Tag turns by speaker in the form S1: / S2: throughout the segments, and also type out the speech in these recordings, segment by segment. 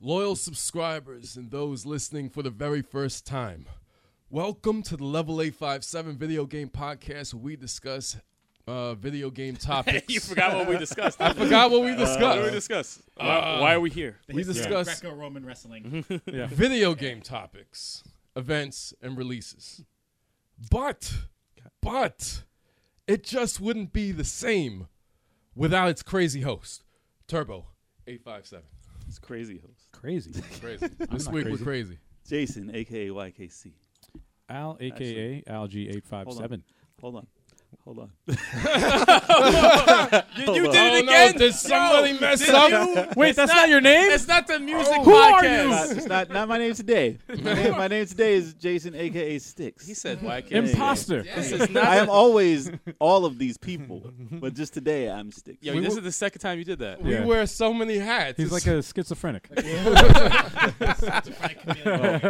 S1: Loyal subscribers and those listening for the very first time, welcome to the Level 857 Video Game Podcast where we discuss uh, video game topics.
S2: you forgot what we discussed.
S1: I forgot what we
S2: What did we
S1: discussed.
S2: discuss?
S3: Uh,
S2: why, why are we here?
S1: we discussed
S4: Greco-Roman
S2: Mm-hmm.
S4: wrestling.
S1: video game topics, events, and releases. But, but, it just wouldn't be the same without its crazy host, Turbo 857.
S2: It's crazy. host.
S3: Crazy.
S1: Crazy. this week we're crazy.
S5: Jason, aka YKC.
S3: Al, aka AlG857.
S5: Hold on. Hold on.
S2: You, you
S1: Oh,
S2: did it
S1: no,
S2: again.
S1: did somebody mess up?
S3: Wait, that's not, your name?
S1: It's not the music
S3: Who are
S1: podcast.
S5: Not, it's not, not my name today. My name, my name today is Jason, aka Sticks.
S2: He said YK.
S4: Mm-hmm.
S3: Imposter.
S2: This is not.
S5: I am always all of these people, but just today I'm Sticks.
S2: Yo,
S1: We
S2: this
S1: were-
S2: is the second time you did that.
S1: We
S3: Yeah.
S1: wear so many hats.
S3: He's like
S1: It's-
S3: a schizophrenic.
S5: I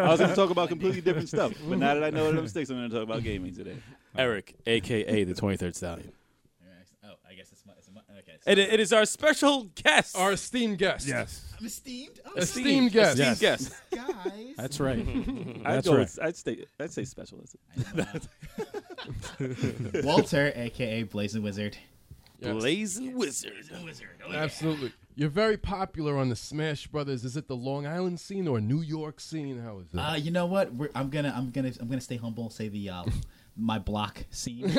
S5: was going to talk about completely different stuff, but now that I know that I'm Sticks, I'm going to talk about gaming today.
S2: Eric, aka the 23rd Stallion.
S4: oh, I guess it's my, it's my okay. so-
S2: It, it is our special guest.
S1: our esteemed guest.
S4: I'm esteemed. Oh,
S1: Esteemed, guest.
S3: Yes.
S2: guest.
S4: guys.
S3: That's right.
S5: I'd,
S3: That's
S5: go
S3: right.
S5: with, I'd, stay, I'd say specialist.
S4: I'm, uh, Walter, aka Blazing Wizard.
S1: Yes.
S2: Blazing Wizard.
S4: Wizard.
S1: Absolutely. You're very popular on the Smash Brothers. Is it the Long Island scene or New York scene? How is it?
S4: Uh, you know what? We're, I'm gonna, I'm gonna, I'm gonna stay humble. Say the uh, my block scene.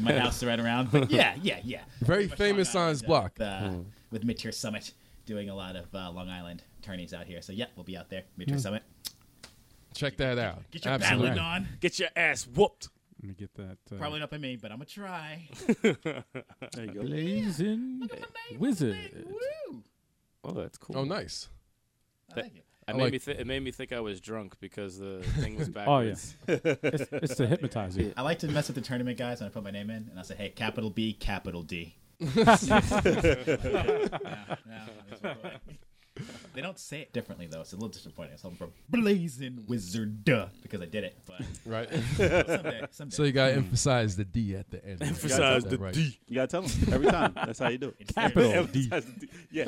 S4: my house right around. But yeah, yeah, yeah.
S1: very famous on his block.
S4: Uh,
S2: Hmm.
S4: With Mid Tier Summit, doing a lot of uh, Long Island tourneys out here. So yeah, we'll be out there. Mid Tier Summit.
S1: Check that out.
S4: Get your
S1: Absolutely.
S4: battling on.
S2: Get your ass whooped.
S3: Let me get that. Uh,
S4: Probably not by me, but I'm gonna try.
S5: There you go.
S3: Blazing Wizard.
S4: Woo!
S2: Oh, that's cool.
S1: Oh, nice.
S4: I like it.
S2: It
S1: I
S2: made
S1: like-
S2: me th- it made me think I was drunk because the thing was
S3: Oh, yeah.
S2: backwards.
S3: It's, it's to hypnotize you.
S4: I like to mess with the tournament guys when I put my name in, and I say, "Hey, capital B, capital D." Yeah, yeah, that's what- they don't say it differently though. It's a little disappointing. It's something from Blazing Wizard duh, because I did it. But
S1: Right.
S4: someday, someday.
S1: so you gotta emphasize the D at the end.
S2: Emphasize
S1: Got
S2: the
S1: that right.
S2: D.
S5: You got to tell them every time. That's how you do it.
S4: Just stare-
S3: Capital.
S5: Emphasize the D. Yeah.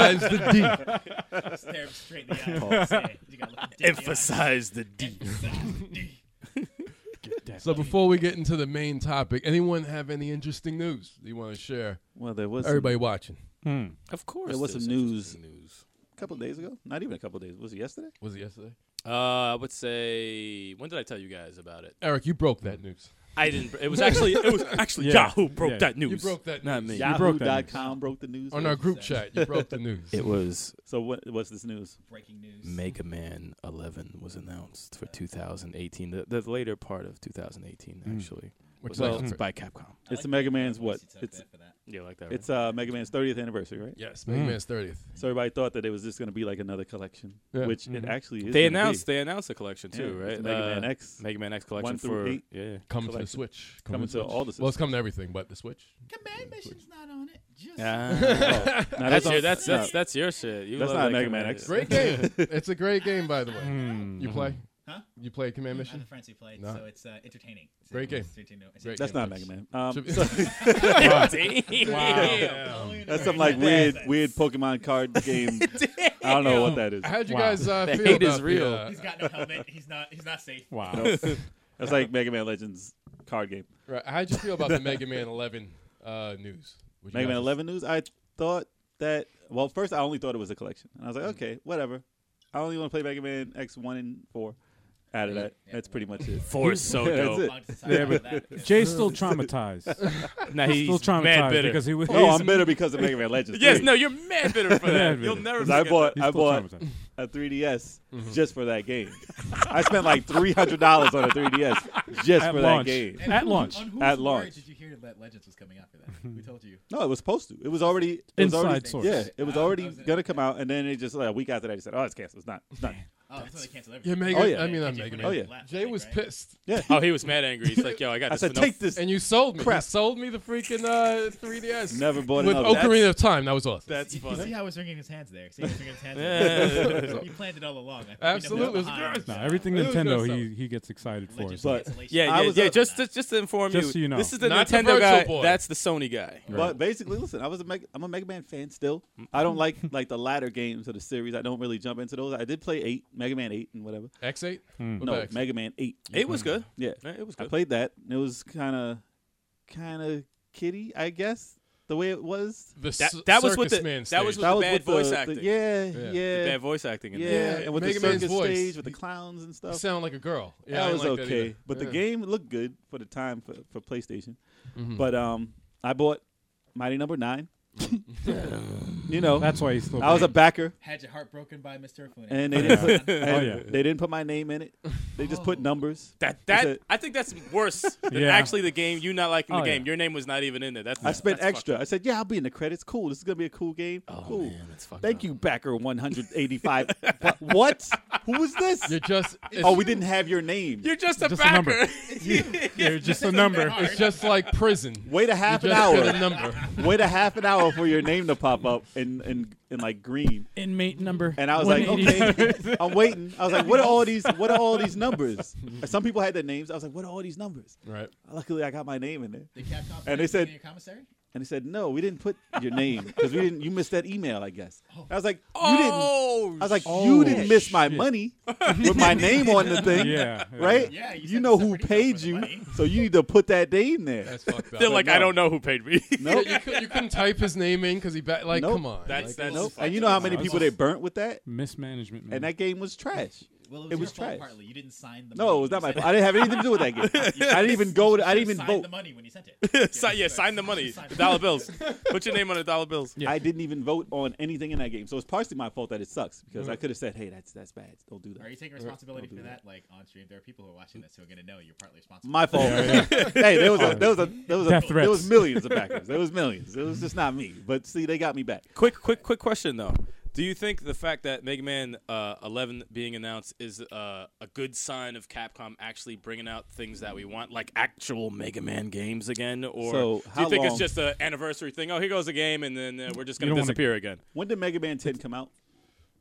S1: Emphasize the D.
S4: just Stare him straight in the eye. and say it. You gotta look him dead in the eye.
S2: Emphasize the D.
S1: So before we get into the main topic, anyone have any interesting news that you want to share?
S5: Well, there was
S1: Everybody watching.
S3: Hmm.
S2: Of course.
S5: There was
S2: there's
S5: some news.
S2: interesting News.
S5: a couple days ago. Not even a couple days. Was it yesterday?
S1: Was it yesterday?
S2: Uh, I would say when did I tell you guys about it?
S1: Eric, you broke that news.
S2: I didn't. It was actually it was actually
S3: Yeah.
S2: Yahoo broke
S3: Yeah.
S2: that news.
S1: You broke that
S2: Not
S1: news.
S2: me.
S3: broke that news.
S5: Yahoo.com broke the news.
S1: On our group chat, you broke the news.
S2: It was
S5: So what? What's this news?
S4: Breaking news.
S2: Mega Man 11 was announced for 2018. The, the later part of 2018 actually.
S1: Which
S2: Was
S1: is
S2: announced
S1: awesome.
S2: by Capcom.
S5: It's the Mega Man's what?
S4: It's,
S5: It's
S4: for that.
S2: Yeah, like that.
S5: it's uh Mega Man's 30th anniversary, right?
S1: Yes,
S2: Mm.
S1: Mega Man's 30th.
S5: So everybody thought that it was just gonna be like another collection,
S1: Yeah.
S5: which it actually is.
S2: Mm-hmm. they
S5: gonna
S2: announced
S5: be.
S2: they announced a collection too,
S5: Yeah,
S2: right? Uh,
S5: it's Mega Man X.
S2: Mega Man X collection
S5: One through
S2: for
S5: eight.
S2: yeah.
S1: Coming to the
S5: Collection.
S1: Switch.
S5: Coming to
S1: Switch.
S5: all the
S1: Well, it's coming to everything but the Switch.
S4: Command mission's not on it. Just
S2: Ah.
S5: Now
S2: that's
S5: on-
S2: your that's
S5: no,
S2: that's that's your shit. You
S5: That's
S2: love
S5: not
S2: that
S5: Mega
S2: Command
S5: Man X.
S1: Great game. it's a great game, by the way.
S2: Hmm.
S1: You play?
S4: Huh?
S1: You play Command
S4: I'm
S1: Mission?
S4: a friend who played,
S1: No.
S4: so it's uh, entertaining. It's
S1: Great game.
S4: It's entertaining. It's
S1: Great
S5: that's
S1: game.
S5: not Mega Man. Um,
S1: Should-
S5: so-
S2: Damn.
S5: that's some like weird weird Pokemon card game. I don't know what that is.
S1: How'd you
S3: Wow.
S1: guys uh, feel
S2: hate
S1: about
S2: is real.
S1: The, uh,
S4: He's got no helmet. He's not. He's not safe.
S3: Wow.
S5: That's like Mega Man Legends card game.
S1: right, how'd you feel about the Mega Man 11 uh, news? Would you
S5: Mega Man
S1: guys-
S5: 11 news. I thought that. Well, first I only thought it was a collection, and I was like, okay, whatever. I only want to play Mega Man X one and four. Out of that, that's pretty much it.
S2: For so
S5: That's
S2: dope.
S5: it.
S4: Bugs inside of that.
S3: Jay's still traumatized.
S2: Now he's
S3: still traumatized
S2: mad bitter.
S3: because he was.
S5: No, Oh, I'm bitter because of Mega Man Legends.
S2: yes,
S5: 3.
S2: no, you're mad bitter for that.
S3: Mad
S2: You'll
S3: bitter.
S2: never.
S5: Because I
S2: forget
S5: bought,
S3: He's
S5: I
S3: still
S5: bought
S3: traumatized.
S5: a 3DS just for that game. I spent like three hundred dollars on a 3DS just
S3: At
S5: for
S3: launch.
S5: that game.
S4: And
S3: At
S4: who-
S3: launch.
S4: On whose
S5: At
S4: word
S5: launch.
S4: Did you hear that Legends was coming out for that? We told you.
S5: No, it was supposed to. It was already it was
S3: Inside
S5: already,
S3: source.
S5: Yeah, it was
S4: Oh,
S5: already
S4: that was it.
S5: gonna come out, and then it just like a week after that, he said, "Oh, it's canceled. It's not. It's not."
S4: Oh, that's when they canceled everything.
S1: Yeah, Megan.
S5: Oh, yeah.
S1: I mean, not
S4: AJ
S1: Megan.
S5: Oh, yeah.
S4: Lapsed,
S1: Jay was
S4: right?
S1: pissed,
S2: Oh, he was mad angry. He's like, yo, I got
S5: I
S2: this.
S5: said,
S2: for no-
S5: take this.
S1: and you sold me. You
S5: Crap.
S1: sold me the freaking uh, 3DS.
S5: Never bought
S1: with
S5: another.
S1: Ocarina of Time. That was awesome.
S2: That's
S4: You see
S2: funny.
S4: how I was wringing his hands there. See, he was wringing his hands. there. he planned it all along. I think we know
S1: Absolutely.
S4: who's behind.
S3: No, everything
S1: It was good
S3: Nintendo,
S1: stuff.
S3: he he gets excited for.
S4: Legislative
S5: But-
S4: cancellation.
S2: Yeah,
S5: I
S2: yeah,
S5: was
S2: yeah.
S5: up-
S2: Just, to, just to inform
S3: Just
S2: you,
S3: so you know.
S2: this is the
S1: Not the
S2: Nintendo
S1: Virtual
S2: guy.
S1: Boy.
S2: That's the Sony guy.
S5: But basically, listen, I was a Meg- I'm a Mega Man fan still. I don't like like the latter games of the series. I don't really jump into those. I did play eight, Mega Man eight, and whatever.
S1: X8. What
S5: no,
S1: about X8?
S5: Mega Man eight.
S2: It was good.
S5: Yeah,
S2: Yeah, It was
S5: I
S2: good.
S5: played that. And it was kind of kind of kitty, I guess, the way it was.
S1: The
S2: That-
S1: cir-
S2: that was with
S1: circus
S2: the-
S1: man.
S2: that was
S1: stage.
S2: with-
S5: that was
S2: bad
S5: with the-
S2: voice
S5: the-
S2: acting.
S5: yeah,
S1: Yeah.
S5: yeah,
S1: The
S2: The
S5: yeah,
S2: bad voice acting. In
S1: Yeah,
S5: and with
S1: Mega
S5: the
S1: Man's
S5: circus
S1: voice.
S5: stage with the
S1: He-
S5: clowns and stuff.
S1: sound like a girl. Yeah, I
S5: that
S1: didn't
S5: was
S1: like that
S5: okay,
S1: either.
S5: but the
S1: Yeah.
S5: game looked good for the time for, for PlayStation.
S1: Mm-hmm.
S5: But um, I bought Mighty Number Nine. you know,
S3: That's why he's still.
S5: I was a backer.
S4: Had your heart broken by Mr. Afune.
S5: and they didn't put,
S3: Oh,
S5: and
S3: yeah.
S5: they didn't put my name in it. They just put numbers.
S2: That that
S5: It's
S2: I think that's worse than
S3: Yeah.
S2: actually the game. You not liking the
S3: Oh,
S2: game.
S3: yeah.
S2: Your name was not even in there. That's
S5: I spent
S2: that's
S5: extra. I
S2: fucked
S5: said, "Yeah, I'll be in the credits. Cool. This is gonna be a cool game.
S2: up.
S5: cool.
S2: that's fucked
S5: Thank you, backer 185. Wha- what? Who was this?
S1: You're just. It's,
S5: oh, we didn't have your name.
S2: You're just a
S3: Just a
S2: backer.
S3: number. You're just a number.
S1: It's just like prison.
S5: Wait a half
S1: You
S5: an
S1: just
S5: hour.
S1: get a number.
S5: Wait a half an hour for your name to pop up in in, in like green.
S3: Inmate number.
S5: And I was like, okay, I'm waiting. I was like, what are all these? What are all these numbers? Some people had their names. I was like, what are all these nuings?
S1: Right.
S5: Luckily, I got my name in there.
S4: Did Capcom put
S5: And they
S4: anything
S5: said-
S4: in your commissary?
S5: And he said, "No, we didn't put your name because we didn't. You missed that email, I guess." I was like, "You didn't."
S2: Oh,
S5: I was like,
S3: Oh,
S5: "You didn't miss my money with my name on the thing,
S3: Yeah, yeah.
S5: right?
S4: Yeah, you
S5: you,
S4: said
S5: know
S4: it's
S5: who
S4: pretty
S5: paid
S4: much my
S5: you,
S4: money.
S5: so you need to put that name there."
S1: That's fucked up.
S2: they're like,
S5: no.
S2: I don't know who paid me.
S5: nope,
S1: you, could, you couldn't type his name in because he ba- like
S5: Nope.
S1: come on.
S2: That's
S1: like,
S2: that's
S5: nope.
S2: fucked
S5: And you know how
S2: up.
S5: many people they burnt with that,
S3: mismanagement. Man.
S5: and that game was trash.
S4: Well, it was,
S5: It
S4: your
S5: was
S4: fault
S5: trash.
S4: partly. You didn't sign the. money
S5: No, it was
S4: when
S5: not my.
S4: you
S5: fault.
S4: sent
S5: I didn't have anything to do with that game. I didn't even go. To, I didn't even
S4: signed
S5: vote.
S4: the money when you sent it.
S2: Si- yeah, sign the money, the dollar bills. Put your name on the dollar bills.
S5: I didn't even vote on anything in that game. So it's partially my fault that it sucks because I could have said, "Hey, that's that's bad. Don't do that."
S4: Mm-hmm. Are you taking responsibility for that? Like on stream, there are people who are watching this who are going to know you're partly responsible.
S5: My fault. hey, there was a there was a there was a,
S3: Death
S5: there was
S3: threats.
S5: millions of backers. There was millions. It was just not me. But see, they got me back.
S2: Quick, quick, quick question though. Do you think the fact that Mega Man uh, 11 being announced is uh, a good sign of Capcom actually bringing out things that we want, like actual Mega Man games again, or
S5: So,
S2: do you
S5: how
S2: think it's
S5: long-
S2: just an anniversary thing? Oh, here goes a game, and then uh, we're just
S3: You don't
S2: going to
S3: wanna-
S2: disappear again.
S5: When did Mega Man 10 come out?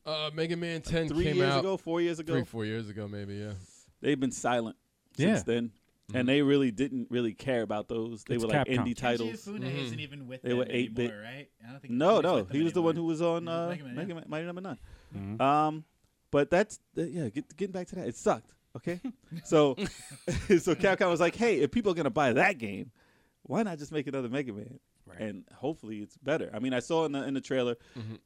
S1: uh, Mega Man 10
S5: Three
S1: came
S5: years
S1: out
S5: ago, four years ago.
S1: three, four years ago, maybe. Yeah.
S5: They've been silent
S3: Yeah.
S5: since then,
S1: Mm-hmm.
S5: and they really didn't really care about those. They
S3: It's
S5: were like
S3: Capcom.
S5: indie
S3: Kenji
S5: titles.
S4: Kenji Ifune isn't even with
S5: They
S4: them
S5: were eight bit-
S4: anymore, right? I don't think.
S5: No,
S4: he's
S5: no,
S4: with them
S5: he was the
S4: anymore.
S5: one who was on
S4: He was
S5: uh,
S4: Mega Man, yeah.
S5: Mega Man, Mighty Number 9 Um, but that's th- yeah. Get, getting back to that, it sucked. Okay, so so Capcom was like, "Hey, if people are gonna buy that game, why not just make another Mega Man?" And hopefully it's better. I mean, I saw in the in the trailer,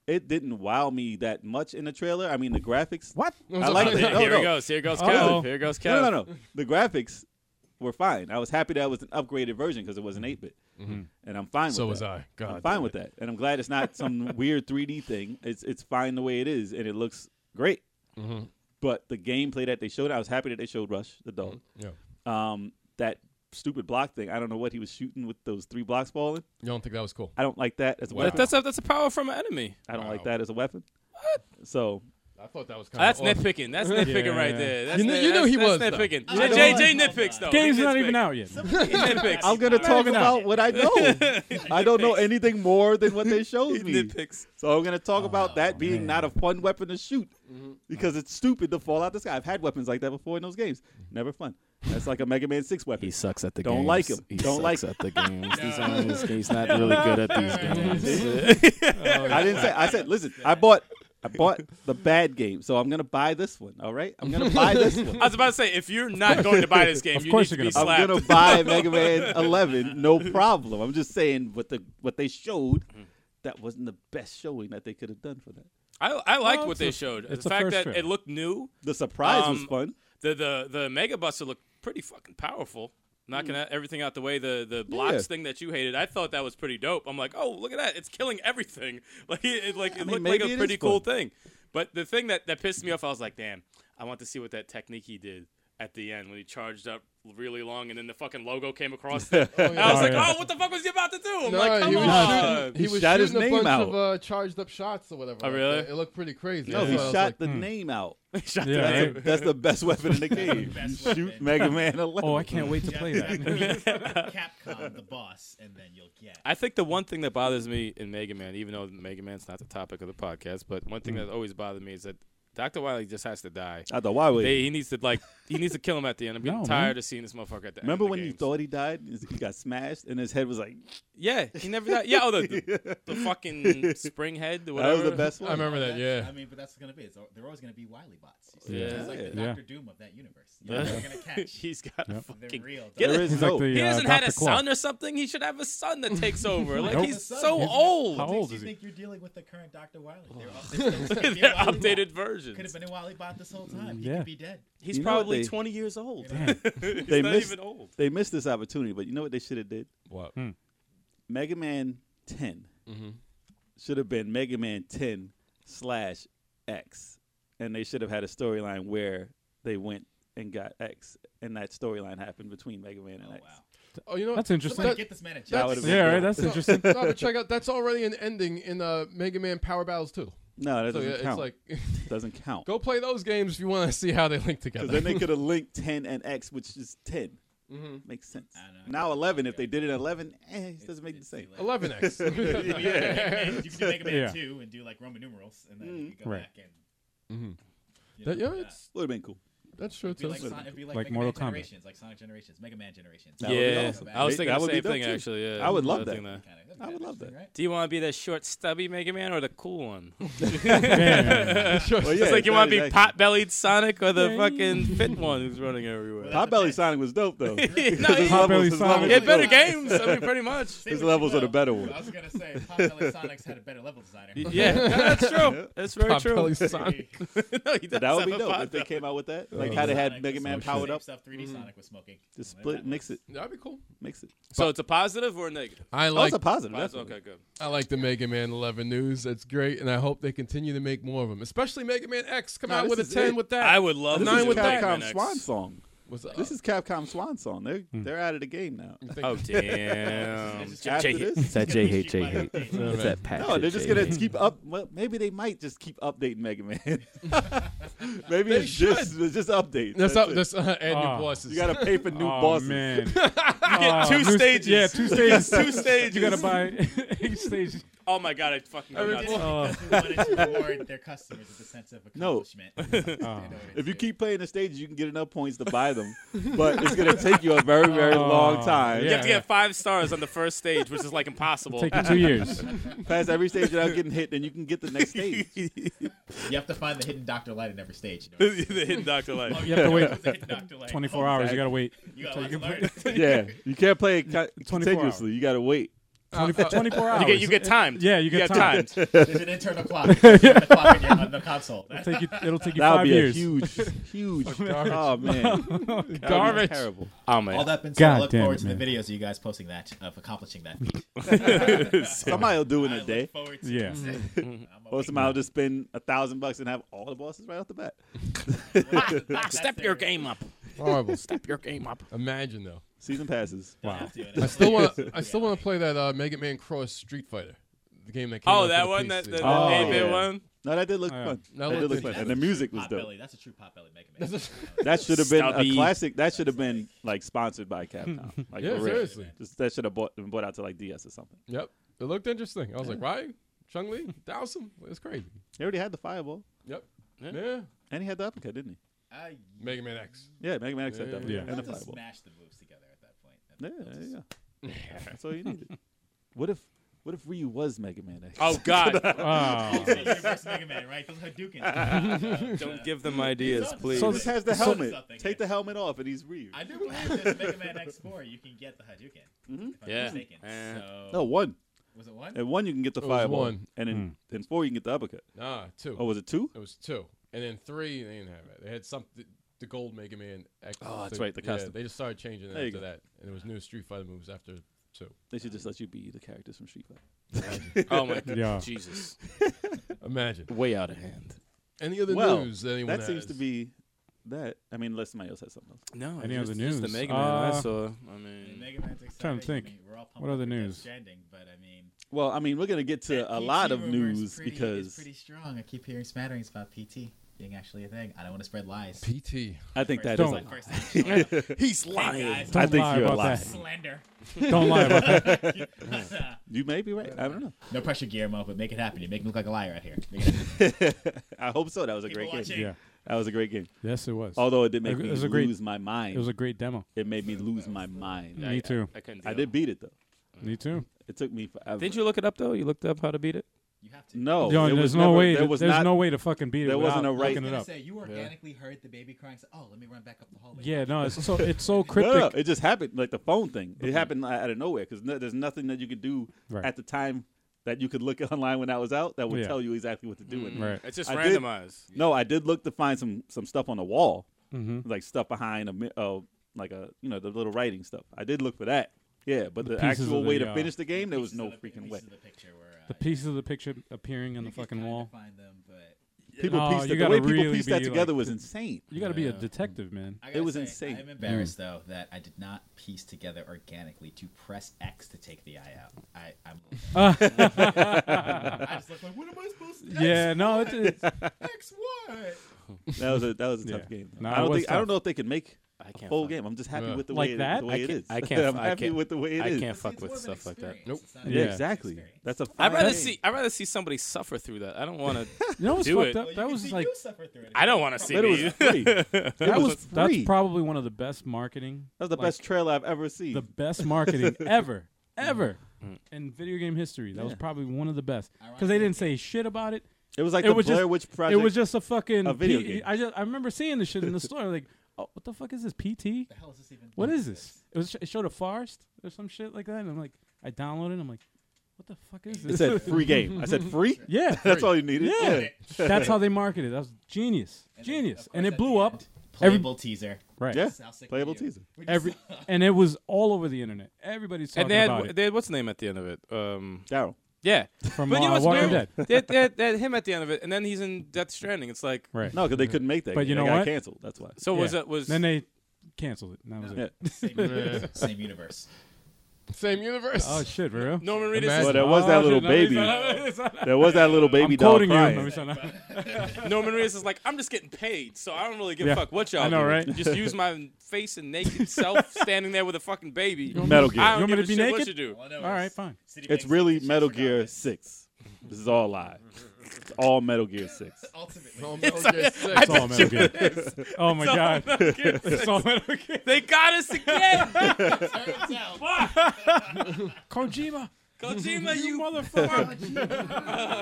S5: it didn't wow me that much in the trailer. I mean, the graphics.
S3: what?
S5: I like it.
S2: here
S5: No,
S2: here
S5: no.
S2: he goes. Here goes
S3: Oh.
S2: Kev. Here goes Kev.
S5: No, no, no, no. The graphics were fine. I was happy that was an upgraded version because it was an eight bit, and I'm fine.
S1: So
S5: with
S1: was
S5: that.
S1: I. God.
S5: I'm fine
S1: damn
S5: with
S1: it.
S5: that, and I'm glad it's not some weird 3D thing. It's it's fine the way it is, and it looks great.
S1: Mm-hmm.
S5: But the gameplay that they showed, I was happy that they showed Rush the dog.
S1: Yeah.
S5: Um, that stupid block thing. I don't know what he was shooting with those three blocks falling.
S1: You don't think that was cool?
S5: I don't like that as a
S1: Wow.
S5: weapon.
S2: That, that's a, that's a power from an enemy.
S5: I don't
S1: Wow.
S5: like that as a weapon. So
S1: I thought that was kind
S2: Oh, That's
S1: of. awesome.
S2: nitpicking. That's nitpicking
S3: Yeah.
S2: right there. That's
S1: You kn-
S2: nit-
S1: you know
S2: that's-
S1: he was,
S2: that's
S1: though.
S2: nitpicking.
S4: I know.
S2: J- JJ nitpicks though.
S3: Game's
S2: He
S3: not
S2: nitpicks.
S3: even out yet.
S2: Nitpicks.
S5: I'm gonna
S2: Not
S5: talk
S2: even
S5: about what I know. I don't know anything more than what they showed me.
S2: Nitpicks.
S5: So I'm gonna talk
S4: Oh,
S5: about that being not a fun weapon to shoot because it's stupid to fall out the sky. I've had weapons like that before in those games. Never fun. That's like a Mega Man Six weapon.
S2: sucks at the
S5: Don't games. like him. He Don't like sucks
S2: at the games.
S4: He's
S2: on his, he's not
S4: really good at these games.
S5: I didn't say. I said, listen, I bought, I bought the bad game, so I'm gonna buy this one. All right, I'm gonna buy this one.
S2: I was about to say, if you're not going to buy this game,
S3: Of
S2: you
S3: course
S2: need to
S3: you're
S2: be
S3: gonna
S5: I'm
S2: slapped.
S5: gonna buy Mega Man 11, no problem. I'm just saying what the what they showed, that wasn't the best showing that they could have done for that.
S2: I, I liked
S3: Well,
S2: what
S3: it's
S2: they
S3: a-
S2: showed.
S3: it's
S2: The
S3: a
S2: fact
S3: first
S2: that
S3: trip.
S2: it looked new.
S5: The surprise was
S2: Um,
S5: fun.
S2: The the the Mega Buster looked pretty fucking powerful. Knocking out everything out the way, the the blocks
S5: Mm. Yeah.
S2: thing that you hated, I thought that was pretty dope. I'm like, oh, look at that! It's killing everything. Like it, it- like it
S5: mean,
S2: looked like
S5: maybe it
S2: a
S5: is
S2: pretty cool
S5: fun.
S2: thing. But the thing that that pissed me off, I was like, damn, I want to see what that technique he did at the end when he charged up really long and then the fucking logo came across. I was
S3: Oh,
S2: like,
S3: yeah.
S2: oh, what the fuck was he about to do? I'm
S1: No,
S2: like, come
S1: he was
S2: on.
S1: shooting, he
S5: He
S1: was
S5: shot his
S1: shooting a
S5: name
S1: bunch
S5: out.
S1: of uh, charged up shots or whatever.
S2: Oh,
S1: like
S2: really?
S1: that. It looked pretty crazy.
S5: No, he
S1: So I was
S5: shot
S1: like,
S5: the name out.
S2: Shot
S3: Yeah,
S2: the-
S5: That's,
S3: right.
S5: the, that's the best weapon in the game.
S4: Best
S5: Shoot
S4: weapon.
S5: Mega Man 11.
S3: Oh, I can't wait to play that.
S4: Capcom, the boss, and then you'll get.
S2: I think the one thing that bothers me in Mega Man, even though Mega Man's not the topic of the podcast, but one
S5: Hmm.
S2: thing that always bothered me is that Dr. Wily just has to die.
S5: I thought, why would
S2: They,
S5: he?
S2: he needs to like he needs to kill him at the end. I'm getting
S3: No,
S2: tired
S3: man.
S2: of seeing this motherfucker at the end.
S5: Remember
S2: of the
S5: when you
S2: games.
S5: thought he died? He got smashed and his head was like,
S2: Yeah, he never died. Yeah, oh the, the, the fucking spring head.
S5: that
S2: Whatever.
S5: was the best one.
S1: I remember that.
S4: That's- I
S1: Yeah.
S4: mean, but that's gonna be. It's, they're always gonna be wily bots. You see?
S2: Yeah.
S4: It's like the
S3: Yeah.
S4: Doctor Doom of that universe. You're never gonna catch.
S2: He's got a
S3: Yep.
S4: They're
S2: fucking.
S4: real.
S2: Get
S5: There
S2: it.
S5: is
S3: He's
S5: no.
S3: like the
S2: he
S3: uh,
S2: doesn't had
S3: Dr.
S2: a
S3: Claw.
S2: son or something. He should have a son that takes over. Like
S3: Nope.
S2: he's
S4: Son.
S2: so
S4: He's-
S2: old.
S3: How
S4: How
S3: old
S4: you
S3: is he?
S4: think you're dealing with the current Doctor Wily?
S5: Oh.
S4: They're,
S2: They're updated versions.
S4: Could have been a wily bot this whole time. He
S3: Yeah.
S4: could be dead.
S2: He's
S5: You know what
S2: probably
S5: they-
S2: 20 years old.
S3: Damn.
S2: He's
S5: They
S2: not
S5: missed-
S2: even old.
S5: They missed this opportunity, but you know what they should have did?
S1: What?
S5: Mega Man 10
S4: Mm-hmm.
S5: should have been Mega Man 10 slash X, and they should have had a storyline where they went and got X, and that storyline happened between Mega Man and
S4: Oh wow.
S5: X.
S1: Oh, you know
S3: That's
S1: what?
S3: interesting.
S4: Somebody
S1: That-
S4: get this man a
S5: That
S4: job.
S5: would have been
S3: Yeah,
S5: cool.
S3: right. That's
S1: No,
S3: interesting.
S1: no, but check out. That's already an ending in uh, Mega Man Power Battles 2.
S5: no, that
S1: So yeah,
S5: doesn't
S1: it's
S5: count.
S1: like,
S5: doesn't count
S1: go play those games if you want to see how they link together.
S5: because then they could have linked 10 and X, which is 10. Makes sense.
S4: I know.
S5: Now 11. If they did it at 11, eh, it doesn't make the
S4: It's
S5: same.
S4: too late.
S1: 11X.
S4: You can do Mega Man- you can do Mega Man
S3: Yeah.
S4: 2 and do like Roman numerals, and then you can go
S3: Right.
S4: back and.
S1: Mhm.
S4: you know,
S1: That- yeah,
S4: do
S1: it's,
S5: Would have been cool.
S1: that's true,
S4: It'd be
S1: too.
S4: like, Son- it'd be like,
S3: Like
S4: Mega Man
S3: Mortal Kombat.
S4: Generations, like Sonic Generations, Mega Man Generations.
S5: That would be
S2: Yeah,
S5: awesome.
S2: I was
S5: They-
S2: thinking
S5: that
S2: the
S5: would be
S2: same
S5: dope,
S2: thing
S5: too.
S2: actually. Yeah,
S5: I would
S2: another
S5: love that.
S2: thing there.
S4: Kinda. That'd be
S5: I would love
S4: interesting,
S5: that.
S4: Right?
S2: Do you want to be the short, stubby Mega Man or the cool one?
S3: Damn.
S5: Well,
S2: it's like you
S5: that
S2: want
S5: is
S2: to be
S5: actually-
S2: pot bellied Sonic or the
S3: Yeah.
S2: fucking fit one who's running everywhere.
S5: Hot Belly Sonic was dope though.
S2: no, he,
S5: His
S3: Hot
S2: he
S3: Belly
S5: levels- his
S3: Sonic.
S5: levels
S2: had
S5: were
S2: better
S5: dope.
S2: games. I mean, pretty much.
S4: Say
S5: His
S4: what you
S5: levels are the
S4: will.
S5: better ones.
S4: I was gonna say, Pop Belly Sonics had a better level designer.
S2: Yeah, that's true. That's very
S1: Pop
S2: true.
S1: Belly Sonic.
S2: no, he does
S5: That would
S2: have
S5: be
S2: a
S5: dope
S2: pot
S5: if they
S2: belly.
S5: came out with that. Like
S1: Oh.
S5: how they
S4: Sonic
S5: had Mega
S4: was
S5: Man
S4: smoking.
S5: powered
S4: Same
S5: up,
S4: Stuff 3D Sonic was smoking.
S5: just
S4: Well,
S5: split,
S4: that
S5: mix
S4: was-
S5: it,
S1: That'd be cool.
S5: mix it.
S2: So it's a positive or a negative?
S1: I
S5: That's
S1: like
S5: a positive.
S2: Positive.
S5: definitely.
S2: Okay, good.
S1: I like the Mega Man 11 news. That's great, and I hope they continue to make more of them. Especially Mega Man X. Come
S5: No,
S1: out
S5: this
S1: with a
S5: is
S1: 10
S5: it.
S1: with that.
S2: I would love
S5: This
S1: Nine
S5: is
S1: with that.
S5: Capcom Swan song.
S1: Was, uh,
S5: This is Capcom Swan song. They're they're out of the game now.
S2: Oh damn!
S4: It's just-
S5: After
S2: Jay-
S5: this,
S6: It's that
S4: It's gonna
S6: J
S4: be
S6: hate J
S4: cheap by
S6: hate.
S1: Oh,
S4: update.
S6: It's that patch.
S5: no, they're
S6: at
S5: just
S6: J
S5: gonna
S6: hate.
S5: keep up. Well, maybe they might just keep updating Mega Man. maybe
S1: They
S5: it's just it's just updates.
S1: that's
S5: That's
S1: up.
S5: it.
S1: That's uh, and
S3: Ah.
S1: new bosses.
S5: you gotta pay for new
S3: oh,
S5: bosses.
S3: man.
S2: get
S3: Oh,
S2: two
S3: new sta-
S2: stages.
S3: yeah, two stages.
S2: two stages.
S3: You gotta buy each stage.
S2: Oh my god! I fucking.
S1: I
S2: got
S1: mean,
S2: nuts.
S4: They did it
S3: Oh,
S4: because we wanted to reward their customers with a sense of
S5: No.
S4: accomplishment. You know what I
S5: If you
S4: mean?
S5: keep playing the stages, you can get enough points to buy them, but it's gonna take you a very very long
S3: Oh,
S5: time.
S2: You have to
S3: Yeah.
S2: get five stars on the first stage, which is like impossible.
S3: Take you two years.
S5: Pass every stage without getting hit, then you can get the next stage.
S4: you have to find the hidden Doctor Light in every stage. You know?
S2: the hidden Doctor Light.
S4: Oh,
S3: You have to wait
S4: the hidden Dr. Light.
S3: 24 hours. You gotta wait.
S4: You gotta let learn.
S5: yeah, you can't play it co-
S3: 24 hours.
S5: continuously. You gotta wait.
S3: 24, 24 hours.
S2: You get Oh, you get timed.
S3: Yeah, you get
S2: got
S3: timed.
S2: timed.
S4: There's an internal clock. There's an internal clock on, your, on the console.
S3: It'll take you, it'll take you
S5: That would
S3: five
S5: be
S3: years.
S5: a huge, huge. oh man,
S2: Garbage.
S5: terrible.
S2: Oh
S4: All
S2: man.
S4: that being said, I
S3: God
S4: look
S3: damn
S4: forward
S3: it,
S4: to the
S3: man.
S4: videos of you guys posting that, of accomplishing that. feat.
S5: Somebody'll do it in
S4: I
S5: a
S4: look
S5: day,
S4: forward to
S3: Yeah.
S4: it. I'm
S5: or
S4: awake.
S5: somebody'll just spend a thousand bucks and have all the bosses right off the bat.
S4: That's
S2: Step
S4: their-
S2: your game up.
S1: Horrible.
S2: Step your game up.
S1: Imagine though.
S5: Season passes.
S4: I
S3: Wow.
S4: have to, and
S1: I
S4: I'm
S1: still
S4: like,
S1: want. I still want to play that uh, Mega Man Cross Street Fighter, the game that came out
S2: Oh,
S1: for
S2: that
S1: the
S2: one, that
S1: PC.
S2: that
S5: Oh,
S2: eight bit
S5: yeah.
S2: one.
S5: No, that did look
S3: Oh, yeah.
S5: fun.
S1: That
S5: That,
S1: looked
S5: did look
S1: good.
S5: fun, and the music was dope.
S4: Potbelly. That's a true potbelly Mega Man.
S5: That should have been
S2: Stubby.
S5: a classic. That should have been like sponsored by Capcom. Like
S1: Yeah,
S5: for real.
S1: seriously.
S5: Just, that should have bought, been bought out to like DS or something.
S1: Yep, it looked interesting. I was like, right, Chung Li, douse him. It's crazy.
S5: They already had the Fireball,
S1: Yep.
S2: Yeah.
S1: Yeah.
S5: and he had the uppercut, didn't he?
S4: Uh, you
S1: Mega Man X.
S5: Yeah, Mega Man X had the uppercut
S3: Yeah.
S5: and the
S4: have to
S5: Fireball.
S4: smash the moves together at that point.
S5: Yeah, there you go. That's all you needed. What if, what if Ryu was Mega Man X?
S2: Oh god.
S3: Oh.
S4: It's the Universe Mega Man, right? Those Hadoukens. Uh,
S2: Don't give them ideas,
S4: So-
S2: please.
S5: So
S4: So
S5: this
S4: the-
S5: has the
S4: so-
S5: helmet.
S4: something,
S5: Take
S4: yeah.
S5: the helmet off, and he's Ryu.
S4: I do believe there's Mega Man X4. You can get the Hadouken. If I'm not
S2: Yeah.
S4: mistaken.
S2: Eh.
S4: So,
S5: No one.
S4: was it one?
S5: And one you can get the
S1: It was
S5: fireball,
S1: one.
S5: and in in four you can get the uppercut.
S1: Nah, two.
S5: Oh, was it two?
S1: It was two, and then three. They didn't have it. They had something. The gold Mega Man. X,
S5: Oh, that's
S1: thing.
S5: right, the
S1: yeah,
S5: custom.
S1: They just started changing it
S5: There you
S1: after
S5: go.
S1: that, and it was new Street Fighter moves after two.
S5: They should just let you be the characters from Street Fighter.
S2: Oh my god.
S3: Yeah.
S2: Jesus.
S1: Imagine.
S2: Way out of hand.
S1: Any other
S5: Well,
S1: news? That anyone
S5: that seems
S1: has?
S5: to be that. I mean, unless somebody else has something else.
S2: No,
S3: Any
S2: just,
S3: other
S2: just the
S3: news?
S2: Mega Man I
S3: Uh,
S2: saw. I mean,
S4: Mega Man's
S3: trying to
S4: exciting.
S3: think.
S4: I mean, we're all pumped
S3: What other
S4: up for Death
S3: news?
S4: Stranding, but I mean,
S5: Well, I mean, we're gonna get to
S4: that
S5: a
S4: PT
S5: lot of
S4: rumor is
S5: news
S4: pretty- is
S5: because
S4: pretty strong. I keep hearing smatterings about PT being actually a thing. I don't want to spread lies.
S1: PT.
S5: I think
S4: First-
S5: that is.
S3: Don't.
S5: a-
S4: like first thing showing up.
S2: he's
S4: Hey,
S2: lying.
S4: guys,
S3: Don't
S5: I think
S3: lie
S5: you're
S3: about
S5: lying.
S3: that.
S4: slender.
S3: Don't lie about that.
S5: You may be right. I don't know.
S4: No pressure, Guillermo, but make it happen. You make me look like a liar out here. Make it happen.
S5: I hope so. That was a
S4: People
S5: great game.
S4: watching.
S3: Yeah.
S5: That was a great game.
S3: Yes, it was.
S5: Although it did make
S3: It
S5: me
S3: was a
S5: lose
S3: great-
S5: my mind.
S3: It was a Mm. great demo.
S5: it made me lose my mind.
S3: Me too.
S2: I, couldn't.
S5: I
S2: deal.
S5: did beat it though.
S3: Me too.
S5: It took me forever.
S2: Didn't you look it up though? You looked up how to beat it.
S4: You have to.
S5: No,
S3: Yo,
S5: it
S3: there's
S5: was
S3: no
S5: never-
S3: way.
S5: Oh, There was
S3: there's
S5: not,
S3: no way to fucking beat it.
S5: there wasn't
S3: without
S5: a right-
S3: looking it
S4: gonna
S3: up.
S4: say you organically heard the baby crying. So, oh, let me run back up the hallway.
S3: Yeah, no. It's so it's so
S5: No, no, no,
S3: cryptic.
S5: it just happened like the phone thing. It happened like, out of nowhere because no, there's nothing that you could do
S3: Mm-hmm. Right.
S5: at the time that you could look online when that was out that would
S3: Yeah.
S5: tell you exactly what to
S4: Mm.
S5: do. And
S3: Right.
S2: It's just
S5: I did-
S2: randomized.
S5: No, I did look to find some some stuff on the wall,
S3: Mm-hmm.
S5: like stuff behind a mi- uh, like a you know the little writing stuff. I did look for that. Yeah, but
S3: The
S5: the,
S3: pieces
S5: actual
S3: of
S5: way
S3: the,
S5: to
S3: uh,
S5: finish the game, there was
S4: Pieces
S5: no
S4: of the-
S5: freaking
S4: pieces
S5: way.
S4: of The picture were, uh,
S3: The pieces of the picture appearing on the
S4: you could
S3: fucking
S4: kinda
S3: wall.
S4: Find them, but
S5: People
S3: Oh,
S5: pieced
S3: you
S5: it, the
S3: gotta
S5: way people
S3: really
S5: pieced that
S3: be, like,
S5: together was insane.
S3: You got to be a
S2: Yeah.
S3: detective, man.
S4: I
S5: It
S4: gotta
S5: was
S4: say,
S5: insane.
S4: I'm embarrassed though that I did not piece together organically to press X to take the eye out. I, I'm. I just look like, what am I supposed to?
S3: Yeah, no, it's, it's
S4: X, X what?
S5: That was a that was a tough
S3: Yeah.
S5: game.
S3: No,
S5: I
S3: it
S5: don't
S3: was
S5: think I don't
S3: tough.
S5: know if they could make
S2: I
S5: a
S2: can't.
S5: full
S2: fuck-
S5: game. I'm just happy
S1: Yeah.
S5: with the
S3: Like
S5: way it-
S3: that?
S5: the
S3: I
S5: way it
S2: can't-
S5: is.
S2: I can't-
S5: I'm
S2: I
S5: happy
S2: can't-
S5: with the way it
S2: I
S5: is.
S2: can't fuck with stuff like that.
S1: Nope.
S5: Yeah,
S3: Yeah.
S5: exactly. That's a.
S2: I'd
S5: fine
S2: rather
S5: game.
S2: see. I'd rather see somebody suffer through that. I don't want to.
S3: you know what's
S2: Do
S3: fucked
S2: it.
S3: up?
S4: "Oh,
S3: that was like
S2: I don't want to see
S5: But it was
S2: you.
S5: free. That was free.
S3: that's probably one of the best marketing.
S5: That was the
S3: like,
S5: best trailer I've ever seen.
S3: The best marketing ever, ever in video game history. That was
S5: Mm. Yeah.
S3: probably one of the best because they didn't say shit about it.
S5: it was like
S3: it
S5: the
S3: was just-
S5: Blair Witch Project.
S3: It was just a fucking
S5: A video
S3: P-
S5: game.
S3: I just I remember seeing this shit in the store. I'm Like, oh, what the fuck is this PT?
S4: The hell is this even?
S3: What is this? It was it showed a forest or some shit like that, and I'm like, I downloaded. it, I'm like, what the fuck is
S5: It
S3: this?
S5: said free game. I said free.
S3: yeah,
S5: That's all you needed.
S3: yeah. That's how they marketed. it. That was genius,
S4: And then,
S3: genius,
S4: of
S3: and
S4: course,
S3: it
S4: at
S3: blew
S4: the
S3: up.
S4: end,
S3: Every-
S4: Playable teaser.
S3: Right.
S5: Yeah.
S4: How sick
S5: Playable
S4: of you.
S5: teaser.
S4: Which is-
S3: Every and it was all over the internet. Everybody's talking
S2: And they
S3: about
S2: had,
S3: it.
S2: they had what's the name at the end of it? Um,
S5: Daryl.
S2: yeah.
S3: From
S2: but you
S3: uh,
S2: know what's
S3: Walking Dead.
S2: weird? They had, they had- they had him at the end of it, and then he's in Death Stranding. It's like,
S3: Right.
S5: No, because they couldn't make that.
S3: But
S5: game.
S3: you know
S5: It got
S3: what?
S5: Canceled. That's why.
S2: so was
S3: Yeah.
S2: it was
S3: Then they canceled it. and That was
S5: Yeah.
S3: it.
S4: Same universe. Same universe.
S1: Same universe.
S3: Oh shit, for real?
S2: Norman Reedus?
S1: Imagine-
S5: Well, there was that
S3: Oh,
S5: little
S3: shit, let me
S5: baby.
S3: stop.
S5: There was that little baby
S3: I'm
S5: doll
S3: quoting you.
S5: crying.
S3: Let me stop now.
S2: Norman Reedus is like, I'm just getting paid, so I don't really give
S3: Yeah.
S2: a fuck what y'all.
S3: I know,
S2: do.
S3: right?
S2: Just use my face and naked self standing there with a fucking baby.
S5: Metal Gear.
S2: I
S3: You want
S2: don't
S3: me
S2: give
S3: to
S2: a
S3: be
S2: shit what
S3: naked?
S2: you do.
S4: All I know
S3: All
S4: is
S3: right, fine.
S4: City
S5: It's
S4: Banks
S5: really
S4: did shit
S5: Metal
S4: for
S5: Gear
S4: nothing.
S5: Six. This is all live. It's all Metal Gear Six.
S1: Oh,
S4: Ultimately.
S1: Metal Gear Six.
S3: It's all Metal Gear. Oh my god.
S2: Metal Gear
S3: It's
S2: Six.
S3: all Metal Gear.
S2: They got us again.
S4: Turns out.
S3: Kojima,
S2: Kojima,
S3: you
S2: you
S3: motherfucker.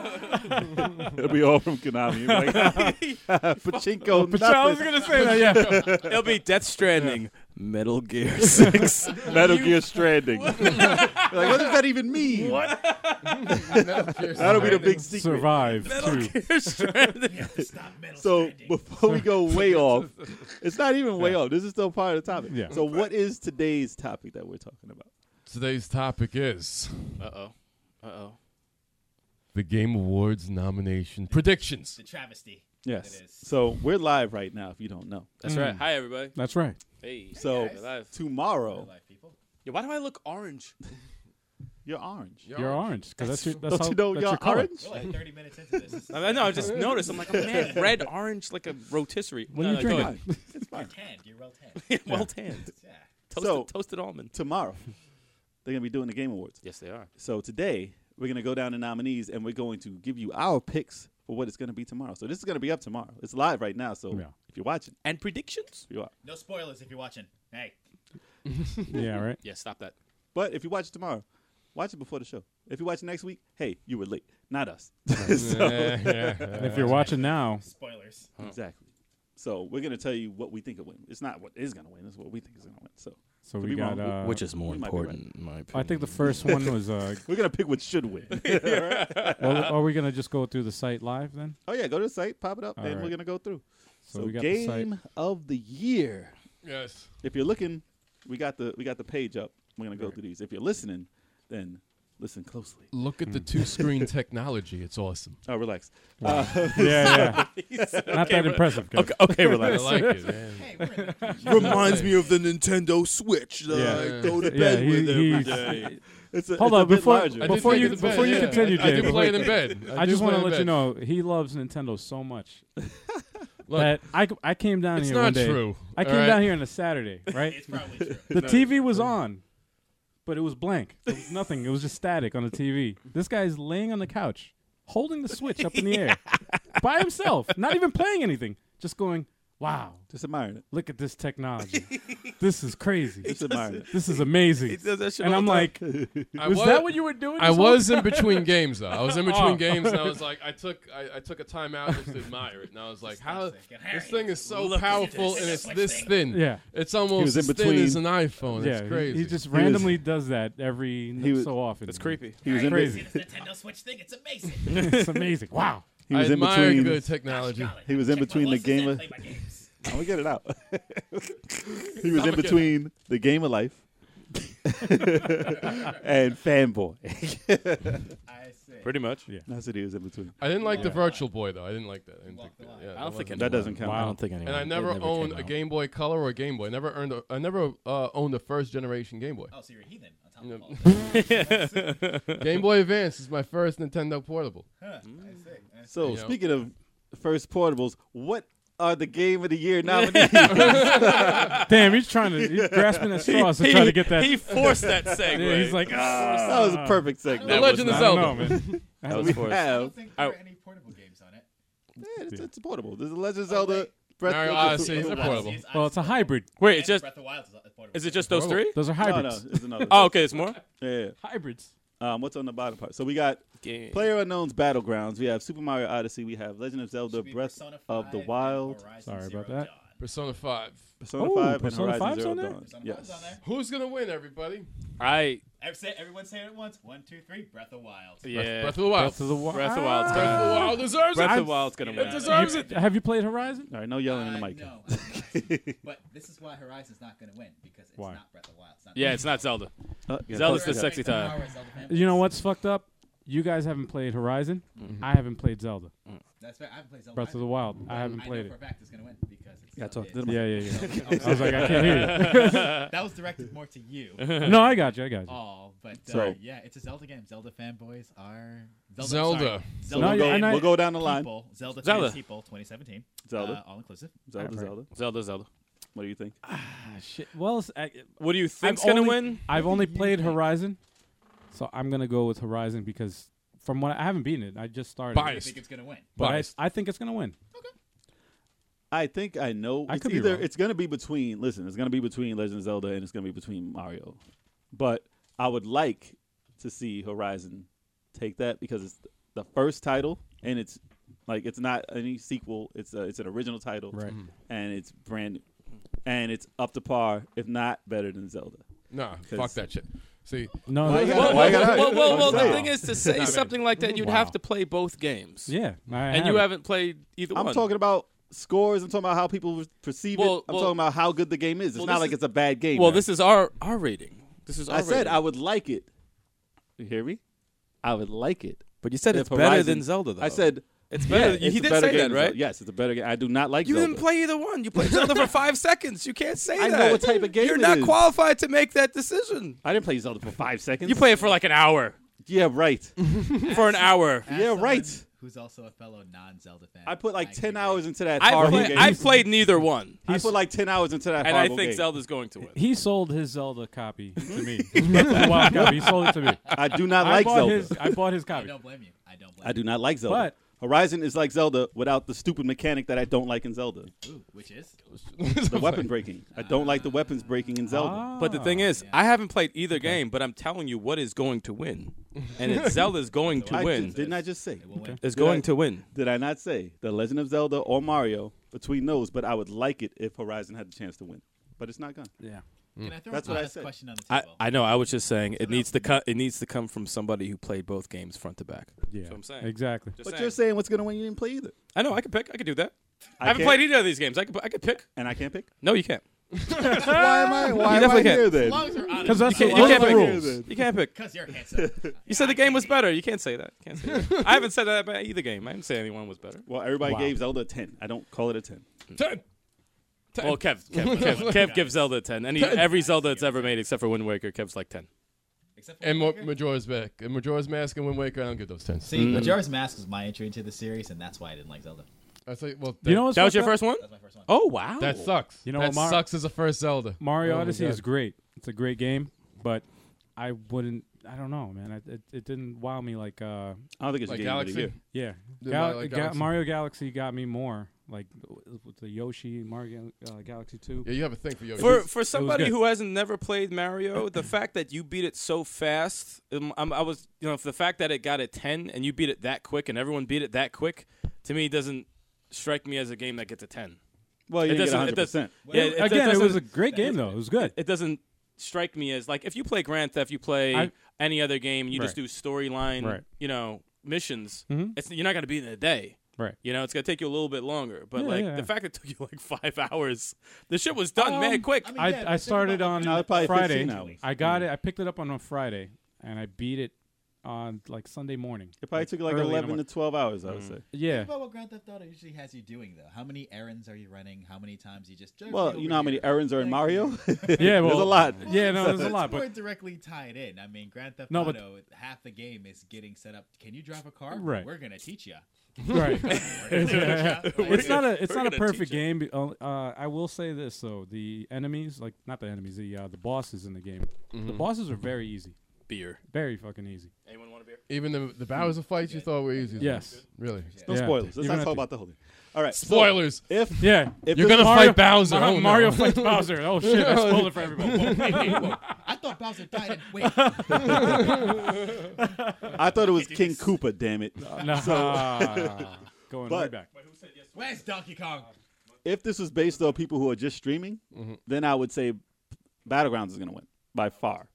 S5: It'll be all from Konami. Like, Pachinko.
S3: But I was
S5: nothing.
S3: gonna say that. Yeah.
S2: It'll be Death Stranding, Metal Gear Six.
S5: Metal Gear Stranding. like, what does that even mean? What?
S1: Metal Gear
S5: That'll be the
S1: Surviving.
S5: big secret.
S3: Survive.
S2: Metal
S3: Two.
S2: Gear Stranding.
S4: Stop metal
S5: So
S4: Stranding.
S5: before we go way off, it's not even way off. This is still part of the topic.
S3: Yeah.
S5: So what is today's topic that we're talking about?
S1: Today's topic is
S2: Uh oh. Uh oh.
S1: the Game Awards nomination predictions.
S4: the travesty.
S5: Yes.
S4: It is.
S5: So we're live right now. If you don't know,
S2: That's
S3: Hmm.
S2: right. Hi everybody.
S3: That's right.
S2: Hey.
S5: so
S2: we're live.
S5: tomorrow
S4: Live people.
S2: Yeah, why do I look orange?
S5: you're orange.
S3: You're orange because that's your that's
S5: Don't
S3: how
S5: you know
S3: that's
S5: you're
S3: your color.
S5: orange?
S4: We're like 30 minutes into this. This is
S2: I know. I just noticed. I'm like, oh, man, red, orange, like a rotisserie.
S3: What are you
S2: go
S3: drinking?
S2: ahead.
S5: It's fine.
S4: tanned. You're well tanned.
S2: well tanned.
S4: Yeah.
S2: Toasted,
S5: So-
S2: toasted almond.
S5: Tomorrow they're gonna be doing the game awards.
S2: Yes, they are.
S5: So today we're gonna go down to nominees and we're going to give you our picks for what it's gonna be tomorrow. So this is gonna be up tomorrow. It's live right now. So
S3: Yeah.
S5: if you're watching,
S2: And predictions?
S5: you are.
S4: No spoilers if you're watching. Hey.
S3: Yeah. Right.
S2: Yeah, stop that.
S5: But if you watch it tomorrow, watch it before the show. If you watch it next week, hey, you were late. Not us. So-
S1: Yeah, yeah.
S3: And if you're watching now,
S4: Spoilers.
S5: Exactly. So we're gonna tell you what we think will win. It's not what is gonna win. It's what we think is gonna win. So
S3: so
S5: Could
S3: we
S5: be
S3: got.
S5: wrong.
S3: Uh,
S2: Which is more
S5: we might be
S2: important, in my opinion.
S3: I think the first one was. Uh,
S5: we're gonna pick what should win.
S3: well, are we gonna just go through the site live then?
S5: oh yeah, go to the site, pop it up,
S3: All
S5: and we're
S3: right.
S5: gonna go through.
S3: So we got the site.
S5: game of the year.
S1: Yes.
S5: If you're looking, we got the we got the page up. We're gonna go through these. If you're listening, then Listen closely.
S1: Look at the two screen technology. It's awesome.
S5: Oh, relax.
S3: yeah, yeah. Not that impressive. Kev.
S5: Okay,
S1: I
S5: relax.
S1: like it, man.
S4: Hey, we're in the
S1: Reminds me
S2: of the Nintendo Switch that
S1: I go
S2: to
S3: Yeah, bed he- with every he's- day.
S5: It's a,
S3: Hold
S5: it's a
S3: on,
S5: bit
S3: before-
S5: larger.
S1: I do
S3: Before
S1: play
S3: you-
S1: it in bed,
S3: before you
S1: yeah.
S3: continue,
S1: I do
S3: Jay,
S1: play
S3: wait.
S1: it in bed.
S3: I, just
S1: do
S3: want
S1: play
S3: to
S1: it in
S3: let you
S1: bed.
S3: know he loves Nintendo so much
S1: Look,
S3: that I, c- I came down
S1: it's
S3: here one
S1: not
S3: day.
S1: true.
S3: I came
S1: all right?
S3: down here on a Saturday, right?
S4: It's probably true.
S3: the TV was on, but it was blank. There was nothing. It was just static on the TV. This guy's laying on the couch, holding the Switch up in the air by himself, not even playing anything, just going, "Wow,
S5: Just admiring it.
S3: look at this technology. this is crazy.
S5: Just admiring it.
S3: This is amazing."
S2: He does that shit
S3: and
S2: all
S3: I'm
S2: the time.
S3: like,
S1: I
S3: "Was
S1: wa-
S3: that what you were doing?"
S1: I
S3: this whole
S1: was in between games though. I was in between
S3: Oh.
S1: games and I was like, I took I, I took a time out just to admire it, and I was like, how
S4: not sick.
S1: this thing is so
S2: Look at
S1: powerful
S2: this.
S1: and it's
S4: Switch
S1: this
S4: thing.
S1: thin.
S3: Yeah.
S1: it's
S5: was
S1: almost
S5: in
S1: as thin
S5: between.
S1: as an iPhone.
S3: Yeah,
S1: it's
S3: he-
S1: crazy.
S3: He, just randomly does that every n-
S5: was-
S3: so often.
S2: It's creepy.
S5: He was in,
S3: Crazy.
S5: be-
S4: This Nintendo Switch thing, it's amazing.
S3: it's amazing. Wow.
S5: he
S1: I
S5: was in
S1: admire
S5: between.
S1: good technology.
S5: He was in between the game of- I'm gonna get it out. he was in between the game of life and fanboy.
S4: I see.
S2: Pretty much.
S3: Yeah.
S5: That's what he was in between.
S1: I didn't like the Virtual Boy though. I didn't like that. I didn't
S4: Walk
S1: think
S4: the
S1: that.
S4: line.
S1: Yeah,
S2: I don't think
S1: wasn't-
S5: That doesn't
S2: anyone-
S5: count.
S2: I don't think anyone.
S1: And I
S2: it
S1: never, owned
S2: came
S1: a
S2: out.
S1: Game Boy Color or a Game Boy. I never earned. A, I never uh, owned a first generation Game Boy.
S4: Oh, so you're a heathen on top
S1: No.
S4: of all that.
S1: Game Boy Advance is my first Nintendo portable.
S4: Huh, I see. I see.
S5: So
S1: You know.
S5: speaking of first portables, what are the game of the year nominees?
S3: Damn, he's trying to he's grasping at straws to try to get that.
S2: He forced that segue.
S3: Yeah, he's like, ah.
S5: that was a perfect segue.
S1: The
S2: That was
S1: Legend of
S3: I
S2: not-
S1: Zelda.
S3: don't know, man.
S2: that was
S5: we
S2: forced.
S4: I
S5: have.
S4: don't think there
S2: I-
S4: are any portable games on it.
S5: Yeah, it's, it's portable. There's a Legend of Zelda.
S4: wait.
S5: Breath
S1: Mario
S5: of the-
S1: Odyssey is a
S4: Odyssey
S1: portable.
S4: is-
S3: Well, it's a hybrid.
S2: Wait, it's just
S4: Breath of the Wild is a portable.
S2: is it just those three?
S3: Those are
S5: No, no,
S3: hybrids.
S5: it's another.
S2: Oh, okay, it's more.
S5: yeah.
S3: Hybrids.
S5: Um, what's on the bottom part? So we got Player Unknown's Battlegrounds. We have Super Mario Odyssey. We have Legend of Zelda:
S4: Should be
S5: Breath
S4: Persona
S5: of
S4: 5
S5: the
S4: and
S5: Wild,
S4: Horizon
S3: Sorry
S4: Zero
S3: about that.
S4: Dawn.
S1: Persona Five.
S5: Persona
S3: Ooh,
S5: 5,
S3: Persona
S5: and
S3: 5's
S5: Horizon Zero
S3: on there?
S5: Dawn.
S4: Persona 5 is
S5: Yes.
S4: on there.
S1: Who's gonna win, everybody?
S2: I
S4: Every- say- Everyone say it once. One, two, three. Breath of the Wild.
S2: yeah.
S1: Breath of the Wild.
S3: Breath of the Ah. Wild.
S2: Breath of the Wild's
S1: Breath of the Wild deserves
S2: Breath
S1: it.
S2: of the Wild's gonna
S1: It
S2: win.
S1: deserves it.
S3: You- have you played Horizon?
S5: All right, no yelling in the
S4: I
S5: mic.
S4: know, I know. but this is why Horizon's not going to win because it's
S3: Why?
S4: not Breath of the Wild. It's not
S2: Yeah, it's not Zelda.
S5: Uh, yeah,
S2: Zelda's
S5: fuck
S2: the
S5: that.
S2: sexy time.
S3: You know what's fucked up? You guys haven't played Horizon. I haven't played Zelda.
S4: That's fair. I haven't played Zelda.
S3: Breath of the
S4: either.
S3: Wild. I
S4: But
S3: haven't played
S4: know
S3: it.
S4: for a fact it's going to win because it's
S5: Yeah, talk
S4: Zelda
S5: to
S4: is-
S5: the mic.
S3: Yeah, yeah, yeah.
S4: Oh,
S3: I was like, I can't hear
S4: that was directed more to you.
S3: you. No, I got you. I got you.
S4: Oh, but uh,
S5: So-
S4: yeah, it's a Zelda game. Zelda fanboys are
S1: Zelda.
S4: sorry.
S5: So
S3: No,
S5: we'll,
S3: yeah,
S5: go,
S3: and I-
S5: we'll go down the line.
S4: people. Zelda,
S2: Zelda.
S4: Zelda. people. 2017.
S5: Zelda.
S4: Uh, all inclusive.
S5: Zelda,
S3: Alright.
S5: Zelda.
S2: Zelda, Zelda.
S5: What do you think?
S3: Ah, shit. Well, it's- I,
S2: What do you
S3: I'm
S2: think's gonna
S3: only-
S2: win?
S3: I've only played Horizon, so I'm gonna go with Horizon because from what I haven't beaten it, I just started.
S4: I
S1: Biased.
S4: think it's going to win.
S3: But I,
S1: Biased.
S3: I think it's gonna win.
S5: I think I know.
S3: I
S5: it's
S3: could be
S5: either
S3: wrong.
S5: it's gonna be between. Listen, it's gonna be between Legend of Zelda and it's gonna be between Mario. But I would like to see Horizon take that because it's the first title and it's like it's not any sequel. It's a, it's an original title,
S3: Right.
S2: Mm-hmm.
S5: And it's brand new, and it's up to par, if not better than Zelda.
S1: Nah, fuck
S5: 'Cause-
S1: that shit. See,
S3: No,
S5: Why
S3: no,
S5: you
S3: no.
S5: gotta-
S2: Well,
S5: why
S2: well,
S5: you gotta-
S2: well, well, well,
S5: Wow.
S2: the thing is to say something like that, you'd
S3: Wow.
S2: have to play both games.
S3: yeah, I
S2: and you haven't played either
S5: I'm
S2: one.
S5: talking about scores. I'm talking about how people perceive it.
S2: Well,
S5: I'm
S2: well-
S5: talking about how good the game is. It's
S2: Well,
S5: not
S2: this
S5: like
S2: is-
S5: it's a bad game.
S2: Well,
S5: man.
S2: this is our our rating. This is our
S5: I said
S2: rating.
S5: I would like it. You hear me? I would like it.
S2: but you said
S5: if
S2: it's better
S5: Horizon-
S2: than Zelda. though.
S5: I said
S2: It's better
S5: Yeah,
S2: than- he
S5: it's a
S2: did
S5: better
S2: say
S5: game
S2: that,
S5: than
S2: right?
S5: Zelda. Yes, it's a better game. I do not like
S2: You
S5: Zelda.
S2: didn't play either one. You played Zelda for five seconds. You can't say
S5: I know
S2: that.
S5: what type of game
S2: You're
S5: it
S2: not
S5: is.
S2: qualified to make that decision.
S5: I didn't play Zelda for five seconds.
S2: You play it for like an hour.
S5: Yeah, right.
S2: For an hour.
S4: As
S5: Yeah,
S4: someone
S5: right.
S4: Who's also a fellow non-Zelda fan.
S5: I put like
S4: I
S5: ten
S4: agree.
S5: hours into that
S2: I
S5: horrible
S2: play,
S5: game.
S2: I played neither one.
S5: I put like ten hours into that
S2: And I
S5: horrible
S2: think
S5: game.
S2: Zelda's going to win.
S3: He sold his Zelda copy to me. His Breath of the Wild copy. He sold it to me.
S5: I do not
S3: I
S5: like
S3: bought
S5: Zelda.
S3: his. I bought his
S4: I
S3: copy.
S4: don't blame you. I don't blame
S5: I do not like Zelda.
S3: But-
S5: Horizon is like Zelda without the stupid mechanic that I don't like in Zelda.
S4: you. Ooh, which is?
S5: The weapon breaking. I don't like the weapons breaking in Zelda.
S2: But the
S3: Oh,
S2: thing is, I haven't played either game, but I'm telling you what is going to win. And it's Zelda's going to
S5: I
S2: win.
S5: just, didn't I just say?
S4: It will win.
S2: It's
S5: I-
S2: going to win.
S5: Did I not say The Legend of Zelda or Mario between those? But I would like it if Horizon had the chance to win. But it's not gone.
S3: yeah.
S4: Can I throw
S5: That's
S4: an
S5: what I
S4: honest
S5: said.
S4: question on the
S2: I,
S4: table?
S2: I know. I was just saying it needs to co- it needs to come from somebody who played both games front to back.
S3: Yeah.
S2: That's what I'm saying.
S3: Exactly.
S2: Just
S5: But
S2: saying.
S5: you're saying what's going to win? You didn't play either,
S2: I know. I could pick. I could do that. I,
S5: I
S2: haven't
S5: can't-
S2: played either of these games. I could. I could pick.
S5: and I can't pick.
S2: No, you can't.
S5: why am I? Why
S2: You
S5: am I
S2: definitely
S5: here
S2: can't.
S5: then?
S4: Lungs are out
S3: Because
S4: of
S3: that's the
S2: You
S5: Why am
S3: those are
S2: can't
S3: the
S5: I
S2: pick.
S5: here
S3: rules.
S5: then?
S2: You can't pick.
S4: because you're handsome.
S2: You said the game was better. You can't say that. You can't say that. I haven't said that about either game. I didn't say anyone was better.
S5: Well, everybody
S3: Wow.
S5: gave Zelda a ten. I don't call it a ten.
S1: Ten. Ten.
S2: Well, Kev, Kev, Kev, Kev gives Zelda a ten. Any every Zelda that's ever made, except for Wind Waker, Kev's like ten.
S4: Except for
S1: and Mo-
S4: Wind Waker.
S1: Majora's Mask. And Majora's Mask and Wind Waker, I don't give those tens.
S4: See, Majora's Mask was my entry into the series, and that's why I didn't like Zelda.
S1: I say, well,
S3: You know what's
S2: That was
S3: fucked
S2: your
S3: up?
S2: first one.
S4: That's my first one.
S2: Oh wow,
S1: That sucks.
S3: You know
S1: that
S3: what, Mar-
S1: sucks as a first Zelda.
S3: Mario
S1: Oh my
S3: Odyssey
S1: God.
S3: is great. It's a great game, but I wouldn't. I don't know, man. I, it, it didn't wow me like. uh
S5: I don't think it's
S1: Like
S5: a game of the
S1: Galaxy.
S5: year.
S3: Yeah,
S1: The
S3: Gal-
S1: Mario
S3: Ga-
S1: Galaxy.
S3: Mario Galaxy got me more. Like w- with the Yoshi Mario Gal- uh, Galaxy Two.
S1: Yeah, you have a thing for Yoshi.
S2: For for somebody
S3: good.
S2: who hasn't never played Mario, the fact that you beat it so fast, um, I'm, I was you know for the fact that it got a ten and you beat it that quick and everyone beat it that quick, to me doesn't strike me as a game that gets a ten.
S5: Well, you
S2: It
S5: didn't get
S2: doesn't. It
S5: 100. percent
S2: doesn't. Yeah, it,
S3: Again, it was
S2: doesn't-
S3: a great game though. It was good.
S2: it doesn't strike me as like if you play Grand Theft, you play
S3: I-
S2: any other game, you just
S3: Right.
S2: do storyline,
S3: Right.
S2: you know, missions.
S3: Mhm.
S2: It's you're not gonna beat it in a day.
S3: Right.
S2: You know, it's gonna take you a little bit longer. But
S3: Yeah,
S2: like
S3: yeah, yeah.
S2: the fact it took you like five hours, the shit was done
S3: Um,
S2: mad quick.
S4: I mean,
S3: I,
S4: yeah, but
S3: I
S4: think
S3: started
S4: about-
S3: on
S5: No, it's probably
S3: Friday.
S5: 15 hours.
S3: I got it. I picked it up on a Friday, and I beat it on like Sunday morning.
S5: It probably took like
S3: early in the
S5: 11 to
S3: morning.
S5: 12 hours. I would say.
S3: Yeah,
S4: Think about what Grand Theft Auto usually has you doing though. How many errands are you running? How many times you just
S5: Well, you know how many errands are in Mario?
S3: yeah. Well,
S5: There's a lot.
S3: Yeah, no, there's a lot.
S4: It's more
S3: But
S4: directly tied in. I mean, Grand Theft
S3: No, but-
S4: Auto, half the game is getting set up. Can you drive a car?
S3: Right.
S4: We're gonna teach you.
S3: right. it's not a it's
S2: We're
S3: not a
S2: gonna
S3: perfect
S2: teach
S3: game. be- Uh, uh, I will say this though: the enemies, like not the enemies, the uh, the bosses in the game, the bosses are very easy,
S2: Beer.
S3: very fucking easy.
S2: Anyone want a beer?
S1: Even the the battles of fights you thought were easy.
S3: Yes.
S1: Really.
S5: No
S3: Yeah.
S5: spoilers. Let's
S3: Even
S5: not
S3: at
S5: talk
S3: the-
S5: about the whole thing. All right. so
S1: Spoilers.
S5: if
S3: Yeah,
S5: if
S1: You're
S5: this-
S1: gonna
S3: Mario-
S1: fight Bowser.
S3: Ma-
S1: oh, no.
S3: Mario fights Bowser. Oh shit! I spoiled it for everybody.
S4: I thought Bowser died. In, wait,
S5: I thought it was King Koopa. Damn it.
S3: nah, going way
S5: But-
S3: back.
S4: where's Donkey Kong?
S5: If this was based on people who are just streaming,
S3: Mm-hmm.
S5: then I would say Battlegrounds is gonna win by far.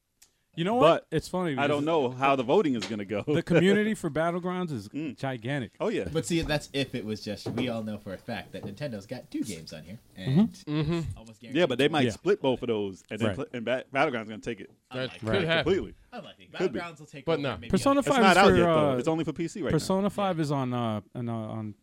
S3: You know what?
S5: But
S3: it's funny.
S5: I don't
S3: because
S5: know how the voting is gonna go.
S3: The community for Battlegrounds is gigantic.
S5: oh yeah.
S4: But see, that's if it was just. We all know for a fact that Nintendo's got two games on here, and
S1: Mm-hmm.
S4: almost guaranteed.
S5: Yeah, but they might
S3: Yeah.
S5: split both of those, and then
S3: Right.
S5: pla- and ba- Battlegrounds gonna take it
S1: That
S4: Right.
S1: could happen.
S5: completely.
S4: unlikely.
S5: Could be.
S4: Battlegrounds will take.
S1: But
S4: over,
S1: no.
S4: maybe
S3: Persona
S4: on-
S5: It's
S3: Five
S5: not
S3: is
S5: out
S3: for
S5: yet
S3: uh,
S5: though. It's only for PC right now.
S3: Persona Five is on uh, on, uh, on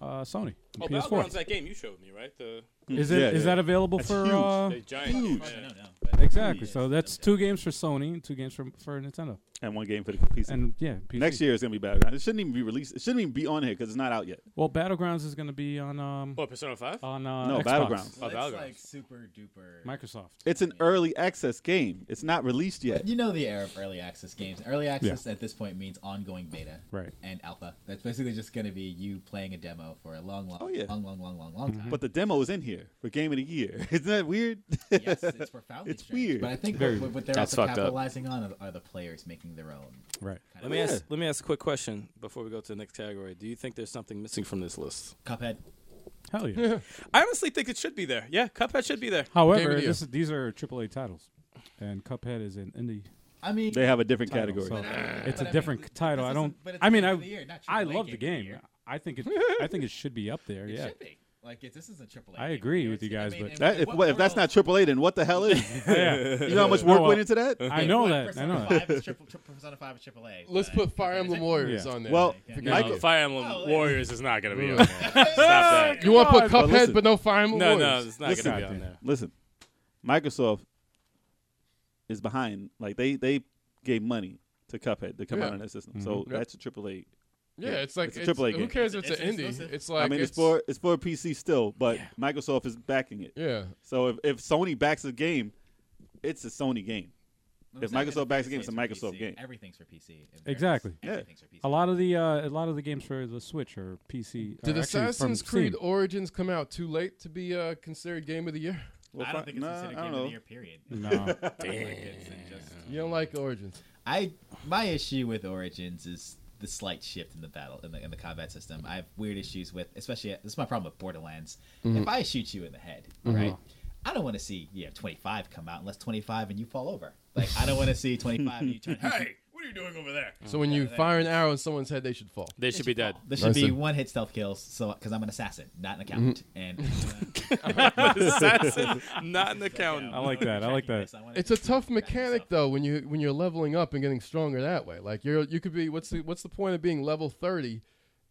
S3: uh, Sony
S2: Oh,
S3: PS4.
S2: Battlegrounds, that game you showed me, right? The,
S3: Is it is
S5: Yeah, yeah.
S3: that available for?
S5: huge.
S3: Uh,
S2: the giant. game,
S4: No,
S2: Oh. yeah.
S4: no, no. but-
S3: exactly.
S4: Yeah,
S3: So that's two games for Sony and two games for for Nintendo.
S5: And one game for the PC.
S3: And yeah, PC.
S5: Next year it's gonna be Battlegrounds. It shouldn't even be released. It shouldn't even be on here because it's not out yet.
S3: Well, Battlegrounds is going to be on um
S2: What, Persona Five?
S3: on uh,
S5: No,
S3: Xbox.
S5: Battlegrounds.
S2: Oh,
S4: That's
S2: Battlegrounds.
S4: like super duper.
S3: Microsoft.
S5: It's an early access game. It's not released yet.
S4: You know the era of early access games. Early access at this point means ongoing beta
S3: Right.
S4: and alpha. That's basically just going to be you playing a demo for a long, long,
S5: Oh, yeah.
S4: long, long, long, long, long
S3: Mm-hmm.
S4: time.
S5: But the demo is in here for Game of the Year. Isn't that weird?
S4: yes, it's profoundly
S5: It's
S4: strange.
S5: weird.
S4: But I think
S3: Very-
S4: what, what they're
S2: That's
S4: also
S2: fucked up.
S4: capitalizing on are- are the players making their own.
S3: Right.
S2: Let me ask. Let me ask a quick question before we go to the next category. Do you think there's something missing from this list?
S4: Cuphead.
S3: Hell yeah.
S2: I honestly think it should be there. Yeah, Cuphead should be there.
S1: Game of
S3: However,
S1: the year.
S3: this is, these are AAA titles, and Cuphead is an indie.
S4: I mean,
S5: They have a different
S3: title,
S5: category.
S3: so it's
S4: But I
S3: a different
S4: mean,
S3: title.
S4: this
S3: I don't.
S4: isn't- but it's
S3: I mean,
S4: Game
S3: I
S4: of the Year, not
S3: I
S4: AAA
S3: love the
S4: Game of the
S3: game.
S4: Year.
S3: I think it. I think it should be up there.
S4: it
S3: yeah.
S4: should be. Like, it, this isn't AAA.
S3: I
S4: game
S3: agree
S4: here.
S3: with you
S4: It's-
S3: guys,
S4: I mean,
S3: but-
S4: in
S5: That, if,
S4: what
S5: if that's not
S4: world-
S5: AAA, then what the hell is? it?
S3: yeah.
S5: you know how much work
S3: No,
S5: went into that?
S3: I know
S4: What
S3: that. I
S4: Persona
S3: know that.
S4: 5 is triple- tri- Persona 5 is AAA.
S1: Let's
S4: but-
S1: put Fire Emblem Warriors
S3: Yeah.
S1: on there.
S5: Well,
S4: Yeah.
S5: I get-
S2: Fire Emblem
S4: Oh, yeah.
S2: Warriors is not going to be
S1: Ooh.
S2: on there. Stop that.
S1: you want to put Cuphead,
S5: but
S3: God,
S1: but,
S5: listen.
S1: no Fire Emblem
S2: No, no,
S1: Warriors.
S2: it's not
S5: Listen,
S2: going to be on there.
S5: listen, Microsoft is behind. Like they they gave money to Cuphead to come
S1: Yeah.
S5: out on their system, so
S1: Yeah.
S5: that's a AAA.
S1: Yeah, it's like
S5: It's a
S1: it's
S5: AAA
S1: Who
S5: game.
S1: cares if it's,
S4: It's
S1: an indie?
S4: exclusive.
S1: It's like
S5: I mean, it's,
S1: it's
S5: for it's for PC still, but Microsoft is backing it.
S1: yeah.
S5: So if, if Sony backs a game, it's a Sony game.
S4: I'm
S5: If
S4: saying
S5: Microsoft
S4: that
S5: backs the game, it's a
S4: PlayStation is for
S5: Microsoft
S4: PC.
S5: game.
S4: Everything's for PC. in fairness.
S3: Exactly.
S5: Yeah.
S4: Everything's for PC.
S3: A lot of the uh, a lot of the games for the Switch or PC.
S1: Did
S3: are actually
S1: Assassin's
S3: from Steam.
S1: Creed Origins come out too late to be uh, considered Game of the Year?
S5: Well,
S4: I
S5: fi-
S4: don't think it's
S5: nah,
S4: considered
S5: I
S4: game
S5: don't
S4: of the
S5: know.
S4: year. Period.
S3: No.
S4: Like, it's a just-
S1: You don't like Origins?
S4: I my issue with Origins is the slight shift in the battle in the, in the combat system. I have weird issues with, especially uh, this is my problem with Borderlands. If I shoot you in the head, right? I don't want to see yeah 25 come out unless 25 and you fall over. Like I don't want to see 25 and you turn. hey, what
S2: are you doing over there?
S1: So when you fire an arrow in someone's head, they should fall.
S2: They should be dead.
S4: This should
S1: Nice
S4: be
S1: then.
S4: one hit stealth kills, so because I'm an assassin, not an accountant, and uh,
S2: Assassin, not an accountant.
S3: I like that. I like that.
S1: It's a tough mechanic though when you when you're leveling up and getting stronger that way. Like you're you could be what's the what's the point of being level thirty?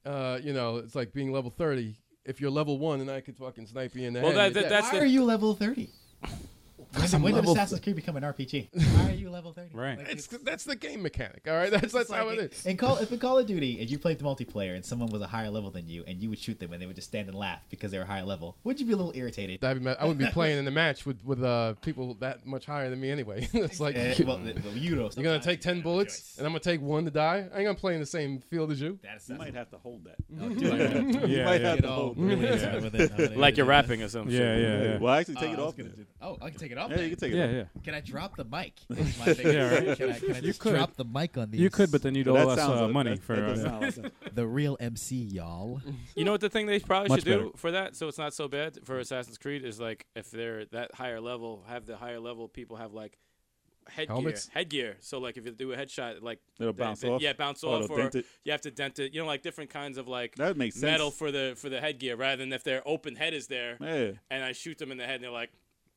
S1: Uh, you know, it's like being level thirty. If you're level one, and I could fucking snipe you in the
S2: Well,
S1: head.
S2: that-
S1: you're
S2: that-
S1: dead.
S4: Why
S2: the-
S4: are you level thirty? When,
S1: I'm
S4: when did
S1: level-
S4: Assassin's Creed become an RPG? Why are you level thirty?
S3: Right.
S1: it's, that's the game mechanic. All right, that's that's how it is.
S4: And call if in Call of Duty and you played the multiplayer and someone was a higher level than you and you would shoot them and they would just stand and laugh because they were higher level, would you be a little irritated?
S1: I'd be, I wouldn't be playing in the match with with uh, people that much higher than me anyway. it's like
S4: Eh, well, the, the Euro.
S1: you're gonna take ten bullets, and I'm gonna take one to die. I ain't gonna play in the same field as you.
S4: That's
S5: You might have to hold that.
S3: Yeah,
S5: you might
S3: yeah,
S5: have to hold that.
S2: Like you're rapping or something.
S3: yeah, yeah, yeah.
S5: Well, actually, take it
S4: Uh, I was
S5: off.
S4: gonna
S5: then.
S4: do- Oh, I can take it off.
S5: Yeah,
S4: then.
S5: you can take
S3: yeah,
S5: it
S3: yeah.
S5: off.
S4: Can I drop the mic? Is my thing.
S3: Yeah, right.
S4: Can I, can I just
S3: could.
S4: drop the mic on these?
S3: You could, but then you'd
S5: But
S3: owe
S5: that
S3: us
S5: sounds
S3: uh,
S5: like-
S3: money
S5: that-
S3: for.
S5: that doesn't
S3: uh,
S5: sound like that.
S4: the real MC, y'all.
S2: You know what the thing they probably
S3: Much
S2: should do
S3: better.
S2: for that, so it's not so bad for Assassin's Creed is like if they're that higher level, have the higher level people have like headgear,
S1: Helmets?
S2: headgear. So like if you do a headshot, like
S5: It'll
S2: they-
S5: bounce
S2: they-
S5: off.
S2: Yeah, bounce
S5: Oh,
S2: off.
S5: it'll
S2: Or
S5: dent it.
S2: you have to dent it. You know, like different kinds of like
S5: That would make sense.
S2: metal for the for the headgear, rather than if their open head is there
S5: Yeah.
S2: and I shoot them in the head and they're like,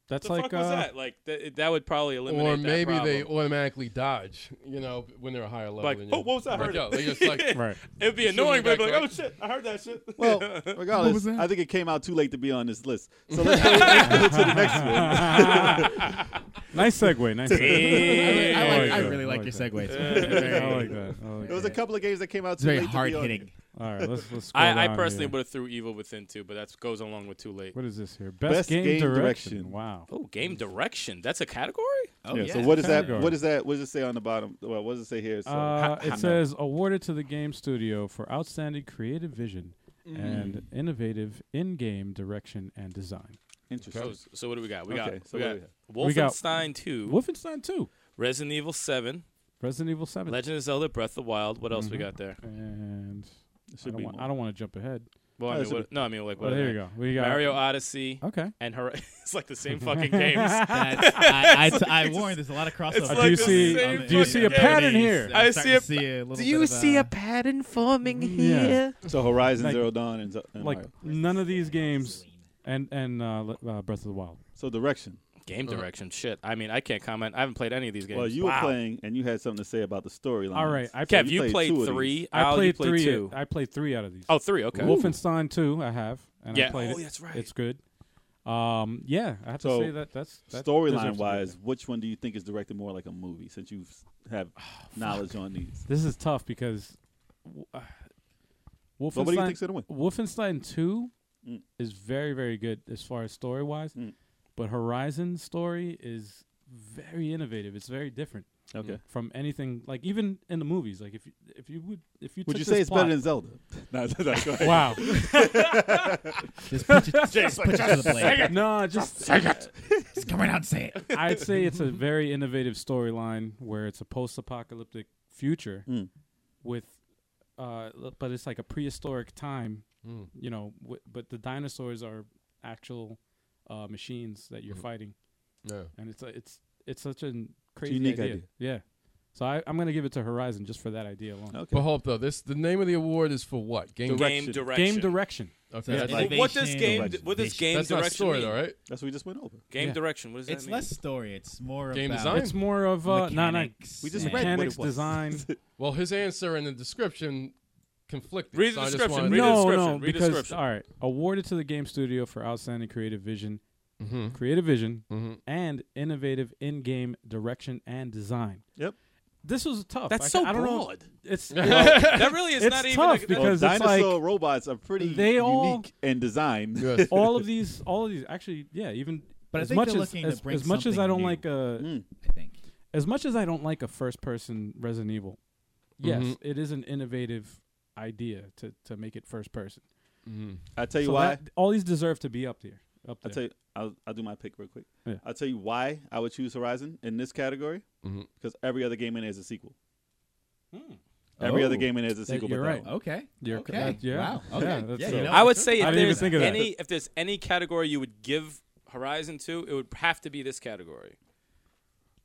S3: That's
S2: "The
S3: like
S2: fuck was
S3: uh,
S2: that?" Like th- that would probably eliminate.
S1: Or
S2: that
S1: maybe they
S2: problem.
S1: automatically dodge, you know, when they're a higher level.
S2: like,
S1: than you.
S2: "Oh, what was that? I
S1: Right,
S2: heard
S1: yo,
S2: it."
S1: they just like
S3: Right.
S2: It'd be
S1: shouldn't
S2: annoying,
S1: be
S2: but it'd
S1: that
S2: be like, "Oh
S1: correct.
S2: shit, I heard that shit."
S5: Well, regardless, I think it came out too late to be on this list. So let's go, let's go to the next one.
S3: nice segue. Nice.
S2: Damn.
S3: Segue.
S2: I
S3: like that. I like that.
S4: segues.
S3: I like that. I like
S5: There was a
S3: that.
S5: couple of games that came out
S4: It's
S5: too
S4: very
S5: late to
S4: hard
S5: be on
S4: hitting.
S5: here.
S3: All right, let's let's. scroll
S2: I, I
S3: down
S2: personally
S3: here.
S2: would have threw Evil Within too, but that goes along with too late.
S3: What is this here? Best,
S5: Best
S3: game,
S5: game
S3: direction.
S5: direction.
S3: Wow.
S2: Oh, game direction. That's a category?
S4: Oh,
S5: yeah, So what does that?
S3: Category.
S5: What does that? What does it say on the bottom? Well, what does it say here? So,
S3: Uh,
S5: Ha-
S3: it
S5: Hana.
S3: says awarded to the game studio for outstanding creative vision
S5: Mm.
S3: and innovative in-game direction and design.
S5: interesting.
S2: So, so what do we got? We
S5: Okay,
S2: got,
S5: so
S2: we
S5: what
S2: got
S5: do
S3: We got-
S2: Wolfenstein 2,
S3: Wolfenstein 2,
S2: Resident Evil 7,
S3: Resident Evil 7,
S2: Legend of Zelda Breath of the Wild. What else we got there?
S3: and
S5: It
S3: I
S5: should
S3: don't,
S5: be
S3: want,
S5: more.
S3: I don't want to jump ahead.
S2: Well,
S5: Oh,
S2: I mean,
S5: this would
S2: what, no, I mean, like,
S3: Well,
S2: what
S3: here
S2: are
S3: we
S2: they?
S3: go. We got
S2: Mario Odyssey
S3: Okay.
S2: and Hor- It's like the same fucking games.
S4: I, I, I warned there's a lot of crossover.
S2: like Do you the see-
S3: do you see a pattern here?
S2: I see a-
S4: Do you see a pattern?
S3: Yeah.
S5: So Horizon
S3: Like-
S5: Zero Dawn and, Zo- and
S3: Like
S5: Mario.
S3: none of these games and and uh, le- uh, Breath of the Wild.
S5: So direction.
S2: Game direction. Shit. I mean, I can't comment. I haven't played any of these games.
S5: Well, you
S2: Wow.
S5: were playing and you had something to say about the storyline.
S3: All right, I
S2: Kev,
S3: played,
S2: you
S5: played
S2: played,
S5: two of
S2: three.
S3: I
S2: Al, you
S3: played
S2: played
S3: three.
S2: two.
S3: I played three out of these.
S2: Oh, three. Okay.
S3: Wolfenstein 2 I have and
S2: Yeah.
S3: I played
S2: Oh,
S3: it.
S2: that's right.
S3: It's good. Um, yeah, I have
S5: So,
S3: to say that that's that deserves to
S5: Storyline
S3: be
S5: wise,
S3: there.
S5: which one do you think is directed more like a movie? Since you have knowledge on these,
S3: This is tough because w- uh, Wolfenstein
S5: nobody thinks it'll win.
S3: Wolfenstein 2
S5: Mm.
S3: is very very good as far as story wise,
S5: Mm.
S3: but Horizon story is very innovative. It's very different Mm,
S5: Okay.
S3: from anything like even in the movies. Like if you, if you would if you
S5: Would
S3: took
S5: you
S3: this
S5: say it's
S3: plot-
S5: better than Zelda? no, no, no, go ahead.
S3: Wow.
S4: Just put your, just put your to the plate.
S3: no, just
S4: Just come right out and say it.
S3: I'd say it's a very innovative storyline where it's a post-apocalyptic future
S5: Mm.
S3: with, uh, l- but it's like a prehistoric time,
S1: Mm.
S3: you know. W- but the dinosaurs are actual uh, machines that
S5: Mm-hmm.
S3: you're fighting,
S1: Yeah.
S3: and it's a, it's it's such a crazy
S5: unique
S3: idea.
S5: idea.
S3: Yeah. So I, I'm gonna give it to Horizon just for that idea alone.
S1: But
S5: Okay.
S1: hold up, though. This the name of the award is for what? Game.
S5: Direct-
S2: Game
S5: Direction.
S2: direction.
S3: Game direction.
S1: Okay.
S4: Yeah,
S1: that's
S4: like-
S1: not-
S2: Well, what does
S4: Innovation.
S2: game?
S5: Direction.
S2: What does game
S1: that's not
S2: direction
S1: story,
S2: mean?
S1: though, right?
S5: That's what we just went over.
S2: Game
S3: Yeah.
S2: direction. What does that
S4: It's
S2: mean?
S4: less story. It's more
S1: Game
S4: about
S1: design?
S3: It's more of uh, no, no,
S4: mechanics
S5: We just
S4: and-
S5: read what
S3: mechanics
S5: it was.
S3: design.
S1: Well, his answer and the description conflicted.
S2: Read the
S1: so I just
S2: description,
S1: wanted-
S2: read it.
S3: no,
S2: description,
S3: no,
S2: read the
S3: because
S2: description.
S3: all right, awarded to the game studio for outstanding creative vision,
S2: Mm-hmm.
S1: Mhm.
S3: creative vision,
S1: Mhm.
S3: and innovative in-game direction and design.
S5: Yep.
S3: This was tough.
S2: That's
S3: I,
S2: so
S3: I don't
S2: broad.
S3: Know, it's
S2: Oh, that really is
S3: It's
S2: not even.
S3: tough
S2: a,
S5: Well,
S3: because it's
S5: dinosaur
S3: like-
S5: robots are pretty
S3: They
S5: unique
S3: all-
S5: and designed.
S1: Yes.
S3: all of these, all of these. Actually, yeah, even
S4: But I
S3: as
S4: think
S3: much
S4: they're
S3: as
S4: looking to
S3: as,
S4: bring
S3: as much as I
S4: something
S3: don't
S4: new.
S3: like uh,
S5: Mm.
S4: I think.
S3: as much as I don't like a first-person Resident Evil.
S1: Mhm.
S3: Yes,
S2: Mm-hmm.
S3: it is an innovative idea to to make it first person.
S1: Mhm.
S5: I tell you
S3: So
S5: why.
S3: that- all these deserve to be up there. Up
S5: I
S3: there.
S5: tell you, I'll, I'll do my pick real quick.
S3: Yeah.
S5: I'll tell you why I would choose Horizon in this category
S1: Mhm.
S5: because every other game in there is a sequel.
S2: Hmm.
S5: Every
S2: Oh.
S5: other game in there is a
S3: That-
S5: sequel.
S3: you're
S5: but that
S3: right.
S5: one.
S4: Okay.
S3: You're
S4: okay.
S3: correct. Yeah.
S4: Wow.
S3: Yeah,
S4: Oh, Okay.
S3: that's
S4: yeah,
S3: a-
S4: you know
S2: I
S4: what?
S2: would say
S3: I
S2: if
S3: didn't even
S2: there's
S3: think of that.
S2: any if there's any category you would give Horizon to, it would have to be this category.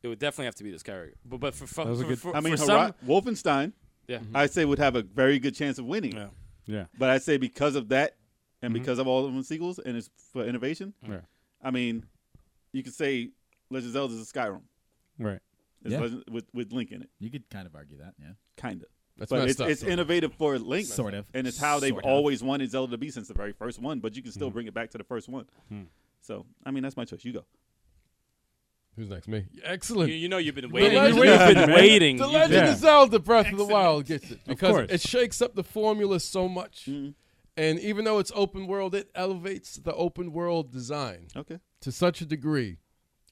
S2: It would definitely have to be this character. But but for fu-
S3: was a
S2: for,
S3: good-
S2: for,
S5: I mean, Mm-hmm.
S2: for
S5: Hara-
S2: some,
S5: Wolfenstein,
S2: yeah,
S5: I say, would have a very good chance of winning.
S2: yeah.
S3: Yeah.
S5: But I say because of that, and
S3: Mm-hmm.
S5: because of all of them sequels, and it's for innovation.
S3: Right.
S5: I mean, you could say Legend of Zelda is a Skyrim.
S3: Right.
S5: It's
S4: Yeah.
S5: Legend- with with Link in it,
S4: You could kind of argue that, yeah.
S5: kind of.
S1: That's
S5: but
S1: messed
S5: it's,
S1: up.
S5: it's innovative for Link,
S4: Sort of.
S5: and it's how they've
S4: Sort of. Mm-hmm.
S5: always wanted Zelda to be since the very first one. But you can still bring it back to the first one.
S3: Hmm.
S5: So, I mean, that's my choice. You go.
S1: Who's next? Me.
S2: You,
S1: Excellent.
S2: you know you've been waiting.
S1: Legend-
S2: You've been
S3: Man.
S2: waiting.
S1: The
S2: You've
S1: Legend
S2: been-
S1: of Zelda Breath of the Wild gets it because
S3: course.
S1: it shakes up the formula so much.
S2: Mm-hmm.
S5: Mhm.
S1: And even though it's open world, it elevates the open world design
S5: Okay.
S1: to such a degree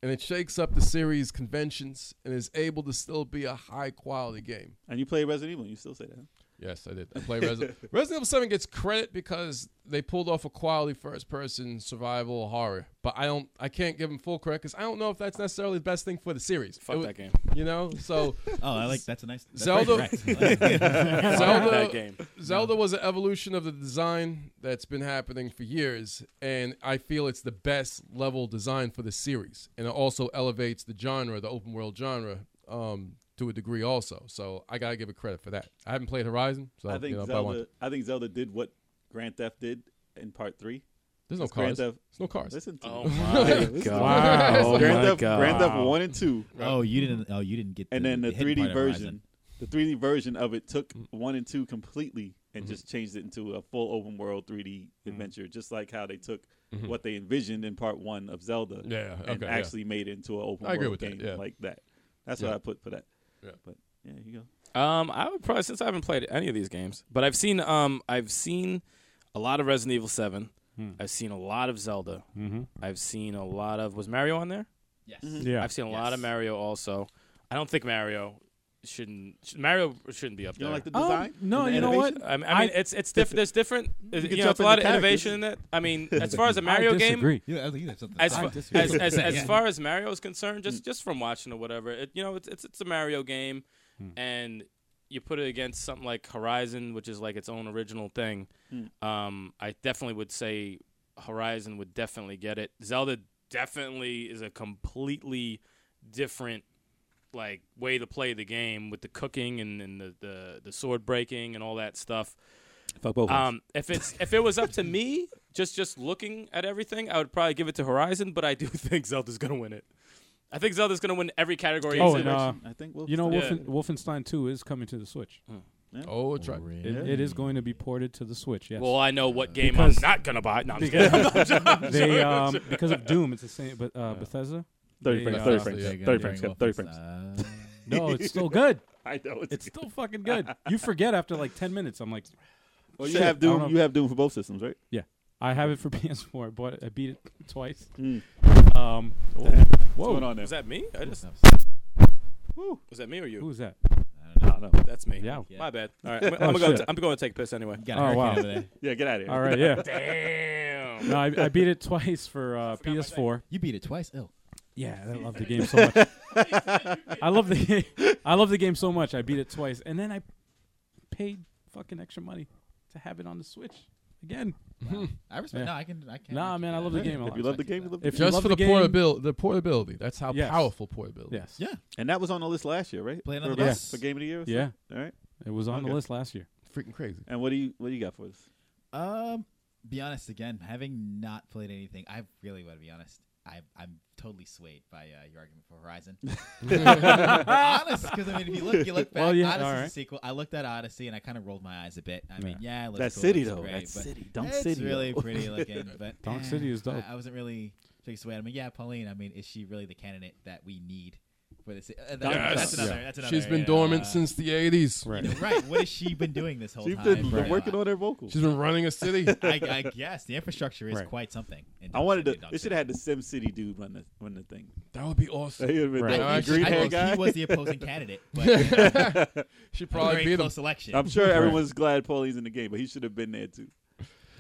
S1: and it shakes up the series conventions and is able to still be a high quality game.
S5: And you play Resident Evil, and you still say that. huh?
S1: Yes, I did. I played Resident Resident Evil 7 gets credit because they pulled off a quality first person survival horror. But I don't I can't give them full credit cuz I don't know if that's necessarily the best thing for the series. It
S2: Fuck
S1: wa-
S2: that game.
S1: You know? So
S4: Oh, I like that's a nice that's
S1: Zelda-
S4: very direct. I like that.
S1: Zelda
S2: that game.
S1: Zelda was an evolution of the design that's been happening for years, and I feel it's the best level design for the series, and it also elevates the genre, the open world genre, um, to a degree also. So I gotta give it credit for that. I haven't played Horizon, so
S5: I think
S1: you know, if I want
S5: Zelda. I think Zelda did what Grand Theft did in Part Three.
S1: there's no
S5: It's
S1: cars.
S5: Grand Theft.
S1: There's no cars.
S5: Listen to
S2: Oh
S5: me.
S2: my
S5: Listen to
S2: god!
S5: me.
S3: Wow. Oh
S5: Grand
S3: my
S5: Theft,
S2: God.
S5: Grand Theft One and Two,
S4: Oh, you didn't oh you didn't get
S5: and then the
S4: hidden
S5: 3D
S4: part of Horizon.
S5: version. The 3D version of it took
S1: Mm.
S5: one and two completely and
S1: Mm-hmm.
S5: just changed it into a full open world 3D adventure, just like how they took what they envisioned in Part One of Zelda,
S1: Mm-hmm. Yeah,
S5: and
S1: okay, yeah.
S5: actually made it into an open
S1: I
S5: world
S1: agree with
S5: game
S1: that, yeah.
S5: like that. That's
S1: Yeah.
S5: what I put for that.
S1: Yeah.
S5: But yeah, you go.
S2: Um, I would probably since I haven't played any of these games, but I've seen um, I've seen a lot of Resident Evil Seven.
S3: Hmm.
S2: I've seen a lot of Zelda.
S3: Mm-hmm.
S2: I've seen a lot of was Mario on there?
S4: Yes.
S3: Yeah.
S2: I've seen a lot of
S4: Yes.
S2: Mario also. I don't think Mario shouldn't sh- Mario shouldn't be up
S5: You
S2: there.
S5: don't like the
S3: Um,
S5: design?
S3: no,
S5: And the
S3: you know
S5: innovation?
S3: what?
S2: I mean, I mean, it's it's diff- there's different. You,
S5: can
S2: know,
S5: jump
S2: it's a
S5: in
S2: lot
S5: the
S2: of
S5: characters.
S2: innovation in it. I mean, as far as a Mario
S3: I
S2: game,
S3: disagree.
S4: You know, I think you have something
S2: as,
S4: to
S2: fa-
S4: say.
S2: as, as, as far as Mario is concerned, just just from watching or whatever, it, you know, it's, it's it's a Mario game, and you put it against something like Horizon, which is like its own original thing.
S5: Mm.
S2: Um, I definitely would say Horizon would definitely get it. Zelda definitely is a completely different like way to play the game with the cooking and, and the, the the sword breaking and all that stuff.
S5: Fuck both.
S2: Um, if it's if it was up to me, just just looking at everything, I would probably give it to Horizon. But I do think Zelda's gonna win it. I think Zelda's gonna win every category.
S3: Oh,
S2: except-
S3: and, uh,
S5: I think
S3: You know,
S2: Yeah.
S3: Wolfen- Wolfenstein 2 is coming to the Switch.
S1: Oh, it's right.
S3: It, it is going to be ported to the Switch. Yes.
S2: well, I know what game
S3: Because-
S2: I'm not gonna buy. No, I'm just kidding.
S3: because they um, because of Doom, it's the same. But uh, Bethesda,
S5: 30
S3: they,
S5: frames,
S3: uh,
S5: 30 frames, 30 frames, 30 frames.
S4: Uh, oh,
S3: no, it's still good.
S5: I know
S3: It's still fucking good. You forget after like ten minutes. I'm like,
S5: Well, you
S3: shit, I
S5: have
S3: don't
S5: Doom.
S3: know.
S5: You have Doom for both systems, right?
S3: I have it for PS4. I bought it. I beat it twice.
S5: Mm.
S3: Um,
S5: What's going
S3: whoa,
S5: on there?
S2: was that me? I just
S5: Woo.
S2: was that me or you?
S3: who's that?
S5: I don't know.
S2: That's me.
S3: Yeah.
S2: My bad. All right, I'm,
S3: Oh,
S2: I'm gonna go.
S3: shit.
S2: t- I'm gonna take a piss anyway.
S4: Got a
S3: Oh,
S4: hurricane
S3: wow.
S4: over there.
S5: Yeah, get out of here.
S3: All right, yeah.
S2: Damn.
S3: No, I, I beat it twice for uh, PS4.
S4: You beat it twice. Oh,
S3: Yeah, I love the game so much. I love the game. I love the game so much. I beat it twice, and then I paid fucking extra money to have it on the Switch again.
S4: I respect.
S3: Yeah.
S4: No, I can. I can.
S3: Nah, man, I love the game a
S5: If
S3: lot.
S5: you love the game, you love the
S3: If you
S1: Just
S3: love
S1: for the,
S3: game,
S1: portability, the portability. That's how
S3: Yes.
S1: powerful portability.
S3: Yes.
S4: Yeah,
S5: And that was on the list last year, right?
S4: Play it on
S5: for,
S4: the
S5: best-
S3: list.
S5: for game of the year. or
S3: Yeah.
S5: something? All right.
S3: It was on
S5: Okay.
S3: the list last year.
S1: Freaking crazy.
S5: And what do you what do you got for us?
S4: Um, be honest again. Having not played anything, I really want to be honest. I, I'm totally swayed by uh, your argument for Horizon. honest, because I mean, if you look, you look back.
S3: Well, yeah,
S4: Odyssey's
S3: all
S4: a
S3: right.
S4: sequel. I looked at Odyssey and I kind of rolled my eyes a bit. I mean, yeah, it looks
S5: That
S4: cool,
S5: city
S4: looks
S5: though.
S4: great,
S5: That
S4: but
S5: city. Don't
S4: it's
S5: city.
S4: really
S5: though.
S4: pretty looking. But
S3: Donk
S4: eh,
S3: City is
S4: I-
S3: dope.
S4: I, wasn't really fixed away. I mean, yeah, Pauline. I mean, is she really the candidate that we need for this? Uh, that-
S1: Yes.
S4: That's another.
S1: Yeah.
S4: That's another.
S1: She's been
S4: you know,
S1: dormant
S4: uh,
S1: since the 80s.
S3: Right.
S4: you know, right. What has she been doing this whole
S5: She's
S4: time?
S5: been,
S4: Right.
S5: been working on their vocals.
S1: She's been running a city.
S4: I, I guess the infrastructure is
S3: Right.
S4: quite something. in
S5: I
S4: Dog
S5: wanted to.
S4: City, Dog
S5: It should
S4: City.
S5: have had the Sim City dude run the run the thing.
S1: that would be
S5: He
S1: awesome.
S5: would've been
S3: Right.
S5: the
S1: I
S4: I
S1: think
S5: green
S4: I
S5: hair
S4: think
S5: guy.
S4: he was the opposing candidate, but you know,
S1: She'd
S4: a
S1: probably
S4: very
S1: beat him.
S4: close election.
S5: I'm sure everyone's glad Paulie's in the game, but he should have been there too.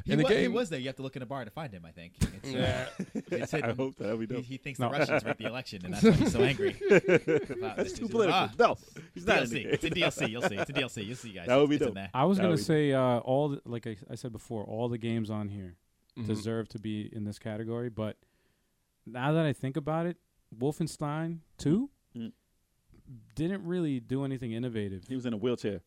S4: he,
S1: in the
S4: wa- he
S1: game-
S4: was there. You have to look in a bar to find him. I think. It's, uh, it's
S5: I
S4: hidden.
S5: hope that we
S4: He,
S5: know.
S4: he thinks
S3: No.
S4: the Russians rigged the election, and that's why he's so angry.
S5: That's too political.
S4: ah,
S5: no, he's not in the
S4: DLC.
S5: game.
S4: It's in DLC. You'll see. It's in DLC. You'll see, guys.
S5: That would be
S4: It's in
S5: dope.
S4: there.
S3: I was
S5: That
S3: gonna
S5: would be-
S3: say uh, all the, like I, I said before, all the games on here deserve to be in this category. But now that I think about it, Wolfenstein Two
S5: Mm.
S3: didn't really do anything innovative.
S5: He was in a wheelchair.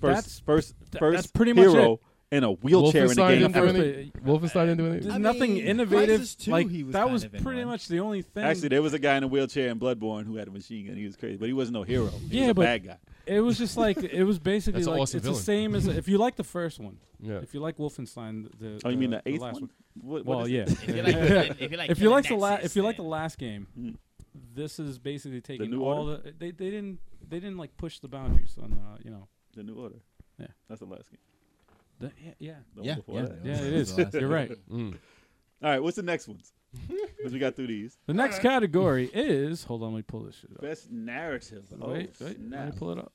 S5: First,
S3: That's-
S5: first,
S3: tha-
S5: first
S3: that's pretty much
S5: hero in a wheelchair in a
S1: Wolfenstein
S5: game.
S1: didn't do
S5: First-
S1: anything. Wolfenstein didn't do anything.
S3: There's
S4: I
S3: nothing
S4: mean,
S3: innovative.
S4: Crysis 2
S3: like
S4: he was
S3: that
S4: kind
S3: was
S4: of in
S3: pretty
S4: one.
S3: much the only thing.
S5: Actually, there was a guy in a wheelchair in Bloodborne who had a machine gun. He was crazy, but he was no hero. He
S3: Yeah,
S5: was a
S3: but-
S5: bad guy.
S3: it was just like it was basically
S1: That's an
S3: like
S1: awesome
S3: it's
S1: villain.
S3: the same as if you like the first one.
S1: Yeah.
S3: If you like Wolfenstein, the, the
S5: Oh, you mean the
S3: the
S5: eighth
S3: last
S5: one? What- what
S3: Well,
S5: is
S3: yeah.
S5: it?
S4: If you like, if you like,
S3: if you
S4: Killer
S3: like the la-
S4: Nexus,
S3: if you like the
S4: then-
S3: last game,
S5: Mm.
S3: this is basically taking
S5: new
S3: all the they, they didn't they didn't like push the boundaries on uh, you know
S5: The New Order.
S3: Yeah.
S5: that's the last game.
S3: the, yeah yeah
S5: The one
S4: yeah,
S5: before
S4: yeah,
S5: that.
S3: yeah it
S4: That's
S3: is
S4: the last
S3: you're
S4: game.
S3: right.
S1: Mm.
S5: All right, what's the next ones? 'Cause we got through these.
S3: The next category is hold on let me pull this shit up.
S5: Best narrative. Oh,
S3: wait wait let me
S5: snap.
S3: pull it up.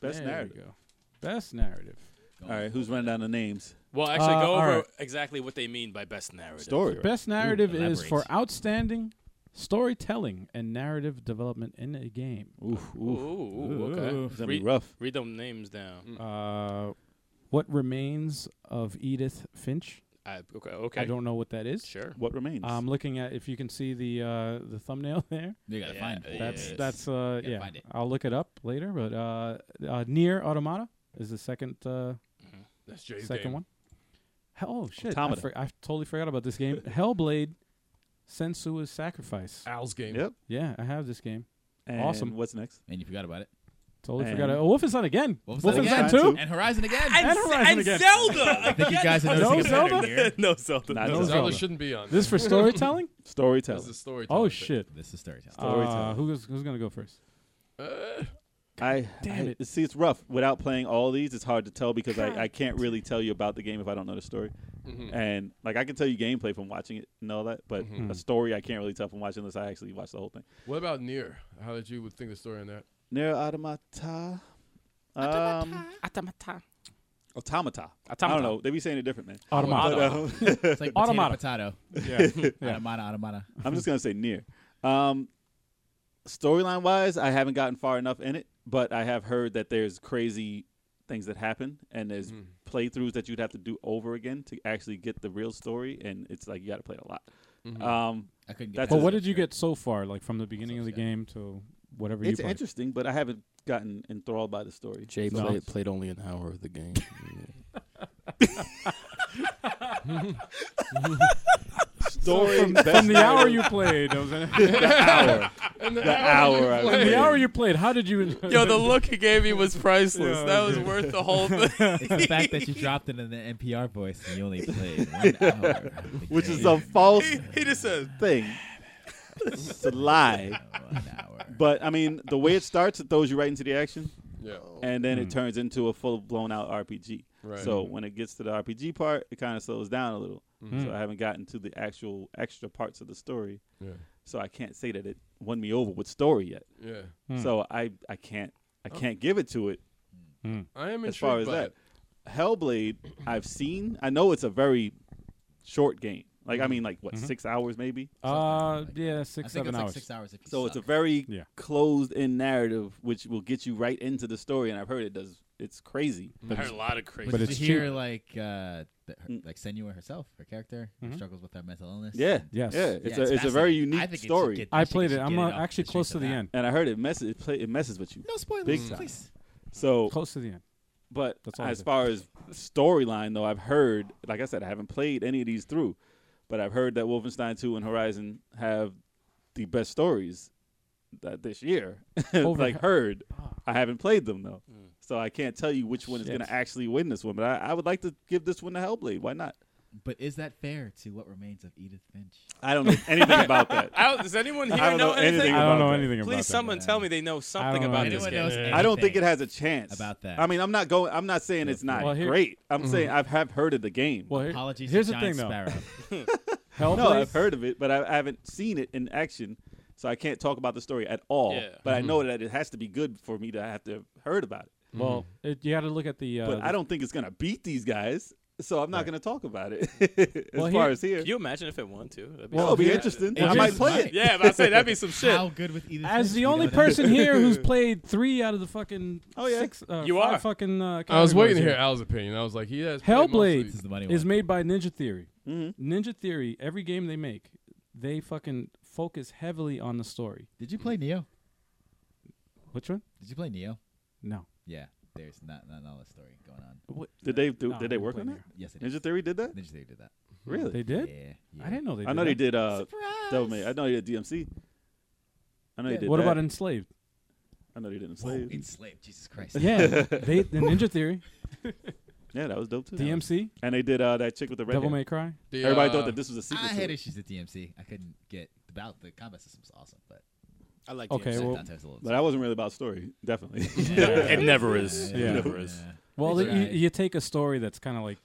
S5: Best
S3: There we
S5: narrative.
S3: go. Best narrative.
S5: All right, who's running down the names?
S2: Well, actually,
S3: Uh,
S2: go
S3: all
S2: over
S3: right.
S2: exactly what they mean by best narrative.
S5: Story. right?
S3: Best narrative is
S4: elaborate.
S3: for outstanding storytelling and narrative development in a game.
S5: Oof,
S2: Ooh,
S5: oof.
S2: ooh, okay.
S5: It's gonna be
S2: Read,
S5: rough. Mm.
S2: read them names down.
S3: Uh, what remains of Edith Finch?
S2: I, okay, okay.
S3: I don't know what that is.
S2: sure.
S5: What remains?
S3: I'm looking at if you can see the uh, the thumbnail there.
S4: You gotta
S2: Yeah,
S4: find it.
S3: That's
S2: Yes.
S3: that's uh
S4: Gotta
S3: yeah.
S4: find it.
S3: I'll look it up later. But uh, uh near Automata is the second uh
S2: That's Jay's
S3: second
S2: game.
S3: one. Hell, oh shit! I,
S5: Automata.
S3: for- I totally forgot about this game. Hellblade, Sensua's Sacrifice.
S1: Al's game.
S5: Yep.
S3: Yeah, I have this game.
S5: And
S3: Awesome.
S5: What's next?
S4: and you forgot about it.
S3: Totally
S5: And-
S3: forgot it. Oh, Wolfenstein again.
S4: Wolfenstein
S5: again.
S3: two.
S5: Two.
S4: And Horizon again.
S3: And Horizon again.
S2: Zelda.
S4: I think you guys are
S3: No
S4: noticing a
S3: Zelda?
S4: pattern here.
S2: no Zelda.
S5: Not
S2: no.
S5: Zelda.
S1: Zelda
S3: Zelda.
S1: shouldn't be on.
S3: This is for storytelling?
S1: This
S5: Storytelling.
S1: is storytelling.
S3: oh
S1: thing.
S3: shit.
S4: This is storytelling.
S3: Uh, who's who's gonna go first?
S1: Uh,
S5: I
S3: damn
S5: I-
S3: it.
S5: See, it's rough. Without playing all these, it's hard to tell because I, I can't really tell you about the game if I don't know the story.
S1: mhm.
S5: And like I can tell you gameplay from watching it and all that, but
S1: Mhm.
S5: a story I can't really tell from watching unless I actually watch the whole thing.
S1: What about Near? How did you would think the story on that?
S5: Nero Automata. Um,
S2: Automata.
S5: automata. I
S2: Automata.
S5: don't know. They be saying it different, man.
S3: Automata.
S5: But, um,
S4: It's like potato,
S3: Automata.
S4: potato.
S3: Yeah. Yeah.
S4: Automata, automata.
S5: I'm just gonna say near. Um, Storyline wise, I haven't gotten far enough in it, but I have heard that there's crazy things that happen and there's
S1: Mm.
S5: playthroughs that you'd have to do over again to actually get the real story, and it's like you got to play it a lot.
S1: Mhm.
S5: Um,
S4: I couldn't
S5: That's
S4: get
S3: But
S5: a-
S3: what did you get so far? Like from the beginning of the
S4: Yeah.
S3: game to whatever
S5: it's
S3: you played.
S5: interesting, but I haven't gotten enthralled by the story.
S2: Jay
S5: So-
S2: played, played only an hour of the game.
S5: story
S3: From the hour you played, that was it.
S1: And the,
S5: hour, I
S1: you
S5: mean.
S1: played.
S3: the hour you played. How did you? enjoy
S2: Yo,
S3: it?
S2: the look he gave me was priceless.
S3: Yeah,
S2: that
S3: it
S2: was worth the whole thing.
S4: It's the fact that you dropped it in the NPR voice and you only played one hour. of the
S5: which is
S4: game.
S5: a false
S2: he, he just said,
S5: thing. it's a lie.
S4: One hour.
S5: But I mean, the way it starts, it throws you right into the action,
S1: Yeah.
S5: and then it turns into a full blown out RPG.
S1: Right.
S5: So when it gets to the RPG part, it kind of slows down a little.
S3: Mhm.
S5: So I haven't gotten to the actual extra parts of the story.
S1: Yeah.
S5: So I can't say that it won me over with story yet.
S1: Yeah.
S3: Mm.
S5: So I I can't I can't give it to it
S3: Mm.
S1: I am
S5: as far as
S1: Oh. intrigued by
S5: that.
S1: it.
S5: Hellblade, I've seen. I know it's a very short game. Like I mean, like what
S3: Mhm.
S5: six hours maybe.
S3: Uh,
S4: like that.
S3: yeah,
S4: I
S3: six
S4: think
S3: seven
S4: it's
S3: hours.
S4: like six hours. If you
S5: So it's a
S4: suck.
S5: very
S3: Yeah.
S5: closed in narrative, which will get you right into the story. And I've heard it does. It's
S1: Mm-hmm.
S5: crazy.
S2: I heard a lot of crazy.
S4: But
S3: But
S4: did
S3: it's
S4: you
S3: cheap.
S4: hear like uh, the, her, like Senua herself, her character, who
S3: Mhm.
S4: struggles with her mental illness.
S5: Hmm. Yeah.
S4: and-
S3: Yes.
S5: Yeah.
S3: Yeah,
S5: It's
S4: Yeah,
S5: a it's a very
S4: fascinating. I
S5: unique
S4: think it should
S5: story.
S4: get-
S3: I
S4: think
S3: played
S4: should
S3: it.
S4: get
S3: I'm uh,
S4: off the
S3: actually
S4: streets
S3: close
S4: of
S3: to the
S4: that.
S3: end.
S5: and I heard it messes it, play, it messes with you.
S4: No spoilers,
S5: Big time.
S4: please.
S5: So
S3: Close to the end.
S5: But
S3: That's all I
S5: as
S3: said.
S5: far as storyline, though, I've heard, like I said, I haven't played any of these through, but I've heard that Wolfenstein 2 and Horizon have the best stories that this year.
S3: Over-
S5: like heard, I haven't played them though,
S2: Mm.
S5: so I can't tell you which one is
S3: Shit.
S5: going to actually win this one. But I, I would like to give this one to Hellblade. Why not?
S4: But is that fair to what remains of Edith Finch?
S5: I don't know anything about that.
S2: I don't- does anyone here
S5: I don't know anything
S3: I don't
S5: about
S3: know
S5: that.
S3: anything about
S2: Please, someone
S4: Yeah.
S2: tell me they know something
S3: know
S2: about
S3: anything.
S2: this
S4: Anyone
S2: game.
S4: knows
S5: I don't think it
S4: anything
S5: has a chance
S4: about that.
S5: I mean, I'm not going. I'm not saying it's not
S3: Well, here-
S5: great. I'm saying I've have heard of the game.
S3: Well, here-
S4: Apologies
S3: here's
S4: to
S3: the
S4: Giant
S3: thing, though.
S4: Sparrow.
S3: Hellblade.
S5: No, I've heard of it, but I, I haven't seen it in action, so I can't talk about the story at all.
S2: Yeah.
S5: But I know that it has to be good for me to have to have heard about it.
S3: Well,
S4: Hmm.
S3: it, you got to look at the. Uh,
S5: But
S3: the-
S5: I don't think it's gonna beat these guys, so I'm not gonna talk about it. as
S3: Well,
S5: far
S3: here-
S5: as here,
S2: Can you imagine if it won too? That'd
S5: well, it'll be interesting.
S3: Well,
S5: I might
S3: here's-
S5: play it.
S2: Yeah, but I say that'd be some shit.
S4: How good with Edith
S3: As
S4: Finch,
S3: the
S4: we
S3: only
S4: don't know.
S3: person here who's played three out of the fucking
S5: Oh, yeah.
S3: six, uh,
S2: You
S3: five
S2: are.
S3: fucking. Uh,
S1: I was waiting to hear
S3: categories
S1: Al's opinion. I was like, he has
S3: here.
S1: played
S3: Hellblade
S4: This is
S1: mostly-
S4: the money
S3: is
S4: one.
S3: made by Ninja Theory.
S5: Mhm.
S3: Ninja Theory. Every game they make, they fucking focus heavily on the story.
S4: Did you play Neo?
S3: Which one?
S4: Did you play Neo?
S3: No.
S4: Yeah, there's not not, not a story going on.
S3: What?
S5: Did they do?
S3: No,
S5: did they
S3: I
S5: work on
S3: didn't
S5: that?
S4: Yes, it is.
S5: Ninja Theory did that.
S4: Ninja Theory did that.
S5: Really?
S3: They did?
S4: Yeah, yeah.
S3: I didn't know they. Did
S5: I know they
S3: that.
S5: did. Uh,
S4: Surprise!
S5: Devilman. I know they did DMC. I know they did.
S3: What
S5: that.
S3: about enslaved?
S5: I know they did
S4: Whoa,
S5: Enslaved.
S4: enslaved. Jesus Christ.
S3: Yeah, they the Ninja Theory,
S5: Yeah, that was dope too.
S3: DMC,
S5: And they did uh, that chick with the red.
S3: Devil
S5: hair.
S3: May Cry.
S1: The,
S5: Everybody
S1: uh,
S5: thought that this was a sequel.
S4: I
S5: to
S4: had
S5: it.
S4: issues with DMC. I couldn't get the battle. The combat system was awesome, but
S2: I like
S3: Okay,
S2: DMC.
S3: well-
S4: sometimes a little.
S5: But that wasn't really about story. Definitely.
S2: it never is.
S3: Yeah.
S2: It never is.
S4: Yeah.
S3: Well,
S4: Ninja
S3: you,
S4: Theory.
S3: you take a story that's kind of like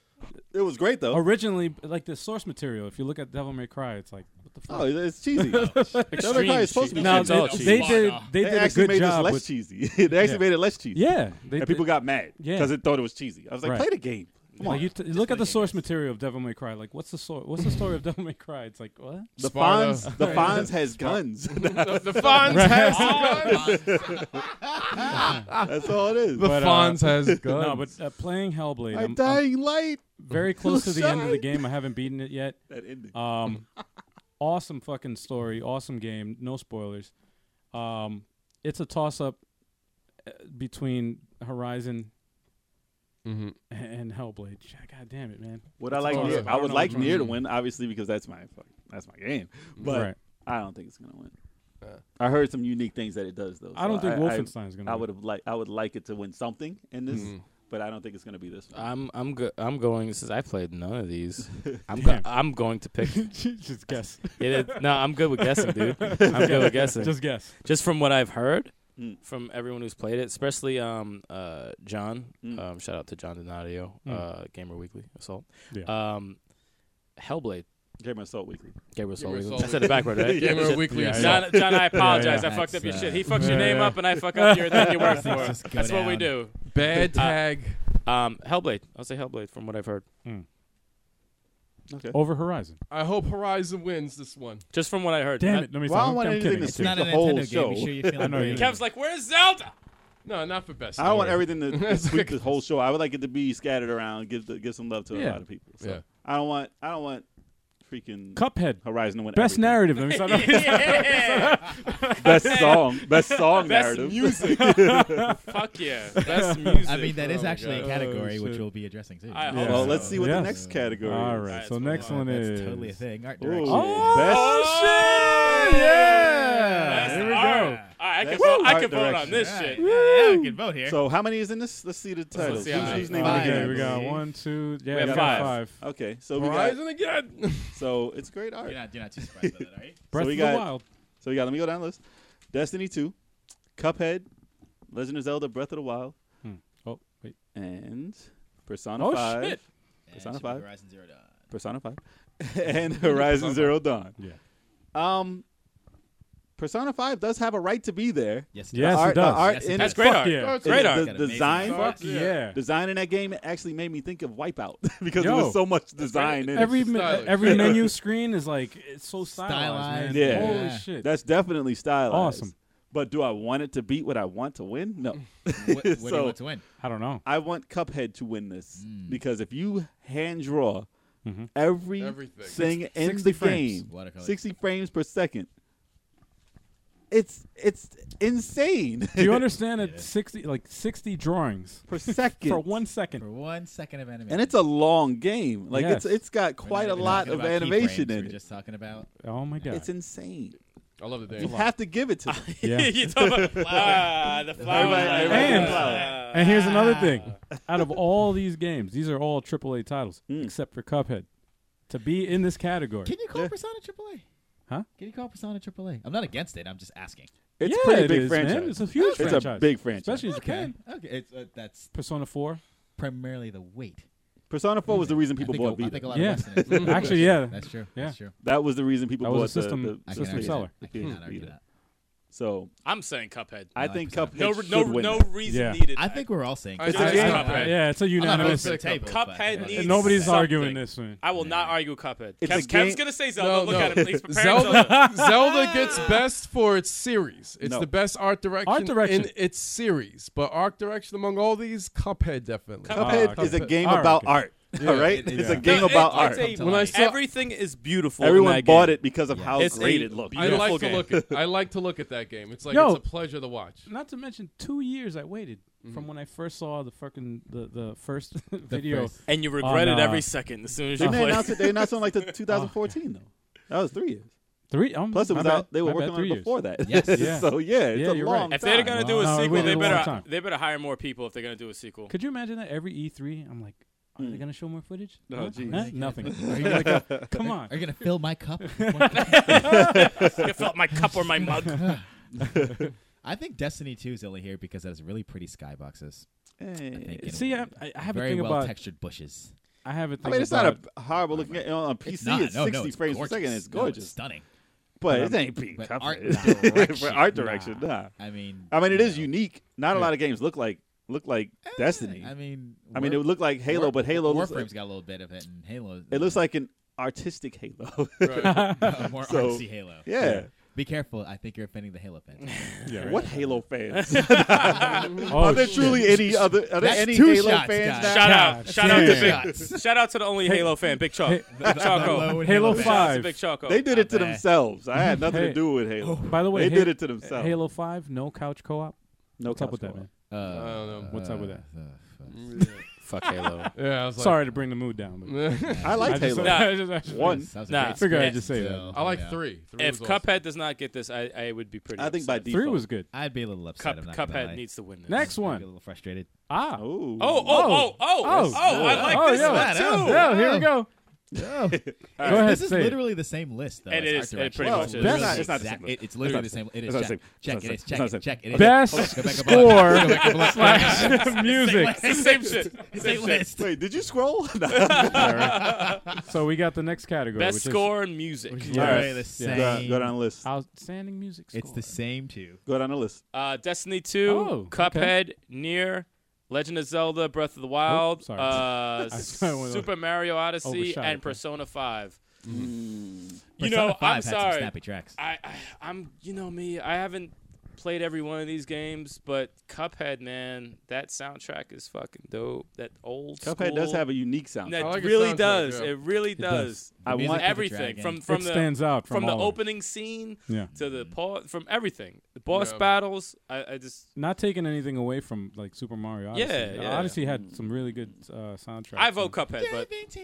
S5: it was great though.
S3: originally like the source material. If you look at Devil May Cry, it's like what the fuck.
S5: Oh, it's cheesy. Devil May Cry is supposed to be
S2: cheap.
S3: no,
S2: it's
S5: cheesy.
S2: all
S3: they,
S2: cheap.
S3: they did they
S5: They
S3: did a
S5: actually
S3: good
S5: made this
S3: job
S5: less
S3: with
S5: cheesy. they actually
S3: Yeah.
S5: made it less cheesy.
S3: yeah. They
S5: And
S3: did-
S5: people got mad
S3: Yeah.
S5: because it thought it was cheesy. I was like,
S3: Right.
S5: play the game. Come
S3: Like
S5: on.
S3: you t- you look at the source material of Devil May Cry. Like, what's the story? What's the story of Devil May Cry? It's like what?
S5: the
S1: Sparta.
S5: Fonz, the Fonz has guns.
S1: the, the Fonz has guns.
S5: That's all it is.
S1: The
S3: But, uh,
S1: Fonz has guns.
S3: No, but uh, playing Hellblade,
S5: My
S3: I'm, I'm
S5: dying light.
S3: very close to the end of the
S5: Shine.
S3: game. I haven't beaten it yet.
S5: That ending.
S3: Um, awesome fucking story. Awesome game. No spoilers. Um, it's a toss up between Horizon
S1: Mhm.
S3: and Hellblade. Yeah, God damn it, man.
S5: Would I like?
S1: all
S5: Nier?
S1: good.
S5: I would
S3: Arnold
S5: like
S3: Schwarzenegger.
S5: near to win, obviously, because that's my fuck- that's my game. But
S3: Right.
S5: I don't think it's gonna win.
S1: Uh.
S5: I heard some unique things that it does though.
S3: I don't
S5: so
S3: think Wolfenstein's
S5: I,
S3: gonna.
S5: I
S3: win.
S5: would have like I would like it to win something in this,
S1: Mhm.
S5: but I don't think it's gonna be this one.
S2: I'm I'm go- I'm going since I played none of these. I'm go-
S3: Damn.
S2: I'm going to pick.
S3: just guess.
S2: Yeah, that- no, I'm good with guessing, dude. I'm good with guessing. Just,
S3: Just guess.
S2: from what I've heard
S5: Mm.
S2: from everyone who's played it, especially um uh John.
S5: Mm.
S2: Um, shout out to John Donadio,
S3: Mm.
S2: uh, Gamer Weekly Assault.
S3: Yeah.
S2: Um, Hellblade.
S5: Gamer Assault Weekly.
S2: Gamer Assault.
S1: Gamer
S2: Weekly.
S1: Assault
S2: I said it backward, right?
S1: Gamer
S2: Shit.
S1: Weekly
S3: Yeah,
S1: Assault.
S2: John, John, I apologize. I
S4: Yeah.
S2: fucked up your
S4: That's,
S2: shit. He
S4: uh,
S2: fucks your name
S3: yeah.
S2: up, and I fuck up your thing you work for.
S4: Just go
S2: That's what we
S4: down.
S2: do.
S1: Bad
S3: uh,
S1: tag.
S2: Um, Hellblade. I'll say Hellblade from what I've heard.
S5: Okay.
S3: Over Horizon.
S1: I hope Horizon wins this one.
S2: Just from what I heard.
S3: Damn
S2: Not-
S3: it. Let me
S5: Well, I
S3: stop.
S5: don't want
S3: I'm, I'm
S5: anything
S3: kidding.
S5: to
S4: It's not
S5: The
S4: a
S5: whole
S4: Nintendo
S5: show.
S4: game. You sure you're feeling
S3: I know you
S4: brave?
S3: did.
S2: Kev's like, "Where's Zelda?"
S1: No, not for best.
S5: I don't want
S1: story.
S5: everything to to sweep the whole show. I would like it to be scattered around, give the, give some love to a
S3: Yeah.
S5: lot of people. So
S1: Yeah.
S5: I don't want I don't want freaking
S3: Cuphead.
S5: Horizon to win.
S3: Best
S5: everything.
S3: narrative. Let me stop.
S5: best song, best song
S2: Best
S5: narrative.
S2: music. Fuck yeah. Best music.
S4: I mean, that is
S2: Oh my
S4: actually a
S2: God.
S4: category which
S3: shit.
S4: we'll be addressing too.
S2: I hope
S5: Well,
S3: Yeah.
S5: let's see what
S3: Yeah.
S5: the next category.
S3: All
S5: is.
S3: right.
S2: Alright,
S3: So
S2: so
S3: next
S2: uh,
S3: one
S4: That's
S3: is
S4: totally a thing. Art
S5: Ooh,
S4: direction.
S3: Oh,
S2: Oh,
S3: shit! Yeah.
S2: That's
S3: Here we
S2: art.
S3: go.
S2: All right, I can
S5: That's
S2: vote, I
S5: art
S2: can vote on
S5: direction.
S2: this
S4: All right.
S2: shit.
S4: Yeah, we can vote here.
S5: Best. So how many is in this? Let's see the titles.
S2: see
S5: Who's-
S2: how many.
S5: who's naming
S4: Five.
S5: the
S3: Okay,
S5: game?
S3: we got
S4: See?
S3: one, two. Yeah,
S2: have
S3: we got
S2: five.
S3: five.
S5: Okay, so we got
S1: Horizon again.
S5: so it's great art.
S4: You're not, you're not too surprised by that, are you?
S3: Breath
S5: we
S3: of
S5: got-
S3: the Wild.
S5: So we got let me go down the list. Destiny two, Cuphead, Legend of Zelda: Breath of the Wild,
S3: Oh wait.
S5: and Persona
S3: Oh,
S5: Five.
S3: shit.
S5: Persona
S4: And Super
S5: five.
S4: Horizon Zero Dawn.
S5: Persona Five, and Horizon Zero Dawn.
S3: Yeah.
S5: Um, Persona Five does have a right to be there.
S4: Yes.
S3: Yes,
S5: the
S3: it
S5: art, the
S3: does.
S5: art
S4: Yes, it
S5: in
S2: That's
S5: it-
S2: great
S3: Fuck
S2: art.
S3: yeah.
S2: It's Great
S5: the-
S2: art.
S5: The,
S4: Got amazing
S5: design,
S4: art.
S1: Fuck
S3: Yeah.
S5: design in that game actually made me think of Wipeout because
S3: Yo.
S5: there was so much design in it.
S3: Every me-
S1: Stylish.
S3: every menu screen is like it's so stylized.
S4: Stylized,
S3: man.
S5: Yeah.
S3: Holy
S4: yeah.
S3: shit.
S5: That's definitely stylized.
S3: Awesome.
S5: But do I want it to beat what I want to win? No.
S4: What, what do you
S5: So-
S4: want to win?
S3: I don't know.
S5: I want Cuphead to win this
S4: Mm.
S5: because if you hand draw
S3: Mhm.
S5: every
S1: Everything.
S5: thing
S3: Six-
S5: in
S3: 60
S5: the
S3: frames.
S5: game,
S4: Watercolors.
S5: 60 frames per second, it's it's insane
S3: Do you understand that sixty like sixty drawings
S5: per second.
S3: for one
S4: For
S3: second?
S4: one second of animation.
S5: and it's a long game. Like
S3: Yes.
S5: it's it's got
S4: We're not
S5: quite a
S4: even
S5: lot
S4: talking
S5: of
S4: about
S5: animation
S4: keyframes,
S5: in
S4: We're
S5: it.
S4: just talking about.
S3: Oh my god.
S5: It's insane.
S1: I love the
S5: You
S1: dance.
S5: have to give it to them.
S3: Yeah.
S2: you talk about flower, the flower.
S5: Everybody- everybody
S3: And-
S5: flower.
S3: and here's another thing. Out of all these games, these are all AAA titles
S5: Mm.
S3: except for Cuphead. To be in this category.
S4: Can you call
S5: Yeah.
S4: Persona AAA?
S3: Huh?
S4: Can you call Persona AAA? I'm not against it. I'm just asking.
S5: It's
S3: yeah,
S5: pretty
S3: it
S5: big
S3: is, man.
S5: franchise.
S3: It's a huge
S5: It's a
S3: franchise.
S5: big franchise.
S3: Especially in
S4: Okay.
S3: Japan.
S4: Okay. It's, uh, that's
S3: Persona 4.
S4: primarily the weight.
S5: Persona 4 was the reason people
S4: I
S5: bought
S4: think, a- I
S5: Vita.
S4: think a lot
S3: Yeah.
S4: of Westerners.
S3: Actually, yeah.
S4: That's true.
S3: Yeah.
S4: That's true.
S5: That was the reason people
S3: That
S5: bought
S3: was a
S5: the-
S3: system-
S5: the,
S4: I
S3: System
S4: cannot argue
S3: seller.
S4: that. I
S5: Yeah.
S4: cannot argue
S5: Yeah.
S4: that.
S5: So
S2: I'm saying Cuphead.
S5: I,
S4: like
S5: think
S4: Persona.
S5: Cuphead
S2: No,
S5: should
S2: no,
S5: win.
S2: no
S5: that.
S2: reason
S3: Yeah.
S2: needed.
S4: I think we're all saying.
S1: It's
S2: a
S4: Cuphead.
S2: game.
S4: I'm not-
S2: Cuphead.
S3: yeah, it's a
S4: I'm not
S3: unanimous.
S4: voting for the table, but-
S2: Cuphead needs-
S3: And nobody's
S2: Something.
S3: arguing this one.
S2: I will not argue Cuphead.
S5: It's
S2: Kev's,
S5: a game-
S2: Kev's gonna say Zelda.
S1: No, no.
S2: Look at him, please. Prepare Zelda.
S1: Zelda, Zelda gets best for its series. It's
S5: No.
S1: the best art direction,
S3: Art direction.
S1: in its series. But art direction among all these, Cuphead definitely.
S2: Cuphead.
S5: Cuphead
S3: Ah,
S5: is a
S1: Cuphead.
S5: game
S3: All right,
S5: about
S3: okay.
S5: art. All right,
S4: It-
S5: it's a
S4: yeah.
S5: game
S2: No, it-
S5: about
S2: it's
S5: art.
S2: a-
S1: When I saw-
S2: everything is beautiful. in
S5: Everyone
S2: that
S5: bought
S2: game.
S5: it because of
S4: Yeah.
S5: how
S2: It's a
S5: great it looked.
S1: I
S2: Beautiful
S1: like
S2: game.
S1: to look. At, I like to look at that game. It's like
S3: Yo.
S1: it's a pleasure to watch.
S3: Not to mention, two years I waited from when I first saw the fucking the Mm-hmm. the first video.
S4: first.
S2: And you regret it
S3: nah.
S2: every second as soon as you
S5: Didn't they
S2: play.
S5: announce it? They announced it on like the 2014 though. That was three years.
S3: Three. Um,
S5: Plus, it
S3: my
S5: was
S3: bad,
S5: out. They were
S3: my
S5: working
S3: bad,
S5: on
S3: three
S5: it
S3: years.
S5: before that.
S4: Yes.
S3: Yeah.
S5: so yeah, it's
S3: Yeah,
S5: a
S3: you're right.
S5: long
S2: If they're
S5: time.
S2: gonna do a
S3: Wow, we
S2: sequel,
S3: waited
S2: they
S3: a long
S2: better
S3: time.
S2: they better hire more people if they're gonna do a sequel.
S3: Could you imagine that every E3? I'm like, are
S5: Hmm.
S3: they gonna show more footage?
S5: No,
S3: Huh?
S5: geez.
S3: Huh? Nothing. Are you gonna go- Come on.
S4: Are you gonna fill my cup?
S2: I felt my cup or my mug.
S4: I think Destiny Two is only here because it has really pretty skyboxes. I think, and
S3: See, I, I I have a
S4: very
S3: thing
S4: well
S3: about.
S4: textured bushes.
S3: I have a thing
S5: I mean, it's
S3: about.
S5: not a horrible looking game. On PC,
S4: It's
S5: it's,
S4: not. no,
S5: 60
S4: no, it's
S5: frames
S4: gorgeous.
S5: per second. It's
S4: No,
S5: gorgeous,
S4: stunning.
S5: but it ain't being
S4: but
S5: tough.
S4: art
S5: For
S4: direction,
S5: art direction, nah.
S4: I mean,
S5: I mean, it
S4: you
S5: is
S4: know,
S5: unique. Not a lot of games look like look like
S4: eh,
S5: Destiny.
S4: I mean,
S5: I mean, it
S4: War-
S5: would look like Halo,
S4: War-
S5: but Halo looks
S4: Warframe's
S5: like,
S4: got a little bit of it, and Halo.
S5: it looks like an artistic Halo.
S4: a more
S5: so-
S4: artsy Halo.
S5: yeah.
S4: Be careful. I think you're offending the Halo fans.
S5: What Halo fans?
S3: Oh,
S5: are there
S3: shit.
S5: truly any other? Are there
S4: That's
S5: any
S4: two
S5: Halo
S4: shots,
S5: fans?
S4: guys.
S5: now?
S2: Shout out,
S3: God
S2: shout out
S4: damn.
S2: to Big, shout out to the only
S3: Hey-
S2: Halo fan, Big Choco,
S3: Hey,
S2: Choco,
S4: Hello,
S3: Halo
S2: Shout out to
S3: Five.
S2: Big Choco.
S5: They did it to
S4: Not bad.
S5: themselves. I had nothing
S3: Hey. Oh,
S5: to do with Halo.
S3: By the way,
S5: They
S3: Ha-
S5: did it to themselves.
S3: Halo Five, no couch co-op.
S5: No
S3: What's up with
S5: couch
S3: that, man?
S4: Uh,
S1: I don't know.
S3: What's up with that?
S2: Fuck Halo.
S1: Yeah, I was like,
S3: Sorry to bring the mood down. But
S5: I liked
S3: I just-
S5: Halo.
S2: Nah.
S3: I just- I just-
S5: One.
S2: Nah.
S3: Figure I'd just say that.
S1: I like three. three
S2: If
S1: was awesome.
S2: Cuphead does not get this, I, I would be pretty.
S5: I think by
S2: upset.
S5: default.
S3: Three was good.
S4: I'd be a little upset.
S2: Cup,
S4: I'm not gonna
S2: Cuphead
S4: lie.
S2: needs to win this.
S3: Next
S4: I'd be a
S3: one.
S4: little frustrated.
S3: Ah.
S5: Ooh.
S2: Oh, oh, oh, oh,
S3: Oh.
S2: oh! I like
S3: Oh,
S2: this
S3: yeah.
S2: one too.
S3: Yeah, here we go.
S5: All
S3: Go ahead,
S4: this is
S3: say it.
S4: literally the same list, though.
S2: It
S4: It's
S2: is,
S4: art
S2: it pretty
S4: direction.
S5: much
S4: It's
S5: is.
S4: literally
S5: It's not- it's
S4: the
S5: not
S4: exact-
S5: same.
S4: it- It's literally the
S5: It's
S4: same. It
S5: not
S4: is.
S5: same.
S4: Check, check
S5: It's
S4: it.
S5: not
S4: Is
S5: same.
S4: check
S5: It's
S4: it.
S5: not
S4: Check it. is.
S3: Best
S4: Go back and look. Go
S3: score
S4: back and look.
S3: slash music.
S2: It's the Same shit.
S4: It's
S2: Same
S4: a
S2: shit.
S4: list.
S5: Wait, did you scroll?
S3: So we got the next category.
S2: Best
S3: which is
S2: score in music.
S3: Yeah.
S5: All right.
S4: Literally the
S3: Yeah.
S5: Go,
S4: same.
S5: go down the list.
S3: Outstanding music score.
S4: It's the same two.
S5: Go down the list.
S2: Uh, Destiny Two,
S3: Oh,
S2: Cuphead, Near, Legend of Zelda: Breath of the
S3: Oh,
S2: Wild,
S3: sorry.
S2: uh,
S3: just kinda wanna-
S2: Super Mario Odyssey,
S3: Overshot
S2: and
S3: it.
S2: Persona Five. You
S5: Mm.
S4: Persona
S2: know,
S4: 5
S2: I'm
S4: had some
S2: sorry.
S4: snappy tracks.
S2: I, I, I'm, you know me. I haven't played every one of these games, but Cuphead, man, that soundtrack is fucking dope. That old
S5: Cuphead does have a unique sound.
S2: That
S1: I like his
S2: really
S1: soundtrack,
S2: does.
S1: yeah.
S2: It really
S3: does.
S2: does.
S5: I
S4: music
S5: want
S4: of the
S2: Everything
S4: dragon.
S2: from from
S3: it
S2: the
S3: stands out
S2: from,
S3: from,
S2: the
S3: all of it.
S2: opening scene
S3: Yeah.
S2: to the pause, from everything. The boss
S1: Yeah.
S2: battles. I, I just
S3: Not taking anything away from like Super Mario. Odyssey.
S2: Yeah,
S3: The
S2: yeah.
S3: Odyssey
S1: Mm.
S3: had some really good uh, soundtracks.
S2: I vote Cuphead, but
S3: It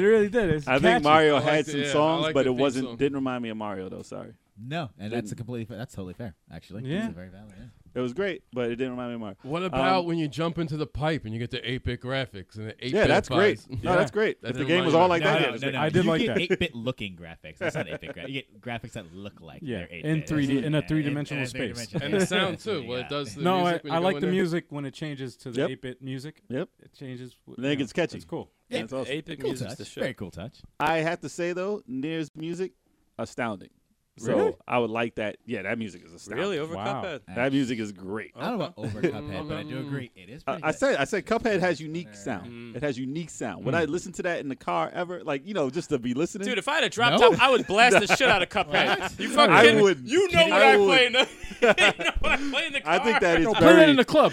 S3: really did. It's
S5: I think
S3: catchy.
S5: Mario
S1: I
S5: had
S1: liked it,
S5: some
S1: yeah. I
S5: songs,
S1: liked
S5: but
S1: the
S5: it
S1: theme
S5: wasn't.
S1: song.
S5: Didn't remind me of Mario though. Sorry,
S4: No, and that's a completely fair, that's totally fair. Actually, These
S3: Yeah.
S4: are very valid. yeah.
S5: it was great, but it didn't remind me of Mario.
S1: What about
S5: Um,
S1: when you jump into the pipe and you get the 8-bit graphics and the 8-bit
S5: Yeah, that's great.
S1: vibes?
S5: No, that's great.
S1: That
S5: if the
S1: didn't
S5: game was
S1: remind
S5: all
S1: me
S5: like
S1: of
S5: that,
S1: Mario.
S5: yeah, it was great.
S3: I did
S4: you
S3: like
S4: get
S3: that.
S4: eight-bit looking graphics. That's not eight-bit graphics. You get graphics that look like
S3: Yeah,
S4: they're
S3: in
S4: 8-bit.
S3: 3D in a
S4: Yeah,
S3: three-dimensional
S4: in a
S3: space.
S4: three-dimensional-
S1: And the sound
S4: That's what
S1: too.
S4: you
S1: Well, it
S4: got.
S1: does the
S3: No, I,
S1: music when
S3: I
S1: you go
S3: like
S1: in
S3: the
S1: there.
S3: music when it changes to the
S5: Yep.
S3: 8-bit music.
S5: Yep.
S3: It changes.
S5: Then it gets catchy.
S3: It's cool.
S4: Yeah,
S5: That's awesome.
S2: Apex
S4: Cool
S2: music's
S4: touch.
S2: the shit.
S4: Very cool touch.
S5: I have to say though, Near's music astounding. So
S3: Really?
S5: I would like that. Yeah, that music is astounding.
S2: Really Oh, over
S3: Wow.
S2: Cuphead.
S5: That music is great.
S4: I don't know about over Cuphead, but I do agree it is.
S5: I,
S4: pretty
S5: I
S4: good.
S5: said I said Cuphead has unique sound.
S2: Mm.
S5: It has unique sound.
S3: Mm.
S5: Would I listen to that in the car ever? Like you know, just to be listening.
S2: Dude, if I had a drop
S4: No.
S2: top, I would blast the shit out of Cuphead. You fucking
S5: I
S2: kidding me?
S5: wouldn't.
S2: You know
S5: Kidding.
S2: what
S5: I
S2: I,
S5: would.
S2: play in the you know what I play in the car.
S5: I think that is
S3: Play that in
S5: very.
S3: the club.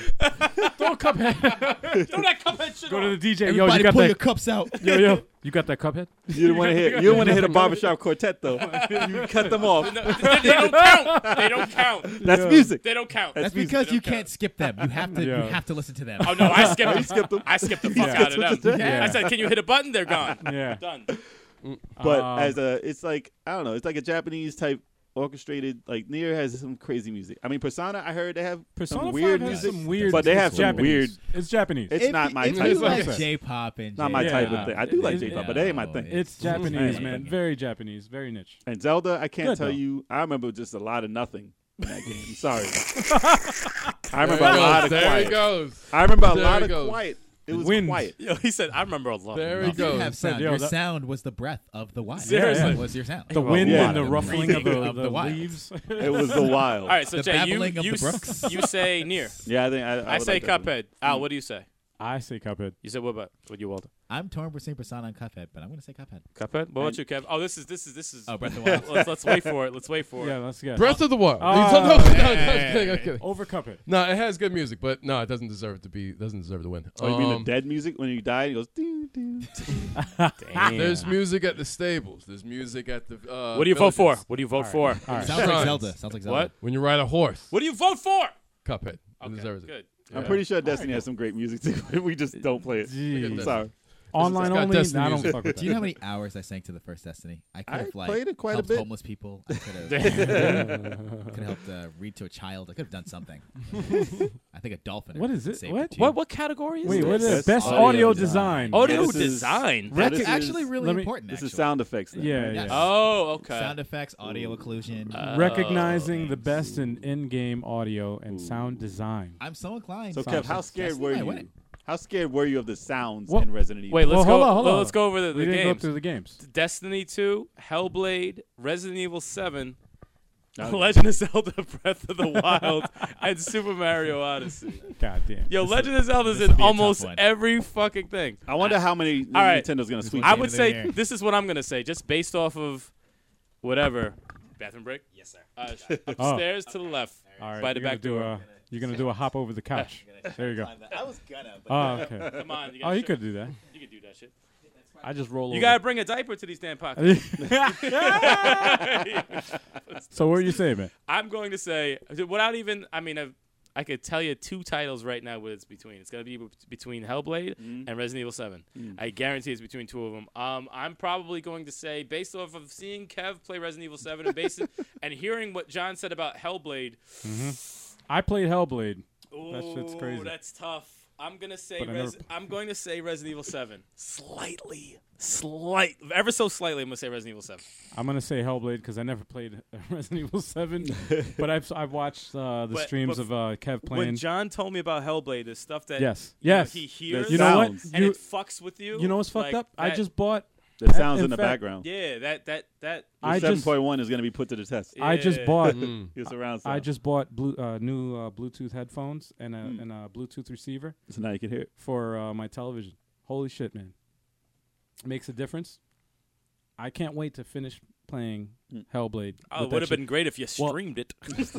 S3: Throw a Cuphead.
S2: Throw that Cuphead shit
S3: Go
S2: on.
S3: to the DJ.
S4: Everybody
S3: yo, you got
S4: pull
S3: that.
S4: your cups out.
S3: yo, yo, you got that Cuphead?
S5: You don't want to hit. You don't want to hit a barbershop quartet though. You cut them off.
S2: No, they don't count. They don't count.
S5: That's
S3: Yeah.
S5: music.
S2: They don't count.
S4: That's
S5: music.
S4: because
S2: They
S4: you
S2: don't count.
S4: can't skip them. You have to.
S3: Yeah.
S4: You have to listen to them.
S2: Oh no, I skipped.
S5: You skipped them.
S2: I skipped the fuck
S3: Yeah.
S2: out of them.
S3: Yeah.
S2: I said, "Can you hit a button?" They're gone.
S3: Yeah.
S2: Done.
S5: But
S3: Um,
S5: as a, it's like I don't know. It's like a Japanese type orchestrated. Like Nier has some crazy music. I mean, Persona. I heard they have
S3: Persona
S5: some weird
S3: 5 has
S5: music,
S3: some weird
S5: but they
S3: it's
S5: have some
S3: Japanese.
S5: weird.
S3: It's Japanese.
S5: It's
S4: If-
S5: not my
S4: if
S5: type.
S4: you
S5: of
S3: That's
S4: like
S3: what I
S5: thing.
S3: said.
S4: J-pop and
S5: Not my
S3: Yeah.
S5: type of thing. I do like J-pop, but that ain't my
S4: No,
S5: thing.
S3: It's Japanese, man. Very Japanese. Very niche.
S5: And Zelda, I can't
S3: Good,
S5: tell
S3: though.
S5: you. I remember just a lot of nothing in that game. Sorry. I
S1: There
S5: remember
S1: he
S5: a lot
S1: goes.
S5: of
S1: There he
S5: quiet.
S1: goes.
S5: I remember a
S1: There
S5: lot
S1: he
S5: of
S1: goes.
S5: quiet. It was
S3: Wind.
S5: quiet.
S2: Yo, he said, "I remember a lot."
S1: There he
S4: You didn't
S1: goes.
S4: have sound.
S3: Yo,
S4: Your
S3: that-
S4: sound was the breath of the wild.
S2: Seriously.
S4: that was your sound.
S3: The wind
S5: yeah.
S3: and the
S5: The
S3: ruffling of the,
S4: breathing of
S3: the
S4: the wild.
S3: leaves.
S5: It was the wild.
S2: All right, so
S4: The
S2: Jay, you
S4: babbling of
S2: you,
S4: the
S2: s-
S4: brooks.
S2: you say near.
S5: Yeah, I think I, I
S2: I
S5: would
S2: say
S5: like that one.
S2: Cuphead. Al, what do you say?
S3: I say Cuphead.
S2: You said what about what you Walter?
S4: I'm torn between Persona and Cuphead, but I'm gonna say Cuphead.
S2: Cuphead. What about you, Kev? Oh, this is this is this is.
S4: Oh, Breath of the Wild.
S2: let's, let's wait for it. Let's wait for
S3: Yeah,
S2: it.
S3: let's go.
S1: Breath of the Wild.
S3: Ah.
S1: no, no, no, no, I'm kidding, I'm kidding.
S3: Over Cuphead.
S1: No, it has good music, but no, it doesn't deserve to be. Doesn't deserve to win.
S5: Oh, you mean
S1: Um,
S5: the dead music when you die? It goes. Doo, doo.
S2: Damn.
S1: There's music at the stables. There's music at the. Uh,
S2: what do you vote for?
S1: villages.
S2: What do you vote
S3: All
S2: for?
S3: right. All right.
S4: Sounds like
S1: Sons.
S4: Zelda. Sounds like Zelda.
S2: What?
S1: When you ride a horse,
S2: What do you vote for?
S1: Cuphead. It
S2: Okay,
S1: deserves it.
S2: good.
S5: I'm pretty sure Destiny has some great music too. we just don't play it.
S3: Jeez.
S5: I'm sorry.
S3: Online
S1: It's got
S3: only.
S1: Destiny
S3: Nah, I don't
S1: music.
S3: fuck with that.
S4: Do you know how many hours I sank to the first Destiny? I could
S5: I
S4: have like
S5: played it quite a
S4: helped
S5: bit.
S4: homeless people. I could have helped uh, read to a child. I could have done something. I think a dolphin.
S3: What is it?
S4: saved
S3: What?
S4: too.
S2: What what category is
S3: Wait, what
S2: this?
S3: is
S5: That's
S3: best
S5: audio
S3: audio
S5: design.
S3: design?
S2: Audio
S5: This is-
S2: design.
S5: Right.
S4: That's
S5: This is-
S4: actually really
S3: let me-
S4: important.
S5: This
S4: actually.
S5: is uh, sound effects. Now.
S3: Yeah,
S4: Yes.
S3: yeah.
S2: Oh, okay.
S4: Sound effects, audio occlusion.
S5: Uh,
S3: Recognizing the
S4: thanks.
S3: best in in-game audio and sound design.
S4: I'm so inclined.
S5: So
S4: to
S5: Kev,
S4: actually
S5: how scared
S4: guess
S5: were
S4: if I win
S5: you?
S4: it.
S5: How scared were you of the sounds
S3: What-
S5: in Resident Evil?
S2: Wait, let's
S3: Well,
S2: go.
S3: hold on, hold
S2: well,
S3: on.
S2: Let's go over the,
S3: we
S2: the
S3: didn't go
S2: games.
S3: through the games.
S2: Destiny 2, Hellblade, Resident Evil 7,
S5: Okay.
S2: Legend of Zelda: Breath of the Wild, and Super Mario Odyssey.
S3: God damn.
S2: Yo, Legend of Zelda's
S4: would
S2: in
S4: be a tough
S2: almost
S4: one.
S2: every fucking thing.
S5: I wonder how many
S2: All right.
S5: Nintendo's gonna sweep.
S2: I
S4: Game
S2: would
S4: of the
S2: say
S4: year.
S2: this is what I'm gonna say, just based off of whatever. Bathroom break. Yes, sir. Uh,
S4: Oh.
S2: upstairs to the left,
S3: All right,
S2: by the
S3: you're gonna
S2: back
S3: do
S2: door.
S3: a- you're gonna do a hop over the couch. There you go.
S4: I was gonna. But
S3: Oh, okay.
S2: Come on. You
S3: Oh,
S2: gotta
S3: you
S2: show-
S3: could do that.
S2: You could do that shit.
S3: I just roll
S2: You gotta
S3: over.
S2: bring a diaper to these damn pockets.
S3: so what are you saying, man?
S2: I'm going to say without even. I mean, I've, I could tell you two titles right now. What it's between. It's going to be bet- between Hellblade and Resident Evil Seven. I guarantee it's between two of them. Um, I'm probably going to say based off of seeing Kev play Resident Evil Seven and based and hearing what John said about Hellblade.
S3: I played Hellblade.
S2: Ooh,
S3: That shit's crazy.
S2: That's tough. I'm gonna say
S3: But I
S2: Res-
S3: never-
S2: I'm going to say Resident Evil Seven. Slightly, slight, ever so slightly. I'm gonna say Resident Evil Seven.
S3: I'm gonna say Hellblade because I never played Resident Evil Seven, but I've I've watched uh, the
S2: But-
S3: streams
S2: but
S3: of uh, Kev
S2: When
S3: playing.
S2: John told me about Hellblade, the stuff that
S3: Yes.
S2: you know,
S3: Yes.
S2: he hears,
S3: you know what?
S5: sounds.
S2: and
S3: You,
S2: it fucks with you.
S3: you know what's fucked
S2: Like,
S3: up? I
S2: that-
S3: just bought.
S5: The sounds
S3: In
S5: in, the
S3: fact-
S5: background.
S2: yeah, that that that.
S3: I
S5: Seven
S3: just
S5: point one is gonna be put to the test.
S2: Yeah.
S3: I just
S2: Yeah.
S3: bought.
S1: Mm.
S5: Your surround sound.
S3: I just bought blue, uh, new uh, Bluetooth headphones and a,
S2: Mm.
S3: and a Bluetooth receiver
S5: so now you can hear it.
S3: for uh, my television. Holy shit, man! makes a difference. I can't wait to finish playing Hellblade.
S2: Oh, it
S3: with
S2: would have
S3: that
S2: been great if you
S3: Well-
S2: streamed it.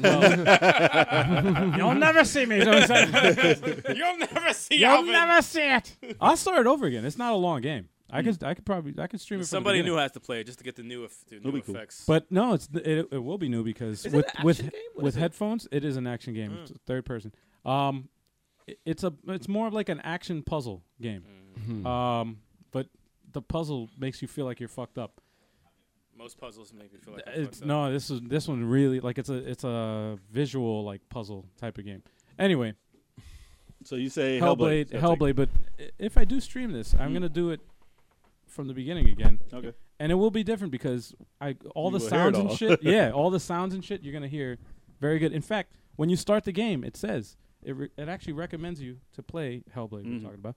S3: shit. You'll never see me. doing something.
S2: You'll never see.
S3: You'll
S2: Alvin.
S3: never see it. I'll start it over again. It's not a long game. I could I could probably I could stream it. from the
S2: Somebody
S3: beginning.
S2: new has to play it just to get the new, eff- the new
S5: be cool.
S2: effects.
S3: But no, it's it, it will be new because
S2: Is it
S3: with
S2: an
S3: with
S2: action game? What
S3: with
S2: is it?
S3: headphones, it is an action game.
S2: Mm.
S3: It's third person. Um, it- it's a it's more of like an action puzzle game.
S2: Mm. Hmm.
S3: Um, but the puzzle makes you feel like you're fucked up.
S2: most puzzles make me feel like I'm
S3: Uh, It's,
S2: fucked up.
S3: no, this is this one really like it's a it's a visual like puzzle type of game. Anyway,
S5: So you say
S3: Hellblade,
S5: Hellblade. I'll take
S3: Hellblade. But i- if I do stream this, I'm gonna do it from the beginning again.
S5: it. Okay.
S3: and it will be different because I all
S5: You will hear
S3: the
S5: it
S3: sounds and
S5: all.
S3: shit. Yeah, all the sounds and shit you're gonna hear, very good. In fact, when you start the game, it says it re- it actually recommends you to play Hellblade.
S5: Hmm.
S3: We're talking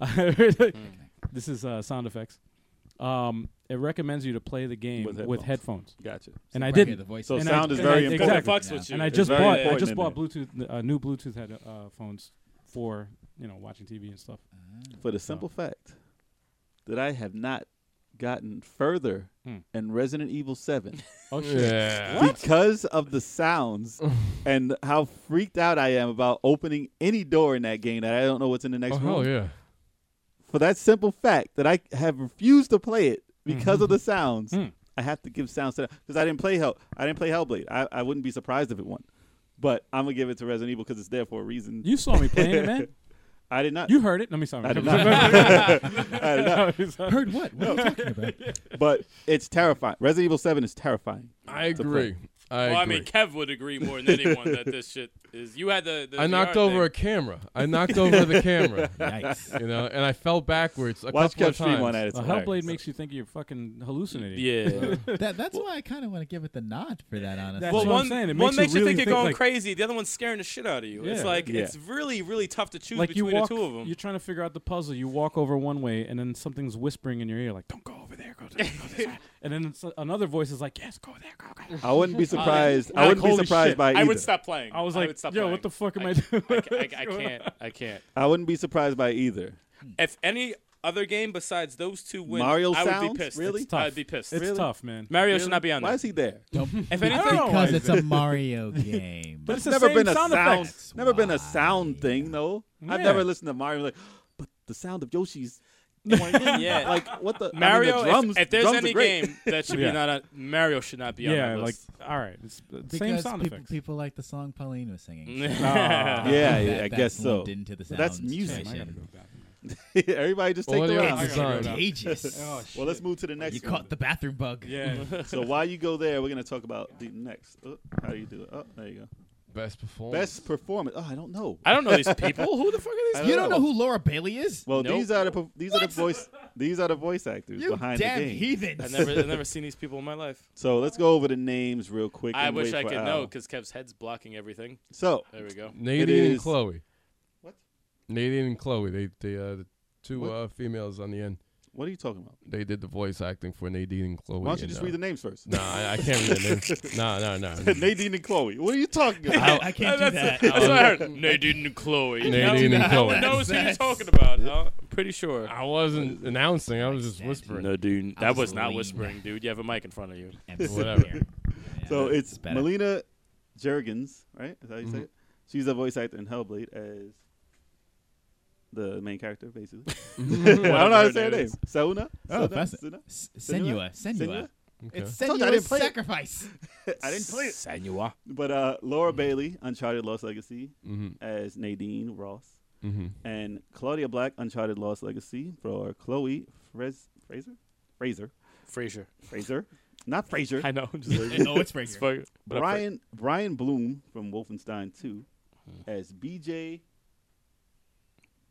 S4: uh,
S3: about. This is uh, sound effects. Um, it recommends you to play the game
S5: With
S3: with,
S5: headphones.
S3: headphones,
S5: Gotcha.
S3: and I
S4: Right here,
S3: didn't.
S4: The voice
S5: So
S3: And I-
S5: sound is
S3: and
S5: very
S3: I-
S5: important.
S3: exactly.
S2: It fucks with you.
S3: And I
S5: It's
S3: just
S5: very
S3: bought I
S5: important
S3: just
S5: in
S3: bought Bluetooth uh, new Bluetooth head, uh, phones for you know watching TV and stuff.
S5: For the simple fact that I have not gotten further
S3: Hmm.
S5: in Resident Evil Seven
S3: Oh shit!
S1: Yeah.
S5: because of the sounds and how freaked out I am about opening any door in that game that I don't know what's in the next
S1: Oh
S5: room.
S1: hell yeah.
S5: for that simple fact that I have refused to play it because of the sounds.
S3: Mm.
S5: I have to give sounds to that because I didn't play Hell. I didn't play Hellblade. I, I wouldn't be surprised if it won, but I'm gonna give it to Resident Evil because it's there for a reason.
S3: You saw me playing it, man.
S5: I did not.
S3: You heard it. Let me stop.
S5: I did not. I did not.
S4: Heard what? What are you talking about?
S5: But it's terrifying. Resident Evil Seven is terrifying.
S1: I
S5: It's a
S1: agree. I
S2: Well, I
S1: agree.
S2: mean, Kev would agree more than anyone that this shit is. You had the. the
S1: I knocked
S2: VR
S1: over a
S2: thing.
S1: camera. I knocked over the camera.
S4: Yikes.
S1: You know, and I fell backwards a
S5: Watch
S1: couple
S5: Kev
S1: of
S5: stream
S1: times.
S5: one at its
S3: Well, Hellblade makes you think you're fucking hallucinating.
S2: Yeah.
S4: That, that's why I kind of want to give it the nod for that, honestly.
S3: That's
S2: well,
S3: what I'm
S2: one,
S3: saying. It makes
S2: one
S3: you
S2: makes you,
S3: really
S2: think
S3: think,
S2: you're going
S3: like-
S2: crazy. The other one's scaring the shit out of you. It's
S3: Yeah.
S2: like
S5: Yeah.
S2: it's really, really tough to choose
S3: like you
S2: between
S3: walk,
S2: the two of them.
S3: you're trying to figure out the puzzle. You walk over one way, and then something's whispering in your ear, like "Don't go over there, go there, go this way. and then it's, another voice is like, yes, go there, go, go.
S5: I wouldn't be surprised. I
S2: Like,
S5: wouldn't be
S2: holy
S5: surprised
S2: shit.
S5: by either.
S2: I would stop playing.
S3: I was
S2: would
S3: like,
S2: stop
S3: yo, what
S2: playing.
S3: the fuck am I, doing?
S2: I, ca- I, I can't. I can't.
S5: I wouldn't be surprised by either.
S2: If any other game besides those two win,
S5: Mario
S2: I would
S5: sounds?
S2: be pissed.
S5: Really?
S3: Tough.
S2: I'd be pissed.
S3: It's tough, man.
S2: Mario should not be on
S5: Why
S2: there.
S5: is he there?
S2: If anything,
S3: don't know why
S4: because it's a Mario game.
S3: But it's the
S5: never
S3: same
S5: been a
S3: sound
S5: sound.
S3: effects.
S5: Never been a sound thing though. I've
S3: Yeah.
S5: never listened to Mario like, but the sound of Yoshi's.
S2: Yeah.
S5: Like what the I mean, the
S2: Mario, if-
S5: drums,
S2: if, there's
S5: drums are
S2: any
S5: great.
S2: game that should
S3: Yeah.
S2: be not on, Mario should not be on
S3: Yeah,
S2: that
S3: like,
S2: list.
S3: all right. It's the same
S4: because
S3: sound
S4: people,
S3: effects.
S4: people like the song Pauline was singing. Um,
S5: yeah,
S3: Ah.
S4: That-
S5: yeah, I
S4: that's
S5: guess so.
S4: lumped Into the
S5: Well, that's
S4: sound
S5: music.
S3: I gotta
S4: tradition.
S3: go back.
S5: Everybody just take
S1: Audio
S5: the round.
S1: design. I gotta go now.
S4: Contagious.
S2: Oh,
S5: Well, let's move to the next.
S4: you
S5: one.
S4: caught the bathroom bug.
S3: Yeah.
S5: So while you go there, we're gonna talk about the next. Oh, how do you do it? Oh, there you go.
S1: Best performance.
S5: Best performance. Oh, I don't know.
S2: I don't know these people. Who the fuck are
S5: I
S2: these?
S4: You don't
S5: know.
S4: know who Laura Bailey is?
S5: Well,
S2: Nope.
S5: these are the pro- these are the voice these are the voice actors
S4: you
S5: behind
S4: damn
S5: the game.
S4: heathen.
S2: I've never, I've never seen these people in my life.
S5: So let's go over the names real quick.
S2: I
S5: and
S2: wish
S5: wait
S2: I
S5: for
S2: could
S5: Al.
S2: know because Kev's head's blocking everything.
S5: So
S2: There we go.
S1: Nadine
S5: It
S1: and
S5: is-
S1: Chloe.
S5: What?
S1: Nadine and Chloe. They they uh, the two
S5: What?
S1: uh, females on the end.
S5: what are you talking about?
S1: They did the voice acting for Nadine and Chloe.
S5: Why don't you
S1: and,
S5: just
S1: uh,
S5: read the names first?
S1: Nah, I, I can't read the name. Nah, nah, nah.
S5: Nadine and Chloe. What are you talking
S4: I,
S5: about?
S4: I can't do that.
S2: That's what I heard. Nadine and Chloe.
S1: Nadine and
S2: No
S1: Chloe.
S2: one knows who you're
S4: That's-
S2: talking about. huh? I'm pretty sure.
S1: I wasn't announcing. I was just whispering.
S2: Nadine.
S4: I
S2: That
S4: was
S2: was not
S4: lean.
S2: whispering, dude. You have a mic in front of you.
S4: I'm so
S1: Whatever.
S4: scared. Yeah,
S5: so it's
S4: better.
S5: Melina Jurgens, right? Is that how you say it? She's the voice actor in Hellblade as the main character, basically. I don't know how to say her
S2: Whatever it
S5: name.
S2: is.
S5: Sauna?
S4: Oh,
S5: Sauna?
S4: fascinating.
S5: Suna?
S4: S- Senua. Senua.
S5: Senua?
S1: Okay.
S4: It's
S5: Told you I didn't
S4: Senua's
S5: play it.
S4: sacrifice.
S5: I didn't play it.
S2: Senua.
S5: But uh, Laura Bailey, Uncharted Lost Legacy,
S1: Mhm.
S5: as Nadine Ross.
S1: Mhm.
S5: And Claudia Black, Uncharted Lost Legacy, for Chloe Frez- Fraser? Fraser.
S2: Fraser.
S5: Fraser. Not Fraser.
S2: I know. I'm just like,
S4: no, oh, it's
S2: it's
S4: Fraser.
S2: fuck- but I'm Fra-
S5: Brian Brian Bloom from Wolfenstein 2 as BJ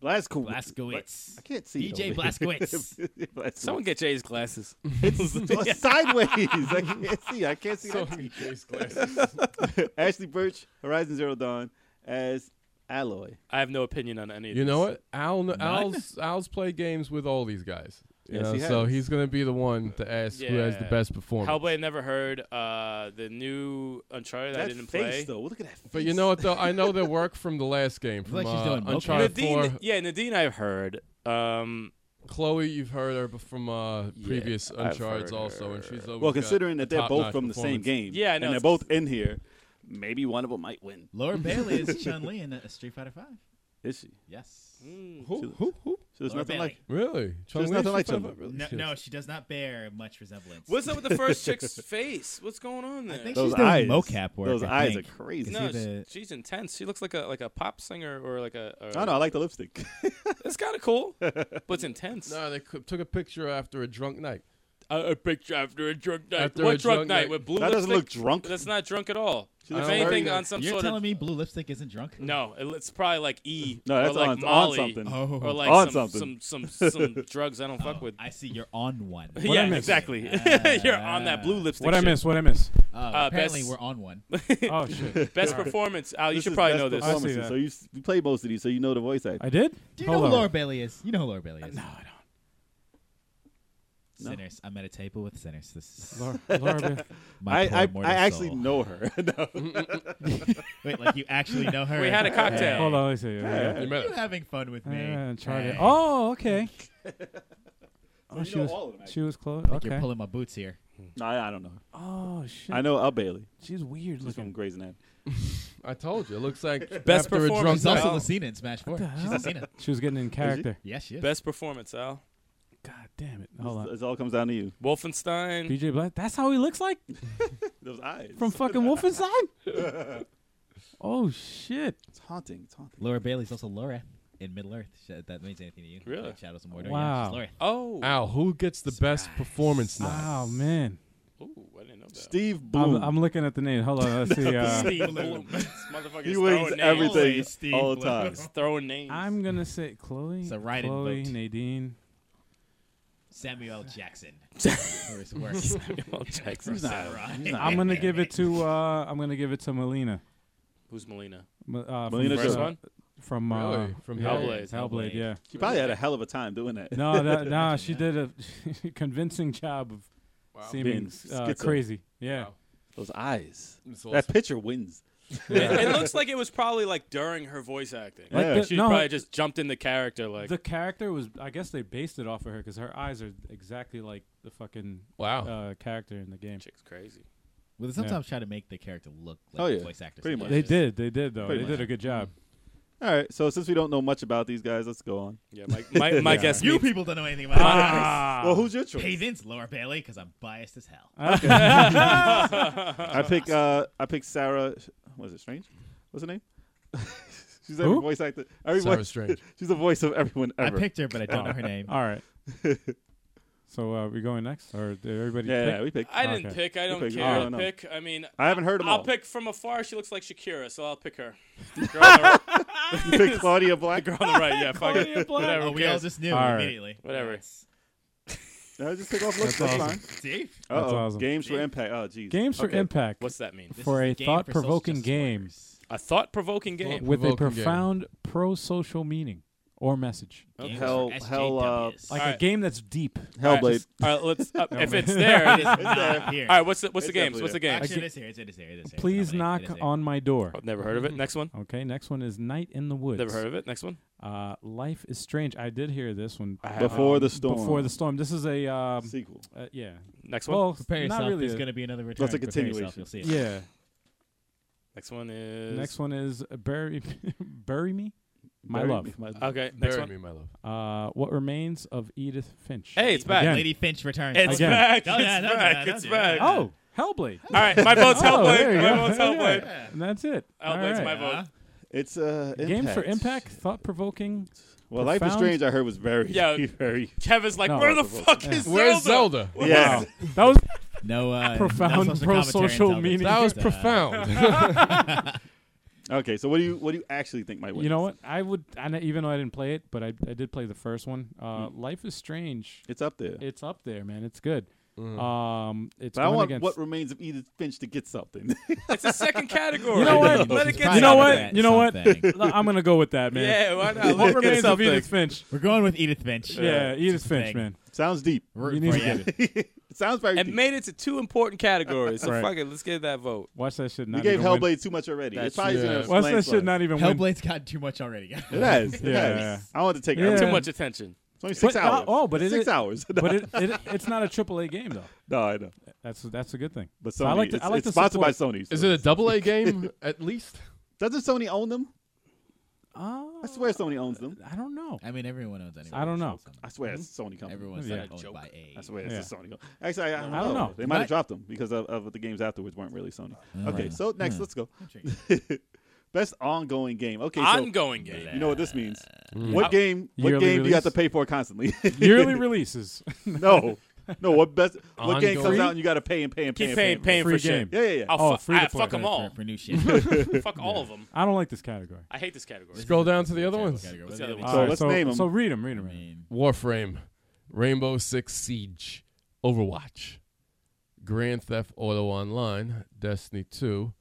S5: Blazkowicz. I
S4: Blaskowitz.
S5: can't see.
S4: DJ
S5: over here.
S4: Blaskowitz.
S5: Blazkowicz.
S2: Someone get Jay's glasses.
S5: it's sideways. I can't see. I can't see. that. Ashley Birch, Horizon Zero Dawn as Alloy.
S2: I have no opinion on any of
S1: You
S2: this.
S1: know what? Al kn- Al's Al's played games with all these guys. You
S5: Yes,
S1: know,
S5: he
S1: so
S5: has.
S1: he's gonna be the one to ask who has the
S2: Yeah.
S1: best performance.
S2: Hellblade never heard. Uh, the new Uncharted I
S5: that
S2: didn't
S5: face
S2: play.
S5: though. Look at that. Face.
S1: but you know what though? I know their work from the last game, from
S4: like she's
S1: uh,
S4: doing mocha.
S1: Uncharted
S2: Nadine,
S1: Four.
S2: yeah, Nadine, I've heard. Um,
S1: Chloe, you've heard her bef- from uh, previous
S2: I've
S1: Uncharted
S2: heard
S1: also, and she's
S2: her.
S1: always
S5: Well,
S1: got
S5: considering
S1: a
S5: that they're both
S1: top-notch
S5: from the same
S1: performance.
S5: game.
S2: Yeah, I know,
S5: And they're
S2: it's-
S5: both in here. Maybe one of them might win.
S4: Laura Bailey is Chun Li in uh, Street Fighter Five.
S5: Is she?
S4: Yes.
S5: Mm.
S1: Who? Who? Who?
S5: She looks
S4: Laura
S5: nothing
S4: Bailey.
S5: like.
S1: Really? Chun-Li
S5: nothing
S1: from
S5: like
S1: Five-
S5: Chun-Li.
S1: really?
S4: No,
S1: She-
S4: no, she does not bear much resemblance.
S2: what's up with the first chick's face? What's going on there?
S4: I think
S5: Those
S4: she's doing
S5: eyes.
S4: mocap work.
S5: Those
S4: I
S5: eyes
S4: think.
S5: are crazy.
S2: no,
S4: see the-
S2: sh- she's intense. She looks like a like a pop singer or like a. Or,
S5: I don't know. I like the lipstick.
S2: It's kind of cool, but it's intense.
S1: No, they cou- took a picture after a drunk night.
S2: A, a picture after a drunk night.
S1: After
S2: what
S1: a
S2: drunk,
S1: drunk
S2: night
S1: night.
S2: with blue
S5: That doesn't look
S2: lipstick?
S5: drunk.
S2: That's not drunk at all.
S5: She
S2: If
S5: looks
S2: anything,
S1: very
S2: on some
S4: You're
S2: sort
S4: telling
S2: of
S4: me blue lipstick isn't drunk?
S2: no, it, it's probably like E
S5: No, that's
S2: or like
S5: on- on
S2: Molly
S5: something.
S4: Oh.
S2: or like
S5: On
S2: some,
S5: something.
S2: some some some drugs I don't fuck with.
S4: I see. You're on one. Uh,
S3: What I
S2: yeah,
S3: miss? Ah.
S2: exactly. You're on that blue lipstick.
S3: What I
S2: shit.
S3: miss? What I miss?
S4: Uh,
S2: Uh,
S4: apparently,
S2: best-
S4: we're on one.
S3: Oh shit!
S2: Best performance. Al, you
S5: This
S2: should
S5: is
S2: probably
S5: best
S2: know this.
S5: performances.
S3: I see that.
S5: So you, s- you play most of these, so you know the voice actor.
S3: I did.
S4: Do you
S3: Hold
S4: know
S3: on.
S4: who Laura Bailey is? You know who Laura Bailey is?
S3: No, I don't.
S5: No.
S4: Sinners. I'm at a table with sinners. This is
S3: Laura, Laura Bailey.
S4: my poor
S5: I, I,
S4: mortal
S5: I actually
S4: soul.
S5: know her. No.
S4: Wait, like you actually know her?
S2: We had a cocktail.
S3: Hold on, let me see.
S1: You
S5: Yeah.
S1: met
S4: You're
S1: her.
S4: having fun with
S3: Uh,
S4: me.
S3: Uncharted.
S4: Hey.
S3: Oh, okay. Oh,
S5: you
S3: she
S5: know
S3: was.
S5: all of them,
S3: she was close.
S4: Like
S3: okay.
S4: You're pulling my boots here.
S5: No, I, I don't know. her.
S3: oh shit.
S5: I know El Bailey.
S3: She's weird
S5: She's from
S3: looking.
S5: Grey's Anatomy.
S1: I told you. It looks like
S2: Best
S1: after a drunk
S2: performance.
S4: She's
S1: night.
S4: also
S2: Wow.
S4: Lucina in Smash Four.
S3: the
S4: She's
S3: hell?
S4: Lucina.
S3: She was getting in character.
S4: Yes, she is.
S2: Best performance, Al.
S3: God damn it. Hold
S5: This-
S3: on.
S5: This all comes down to you.
S2: Wolfenstein.
S3: BJ Black. That's how he looks like
S5: Those eyes.
S3: from fucking Wolfenstein. oh shit.
S5: it's haunting. It's haunting.
S4: Laura Bailey's also Laura in Middle Earth. Sh- That means anything to you?
S2: Really?
S4: Like Shadows of Mordor. Yeah,
S3: Wow.
S4: she's Laura.
S2: Oh.
S3: Ah.
S1: Al, who gets the best performance now?
S3: Oh man.
S2: Ooh, I didn't know that.
S5: Steve Bloom.
S3: I'm, I'm looking at the name. Hold on. Let's see. Uh,
S2: Steve Bloom. This motherfucker's
S5: he wins
S2: throwing names.
S5: everything
S4: Always Steve
S5: all the
S4: Bloom.
S5: time.
S2: He's throwing names.
S3: I'm gonna say Chloe.
S4: It's a write-in
S3: Chloe,
S4: vote.
S3: Nadine.
S4: Samuel Jackson. For his work.
S2: Well, Jackson.
S5: He's not,
S4: Samurai.
S5: he's not-
S3: I'm gonna give it to. Uh, I'm gonna give it to Melina.
S2: Who's Melina?
S3: M- Uh, from
S5: Melina
S3: Breath of-
S2: First one?
S3: from uh,
S1: Really? From
S3: yeah,
S2: Hellblade.
S3: Hellblade, yeah.
S5: She probably had a hell of a time doing that.
S3: No, that, nah, she did a convincing job of seeming
S5: Being
S3: uh,
S5: schizo.
S3: crazy. Yeah.
S1: Wow.
S5: Those eyes.
S1: It's
S5: That
S1: awesome.
S5: picture wins.
S2: it, it looks like it was probably like during her voice acting.
S5: Like
S2: Like,
S5: the-
S2: she
S3: no,
S2: probably just jumped into character. Like
S3: The character was, I guess they based it off of her because her eyes are exactly like the fucking
S1: Wow.
S3: uh, character in the game.
S2: chick's crazy.
S4: Well, they sometimes try to make the character look like
S5: Oh, yeah.
S4: the voice actor.
S5: Pretty much.
S3: They did, they did though.
S5: Pretty
S3: they did a good job.
S5: All right. So since we don't know much about these guys, let's go on.
S2: Yeah, my my, my
S3: Yeah.
S2: guess.
S4: You
S2: means-
S4: people don't know anything about ah.
S5: well, who's your choice?
S4: Hey, Vince, Laura Bailey, because I'm biased as hell.
S5: I pick. Uh, I pick Sarah. Was it Strange? What's her name? She's every
S3: Who?
S5: voice actor. Every
S1: Sarah
S5: voice-
S1: Strange.
S5: She's the voice of everyone
S4: I
S5: ever.
S4: picked her, but I don't know her name.
S3: All right. so uh, we going next, or did everybody?
S5: yeah,
S3: pick?
S5: yeah, we picked.
S2: I didn't
S3: Okay.
S2: pick. I don't
S5: pick-
S2: care.
S5: I
S2: I
S5: don't know.
S2: pick. I mean,
S5: I haven't heard them
S2: I'll
S5: all.
S2: pick from afar. She looks like Shakira, so I'll pick her. The girl on the, right-
S5: You picked Claudia Black.
S2: girl on the right. Yeah, fuck it. Whatever.
S4: Oh,
S2: who
S4: we all
S2: cares?
S4: just knew
S3: All right.
S4: immediately.
S2: Whatever.
S4: Yes.
S5: No, just pick off looks. That's,
S3: That's
S5: fine.
S4: See?
S5: Uh-oh.
S3: That's awesome.
S5: Games for Impact. Oh, jeez.
S3: Games for
S5: Okay.
S3: Impact
S2: What's that mean?
S4: This
S3: For
S4: is the
S3: a
S4: game social
S3: thought-provoking
S4: justice
S3: game.
S4: warriors.
S2: A thought-provoking game.
S3: with a
S1: Provoking game.
S3: profound pro-social meaning or message,
S4: Games
S5: Oh, Hell-
S4: for
S5: hell, uh,
S4: SJWs.
S3: like
S2: All
S3: a
S2: right.
S3: game that's deep.
S2: All right,
S5: Hellblade.
S2: just- All right, let's. Uh, if
S3: man.
S2: it's there.
S4: It
S2: it
S4: is
S2: is-
S4: not here.
S2: all right, what's the, what's the
S5: It's
S2: game?
S5: definitely
S2: What's the
S5: there.
S2: game?
S4: Actually, it is here. It's here. It is here. It is here. It's
S3: Please knock
S4: nominated. It is here.
S3: on my door.
S2: I've never heard of it. Next one.
S3: Okay, next one is Night in the Woods.
S2: Never heard of it. Next one.
S3: Uh, Life is Strange. I did hear this one.
S5: Before
S3: Um,
S5: the storm.
S3: Before the storm. This is a um,
S5: sequel.
S3: uh, yeah.
S2: Next one.
S3: Well,
S4: Prepare yourself.
S3: not really.
S4: There's
S3: a-
S4: going to be another return.
S5: That's a
S4: Prepare yourself,
S5: continuation.
S4: You'll see it.
S3: yeah.
S2: Next one is.
S3: Next one is uh, bury, bury me, my
S5: Bury
S3: love.
S5: me, my-
S2: Okay. Next
S1: Bury
S2: one.
S1: me, my love.
S3: Uh, what remains of Edith Finch?
S2: Hey, it's back.
S3: Again.
S4: Lady Finch returns.
S2: It's
S3: Again.
S2: back.
S4: No, no,
S2: it's
S4: no, no,
S2: back.
S4: no,
S2: it's
S4: no.
S2: back.
S3: Oh, Hellblade.
S2: All right, my vote's
S3: Oh, there
S2: Hellblade.
S3: you
S2: My
S3: go.
S2: vote's Hellblade.
S3: And that's it. All
S2: Hellblade's
S3: right.
S2: my vote.
S4: Uh,
S5: It's uh. Impact.
S3: Games for Impact, thought provoking.
S5: Well, Life is
S3: Profound.
S5: Strange. I heard was very,
S2: Yeah.
S5: very.
S2: Kevin's like,
S3: No,
S2: where the
S5: that's a
S2: fuck is Zelda?
S1: Where's Zelda?
S5: Yeah.
S3: That was
S4: No uh,
S3: Profound
S4: no social
S3: pro-social
S4: commentary until
S3: meaning.
S4: this,
S1: That was
S4: uh,
S1: profound.
S5: Okay. So what do you what do you actually think might win?
S3: you know what I would I know, even though I didn't play it, but I, I did play the first one. Uh,
S2: Mm.
S3: Life is Strange.
S5: It's up there.
S3: It's up there, man. It's good. Um, it's
S5: but I
S3: going
S5: want
S3: against.
S5: what remains of Edith Finch to get something.
S2: It's a second category.
S3: You know what?
S2: Let it
S4: She's
S2: get
S4: probably
S3: you know
S4: not
S3: what?
S4: good at
S3: You know what?
S4: something.
S3: I'm gonna go with that, man.
S2: Yeah, why not?
S3: What
S2: Let it
S3: remains
S2: get
S3: of
S2: something.
S3: Edith Finch?
S4: We're going with Edith Finch.
S3: Yeah, Edith
S4: Just a
S3: Finch,
S4: thing.
S3: man.
S5: Sounds deep.
S4: We're,
S3: You need to
S4: yeah.
S3: get it.
S5: it sounds very
S2: It
S5: deep.
S2: made it to two important categories. So
S3: Right.
S2: fuck it, let's get that vote.
S3: Watch that shit. Not
S5: You gave
S3: even win.
S5: Hellblade too much already.
S1: That's-
S5: It's probably
S1: yeah.
S5: gonna
S3: Watch
S5: explain
S3: that shit.
S5: something.
S3: Not even win.
S4: Hellblade's gotten too much already.
S5: It has. It
S3: Yeah,
S5: has.
S3: yeah.
S5: I want to take
S3: Yeah.
S5: everything.
S2: Too much attention.
S5: It's only six
S3: But-
S5: hours.
S3: oh, but it
S5: six
S3: is-
S5: hours. No,
S3: but it, it, it's not a AAA game though.
S5: no, I know.
S3: That's that's a good thing.
S5: But Sony,
S3: So I like to,
S5: it's,
S3: I like
S5: it's
S3: to
S5: sponsored
S3: support,
S5: by Sony. so-
S1: Is it a double A game at least?
S5: Doesn't Sony own them?
S3: Uh,
S5: I swear Sony owns them.
S3: Ah, I don't know.
S4: I mean, everyone owns anyone.
S3: I don't know.
S5: I swear it's a Sony company.
S4: Everyone's
S3: Yeah.
S4: owned
S2: Joke.
S4: by A.
S5: I swear it's a Sony company. Actually, I, I don't,
S3: I
S5: know.
S3: don't know.
S5: They might have
S4: Might-
S5: dropped them because of, of the games afterwards weren't really Sony.
S3: Oh,
S5: okay,
S4: right.
S5: so next,
S4: Hmm.
S5: let's go.
S4: Intriguing.
S5: Best ongoing game. Okay, so
S2: Ongoing game.
S5: you know what this means. What game? What
S3: Yearly
S5: game do you have to
S3: release?
S5: pay for constantly?
S3: Yearly releases.
S5: no, no. What best? What game comes
S1: Ongoing?
S5: out and you got to pay and pay and pay
S2: Keep
S5: and
S2: paying,
S5: pay?
S2: paying
S3: Free
S2: for shit.
S3: game.
S5: Yeah, yeah, yeah.
S2: I'll
S3: Oh,
S2: fu-
S3: free to
S2: I
S3: play.
S2: fuck them
S4: For-
S2: all.
S4: For, for new shit. This is
S2: Fuck all of them.
S3: I don't like this category.
S2: I hate this category.
S1: Scroll down
S4: a
S1: to the other
S4: terrible
S1: ones.
S4: category.
S2: What's
S4: What
S2: the
S4: do
S2: other
S4: they
S3: All
S5: So
S4: do?
S5: let's name 'em.
S3: So read them. Read
S4: I
S3: them.
S4: mean,
S1: Warframe, Rainbow Six Siege, Overwatch, Grand Theft Auto Online, Destiny 2,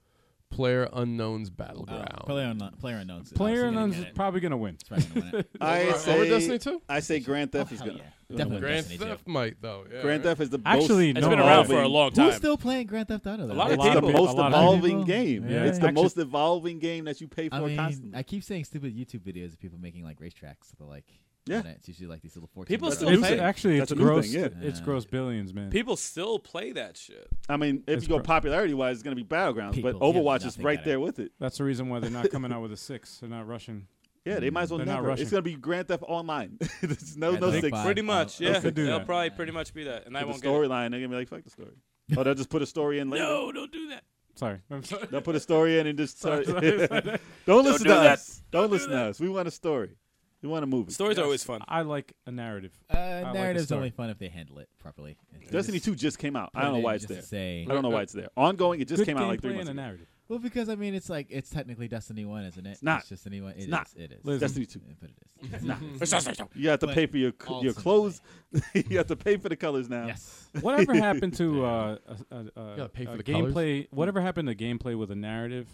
S1: Player Unknown's
S4: uh,
S1: Battleground.
S4: player unknown. Player unknown's.
S3: Player unknown's
S4: is
S3: is probably gonna win.
S4: probably.
S5: I
S1: over,
S5: say
S1: over Destiny 2?
S5: I say Grand Theft is
S2: Oh,
S4: hell
S5: gonna.
S4: yeah.
S5: gonna
S4: Definitely.
S5: win.
S1: Grand
S4: Destiny 2.
S1: Theft might, though. Yeah,
S5: Grand
S1: right?
S5: Theft is the
S3: Actually,
S5: most
S2: It's
S3: no.
S2: been around
S5: evolving-
S2: for a long time.
S4: Who's still playing Grand Theft Auto? Though?
S2: A lot of
S5: It's the
S2: people.
S5: most
S3: A lot of
S5: evolving
S4: people.
S5: game.
S3: Yeah.
S5: It's the
S3: Actually-
S5: most evolving game that you pay for
S4: I mean,
S5: constantly.
S4: I keep saying stupid YouTube videos of people making like racetracks. They're like,
S5: Yeah.
S4: and it's usually like these little fourteen.
S2: People
S4: year
S2: still
S4: olds.
S3: It's,
S2: pay.
S3: actually,
S5: That's
S3: it's
S5: a new
S3: gross.
S5: thing, yeah.
S3: It's gross billions, man.
S2: People still play that shit.
S5: I mean, if
S3: It's
S5: you go
S3: pro-
S5: popularity wise, it's going to be Battlegrounds, but
S4: People give
S5: Overwatch is
S4: nothing
S5: right
S4: at
S5: there
S4: it.
S5: with it.
S3: That's the reason why they're not coming out with a six. They're not rushing.
S5: Yeah, they might as well
S3: They're not
S5: never. It's
S3: rushing.
S5: going to be Grand Theft Online. There's no
S4: Grand
S5: no
S4: Theft
S5: six.
S4: Five.
S5: With
S2: Pretty much,
S4: I'll-
S2: yeah.
S5: I'll
S3: do
S2: They'll
S3: that.
S2: probably pretty much be that, and I
S5: the
S2: won't get it.
S5: storyline, they're going to be like, fuck the story. Oh, they'll just put a story in later.
S2: No, don't do that.
S3: Sorry. I'm sorry.
S5: They'll put a story in and just. don't listen
S2: do
S5: to
S2: that.
S5: us. Don't listen to us. We want a story. We want a movie.
S2: Stories are always fun.
S3: I like a narrative.
S4: Uh,
S3: like
S4: narrative's
S3: the
S4: only
S3: story.
S4: fun if they handle it properly. They
S5: Destiny
S4: just
S5: 2 just came out. I don't
S4: put
S5: know
S4: it
S5: why
S4: in
S5: it's
S4: just to
S5: there.
S4: Say,
S5: I don't know why it's there. Ongoing, it just
S3: Good
S5: came out like three
S3: gameplay
S5: months
S3: and a
S5: ago.
S3: narrative.
S4: Well, because I mean, it's like it's technically Destiny One, isn't it? It's
S5: not.
S4: just Destiny One. It's
S5: not.
S4: It is.
S3: Listen. Mm-hmm.
S5: Destiny 2.
S4: Yeah, But it is.
S5: You have to
S4: But
S5: pay for your your
S4: ultimately-
S5: clothes. you have to pay for the colors now.
S4: Yes.
S3: Whatever happened to uh, a, a, a,
S1: gotta pay for
S3: a
S1: the colours.
S3: gameplay? Whatever happened to gameplay with a narrative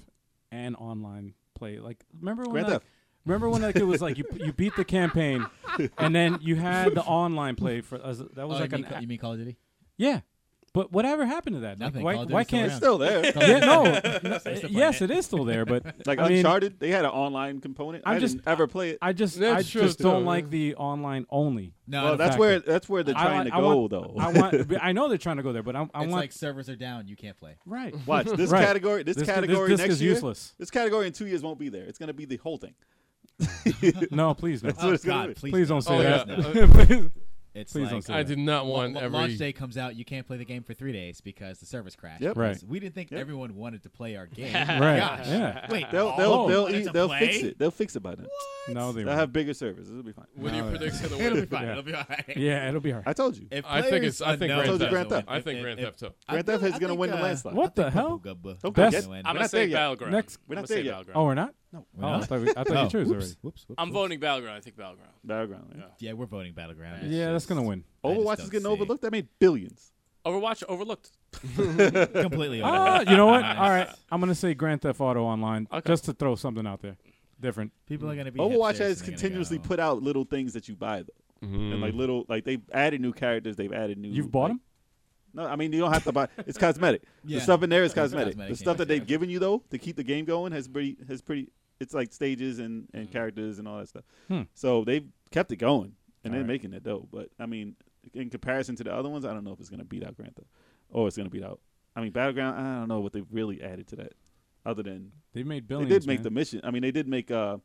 S3: and online play? Like, remember when
S5: Grand
S3: that,
S5: Theft.
S3: Remember when like it was like you you beat the campaign, and then you had the online play for as- that was
S4: Oh,
S3: like
S4: you,
S3: an
S4: mean, Ca- you mean Call of Duty?
S3: yeah. But whatever happened to that? Like,
S4: Nothing. Call
S3: why
S4: of Duty's
S3: why
S4: still
S3: can't?
S5: It's still there.
S3: Yeah, no.
S4: Still playing
S3: yes,
S4: it.
S3: it is still there, but
S5: Like
S3: I mean,
S5: Uncharted, they had an online component.
S3: I'm
S5: I
S3: just-
S5: didn't ever play it.
S3: I just
S1: That's
S3: I
S1: true,
S3: just don't
S1: too.
S3: like the online only.
S4: No, I
S5: well,
S4: don't-
S5: that's
S3: exactly.
S5: where that's where they're trying
S3: I,
S5: to
S3: I
S5: go,
S3: want,
S5: though.
S3: I want. but I know they're trying to go there, but I, I
S4: it's
S3: want
S4: like servers are down. You can't play.
S3: right.
S5: Watch this
S3: Right.
S5: category. This,
S3: This- this
S5: category
S3: disc
S5: next
S3: is
S5: year.
S3: useless.
S5: This category in two years won't be there. It's gonna be the whole thing.
S3: No, please no.
S5: what it's gonna be.
S4: God, please,
S3: Please
S4: no.
S3: don't say
S1: Oh,
S3: that.
S1: yeah.
S3: Please.
S4: It's
S3: please
S4: like,
S3: don't say
S1: I did not
S4: la-
S1: want
S4: la-
S1: every
S4: launch day comes out. You can't play the game for three days because the servers crashed.
S5: Yep.
S3: Right.
S4: We didn't think everyone wanted to play our game.
S3: Right.
S4: Gosh.
S3: Yeah.
S4: Wait.
S5: They'll
S4: no
S5: they'll
S4: one
S5: they'll,
S4: wanted
S5: e-
S4: to
S5: they'll
S4: play?
S5: fix it. They'll fix it by then.
S3: No, they
S5: They'll
S3: won't.
S5: have bigger servers. It'll be fine.
S1: What do you
S3: No,
S1: predict for the winner?
S4: It'll be fine.
S3: Yeah.
S4: It'll be all right.
S3: Yeah, it'll be all right.
S5: I told you.
S4: If
S1: I think
S4: players
S1: it's- I think
S4: unknown
S1: Grand
S5: Theft
S4: doesn't
S5: Grand
S4: win,
S5: Theft.
S1: I
S4: if-
S1: think
S4: if-
S1: Grand
S4: if-
S1: Theft Auto.
S4: I
S5: Grand
S4: think-
S5: Theft is
S4: I
S5: gonna
S4: think,
S5: win the
S4: uh,
S5: landslide.
S3: What the
S4: think
S3: hell?
S4: Bubba Gubba
S5: Okay.
S4: is
S3: That's-
S4: gonna win.
S5: We're
S2: I'm gonna
S5: not
S2: say
S5: there yet.
S2: Battleground.
S3: Next-
S2: I'm
S5: We're
S2: gonna
S5: not
S2: say
S5: there yet.
S2: Battleground.
S3: Oh, we're not.
S4: No, we're
S3: Oh, I
S4: not.
S3: thought, we, I thought
S4: Oh,
S3: you chose
S4: whoops,
S3: already.
S4: whoops, whoops,
S2: I'm
S4: whoops.
S2: voting Battleground. I think Battleground.
S5: Battleground. yeah.
S4: Yeah, we're voting battleground. It's
S3: Yeah, that's
S4: just-
S3: gonna win.
S4: I just
S5: Overwatch
S4: don't
S5: is getting
S4: see-
S5: overlooked. That made billions.
S2: Overwatch overlooked.
S4: Completely.
S3: Oh,
S4: overlooked.
S3: you know what?
S4: Honest.
S3: All right, I'm gonna say Grand Theft Auto Online
S2: Okay.
S3: just to throw something out there, different.
S4: People are gonna be.
S5: Overwatch
S4: hipsters
S5: has
S4: and they're
S5: continuously
S4: gonna go, Mm-hmm.
S5: put out little things that you buy though, and like little like they've added new characters. They've added new.
S3: You've bought
S5: like-
S3: them?
S5: No, I mean you don't have to buy. It's cosmetic.
S4: Yeah.
S5: The stuff in there is
S4: It's
S5: cosmetic. The
S4: cosmetic, yeah.
S5: stuff that they've given you though to keep the game going has pretty has pretty. It's like stages and
S4: Mm.
S5: and characters and all that stuff.
S3: Hmm.
S5: So they've kept it going and they're
S3: Alright.
S5: making it dope. But I mean, in comparison to the other ones, I don't know if it's gonna beat out Grand Theft, or it's gonna beat out. I mean, Battleground. I don't know what they've really added to that, other than
S3: They made
S5: they
S3: billions.
S5: did make
S3: man.
S5: the mission. I mean, they did make uh,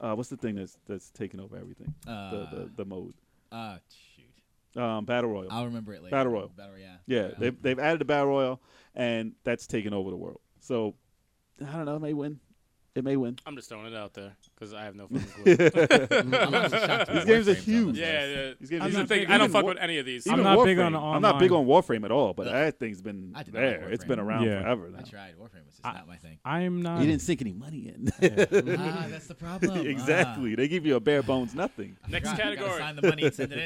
S5: uh, what's the thing that's that's taking over everything?
S4: Uh,
S5: the, the the mode,
S4: Ah, shoot.
S5: um, battle royal.
S4: I'll remember it later.
S5: Battle Royal.
S4: Battle Royale.
S5: yeah, they've they've added a battle royal, and that's taken over the world. So I don't know. It may win. It may win.
S2: I'm just throwing it out there because I have no fucking clue.
S4: I'm honestly shocked
S5: These
S4: Warframe's
S5: games are
S4: on this
S5: huge.
S4: list.
S2: yeah, yeah.
S5: These games
S2: Here's
S5: are
S2: the thing.
S5: huge.
S2: I don't
S5: Even
S2: fuck
S5: War-
S2: with any of these.
S5: even
S3: I'm not big
S5: Warframe.
S3: on
S5: I'm not big on Warframe at all, but
S4: Ugh.
S5: that thing's been
S4: I did not like
S5: there. It's been
S4: Warframe.
S5: around
S3: Yeah.
S5: forever.
S4: I
S5: Now.
S4: tried. Warframe was just
S3: I-
S4: not my thing.
S3: I'm not.
S5: You didn't sink any money in.
S4: ah, that's the problem.
S5: exactly. They give you a bare bones nothing.
S4: Ah, I
S2: Next
S4: forgot. You gotta
S2: category.
S4: Sign the money and send it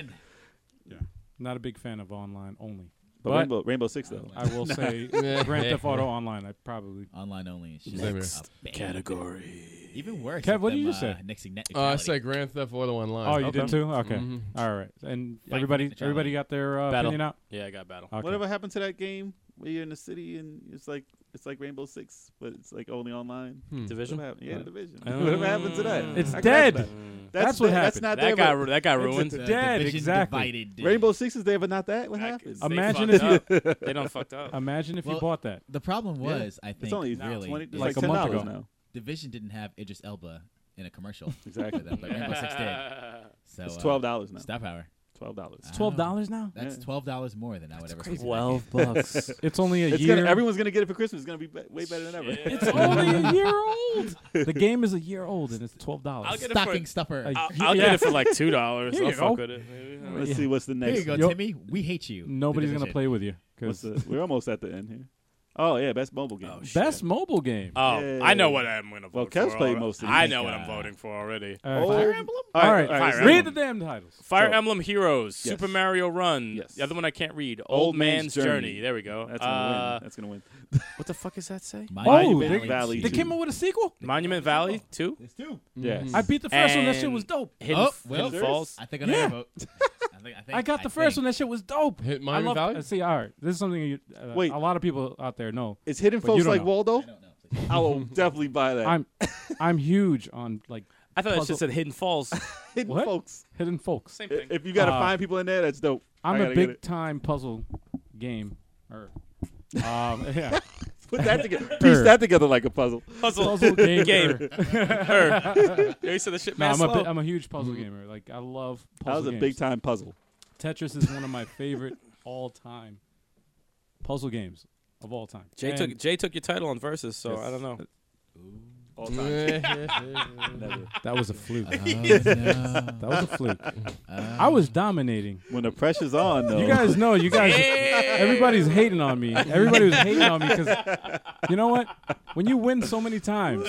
S4: in.
S3: not a big fan of online only.
S5: But,
S3: But-
S5: Rainbow, Rainbow Six though.
S3: I will say
S1: Uh,
S3: Grand Theft Auto Online. I probably.
S4: Online only. Is just
S1: Next
S4: a bang.
S2: category.
S4: Even worse.
S3: Kev,
S4: with
S3: what did
S4: them,
S3: you just say?
S4: uh, Next net
S1: Uh, I
S4: neutrality.
S1: said Grand Theft Auto Online.
S3: Oh, you
S5: Okay.
S3: did too. Okay,
S1: Mhm.
S4: Oh,
S3: All right. And
S4: for
S3: everybody,
S4: neutrality.
S3: everybody got their uh,
S2: Battle.
S3: opinion out.
S2: Yeah, I got battle.
S3: Okay.
S5: Whatever happened to that game where you're in the city and it's like it's like Rainbow Six, but it's like only online.
S1: Hmm.
S2: Division.
S5: What happened? Yeah,
S3: Uh,
S5: the division.
S3: uh,
S5: Whatever happened to that?
S3: It's
S5: I got
S3: dead.
S5: that.
S2: Mm.
S5: That's,
S3: That's what
S5: dead. That's
S3: happened.
S5: not
S2: That
S5: there.
S2: got
S5: but
S2: ru- that got
S4: It's
S2: ruined.
S4: the
S3: Dead,
S4: division
S3: exactly.
S4: Divided.
S5: Rainbow Six is there, but not that. What
S2: That-
S5: happened?
S2: they
S3: Imagine
S2: fucked up. they don't fucked up.
S3: Imagine if you
S4: Well,
S3: bought that.
S4: The problem
S5: Yeah.
S4: was, I think,
S5: It's only
S4: really,
S5: twenty. It's
S4: is
S5: like,
S3: like a
S5: ten
S3: month
S5: dollars
S3: ago.
S5: now.
S4: Division didn't have Idris Elba in a commercial.
S5: Exactly.
S4: for them, but Rainbow Six did. So
S5: It's
S3: oh,
S4: uh,
S5: twelve dollars now.
S4: Star power.
S5: Twelve dollars.
S4: It's
S3: Twelve dollars now.
S4: That's
S5: Yeah.
S4: twelve dollars more than I would ever. spend.
S2: bucks.
S3: It's only a
S5: It's
S3: year.
S5: gonna, everyone's gonna get it for Christmas. It's gonna be be- way better than ever.
S2: Shit.
S3: it's only a year old. The game is a year old and it's twelve dollars.
S2: I'll get it
S4: Stocking
S2: for.
S4: stuffer.
S3: Like,
S2: I'll,
S3: Yeah.
S2: I'll get it for like two dollars.
S3: Here
S2: I'll
S3: you
S2: fuck
S3: go.
S2: with it. maybe.
S5: Let's see what's the
S4: There you
S5: next.
S4: go,
S3: Yo-
S4: Timmy. We hate you.
S3: Nobody's
S4: The
S3: gonna
S4: Division.
S3: play with you
S5: What's
S3: because
S5: the, we're almost at the end here. Oh yeah, best mobile game.
S2: Oh, shit.
S3: best mobile game. Uh,
S2: Oh,
S5: Yeah.
S2: I know what I'm gonna vote
S5: Well,
S2: for.
S5: Kev's played
S2: alre-
S5: most of
S2: I
S5: these.
S2: know what I'm
S4: Uh,
S2: voting for already.
S3: All right,
S5: Oh,
S3: fire-
S5: All right,
S3: All right,
S5: all right,
S2: Fire
S5: this is
S3: read the
S5: one.
S3: damn titles.
S2: Fire
S5: So-
S2: Emblem Heroes,
S5: Yes.
S2: Super Mario Run.
S5: Yes.
S2: The other one I can't read. Old,
S5: Old
S2: Man's,
S5: Man's
S2: Journey.
S5: Journey.
S2: There we go.
S5: That's gonna
S2: uh,
S5: win. That's gonna win.
S2: what the fuck is that say?
S4: My
S3: Oh,
S4: Division
S5: they- Valley
S3: They
S5: Two.
S3: came out with a sequel.
S2: Monument Valley Two.
S4: There's two.
S5: Yes.
S3: mm-hmm. I beat the first one. That shit
S2: And-
S3: was dope.
S2: Hidden,
S4: Oh, well,
S2: Hidden Falls.
S4: I think I know
S3: Yeah.
S4: your vote. I, think, I, think,
S3: I got the first one.
S4: think.
S3: That shit was dope.
S1: Hit
S3: I
S1: Miami
S3: love.
S1: Valley?
S3: uh, See, all right, this is something you, uh,
S5: Wait.
S3: a lot of people out there know.
S5: Is Hidden
S3: But
S5: Falls
S3: you don't
S5: like
S3: know.
S5: Waldo?
S4: I don't know. please.
S5: I will definitely buy that.
S3: I'm, I'm huge on like
S2: I thought it
S3: Puzzle-
S2: just said Hidden Falls.
S5: Hidden
S3: what?
S5: folks.
S3: hidden folks.
S2: Same
S5: I-
S2: thing.
S5: If you gotta
S3: Uh,
S5: find people in there, that's dope. I
S3: I'm
S5: gotta
S3: a
S5: get
S3: big
S5: it.
S3: time puzzle game. Er. Um, yeah,
S5: Put that together. Piece that together like a puzzle.
S2: Puzzle.
S3: puzzle game.
S2: Game.
S3: er.
S2: Her. Yeah, you said the shit.
S3: No, I'm
S2: man
S3: a,
S2: slow.
S3: bi- I'm a huge puzzle gamer. Like I love
S5: Mm-hmm. That
S3: puzzle
S5: was a
S3: games.
S5: big time puzzle.
S3: Tetris is one of my favorite all time puzzle games of all time.
S2: Jay
S3: And
S2: took Jay took your title on versus, so I
S3: Yes.
S2: don't know.
S5: All time.
S1: time.
S5: Never.
S3: that was a fluke. that
S4: Oh, no.
S3: was a fluke.
S2: Oh.
S4: Uh,
S3: I was dominating.
S5: When the pressure's on, though.
S3: You guys know. You guys. Everybody's hating on me. Everybody was hating on me because you know what? When you win so many times,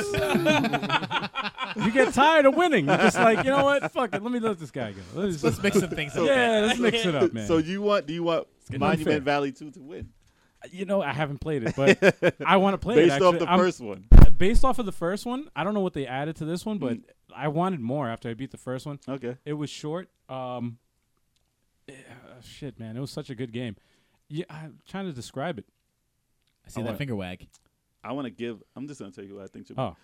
S3: you get tired of winning. You're just like, you know what? Fuck it. Let me let this guy go. Let us
S4: Let's mix some things up.
S3: yeah, let's mix it up, man.
S5: So you want? Do you want
S3: getting
S5: Monument
S3: unfair.
S5: Valley two to win
S3: you know, I haven't played it, but I want to play it.
S5: based off
S3: actually.
S5: the
S3: I'm-
S5: first one? Mm.
S3: based off of the first one, I don't know what they added to this one, but I wanted more after I beat the first one.
S5: Okay.
S3: It was short. Um, yeah, shit, man, it was such a good game. Yeah, I'm trying to describe it.
S4: I see
S3: I
S4: that
S3: wanna-
S4: finger wag.
S5: I want to give. I'm just gonna tell you what I think. Jimmy.
S3: Oh,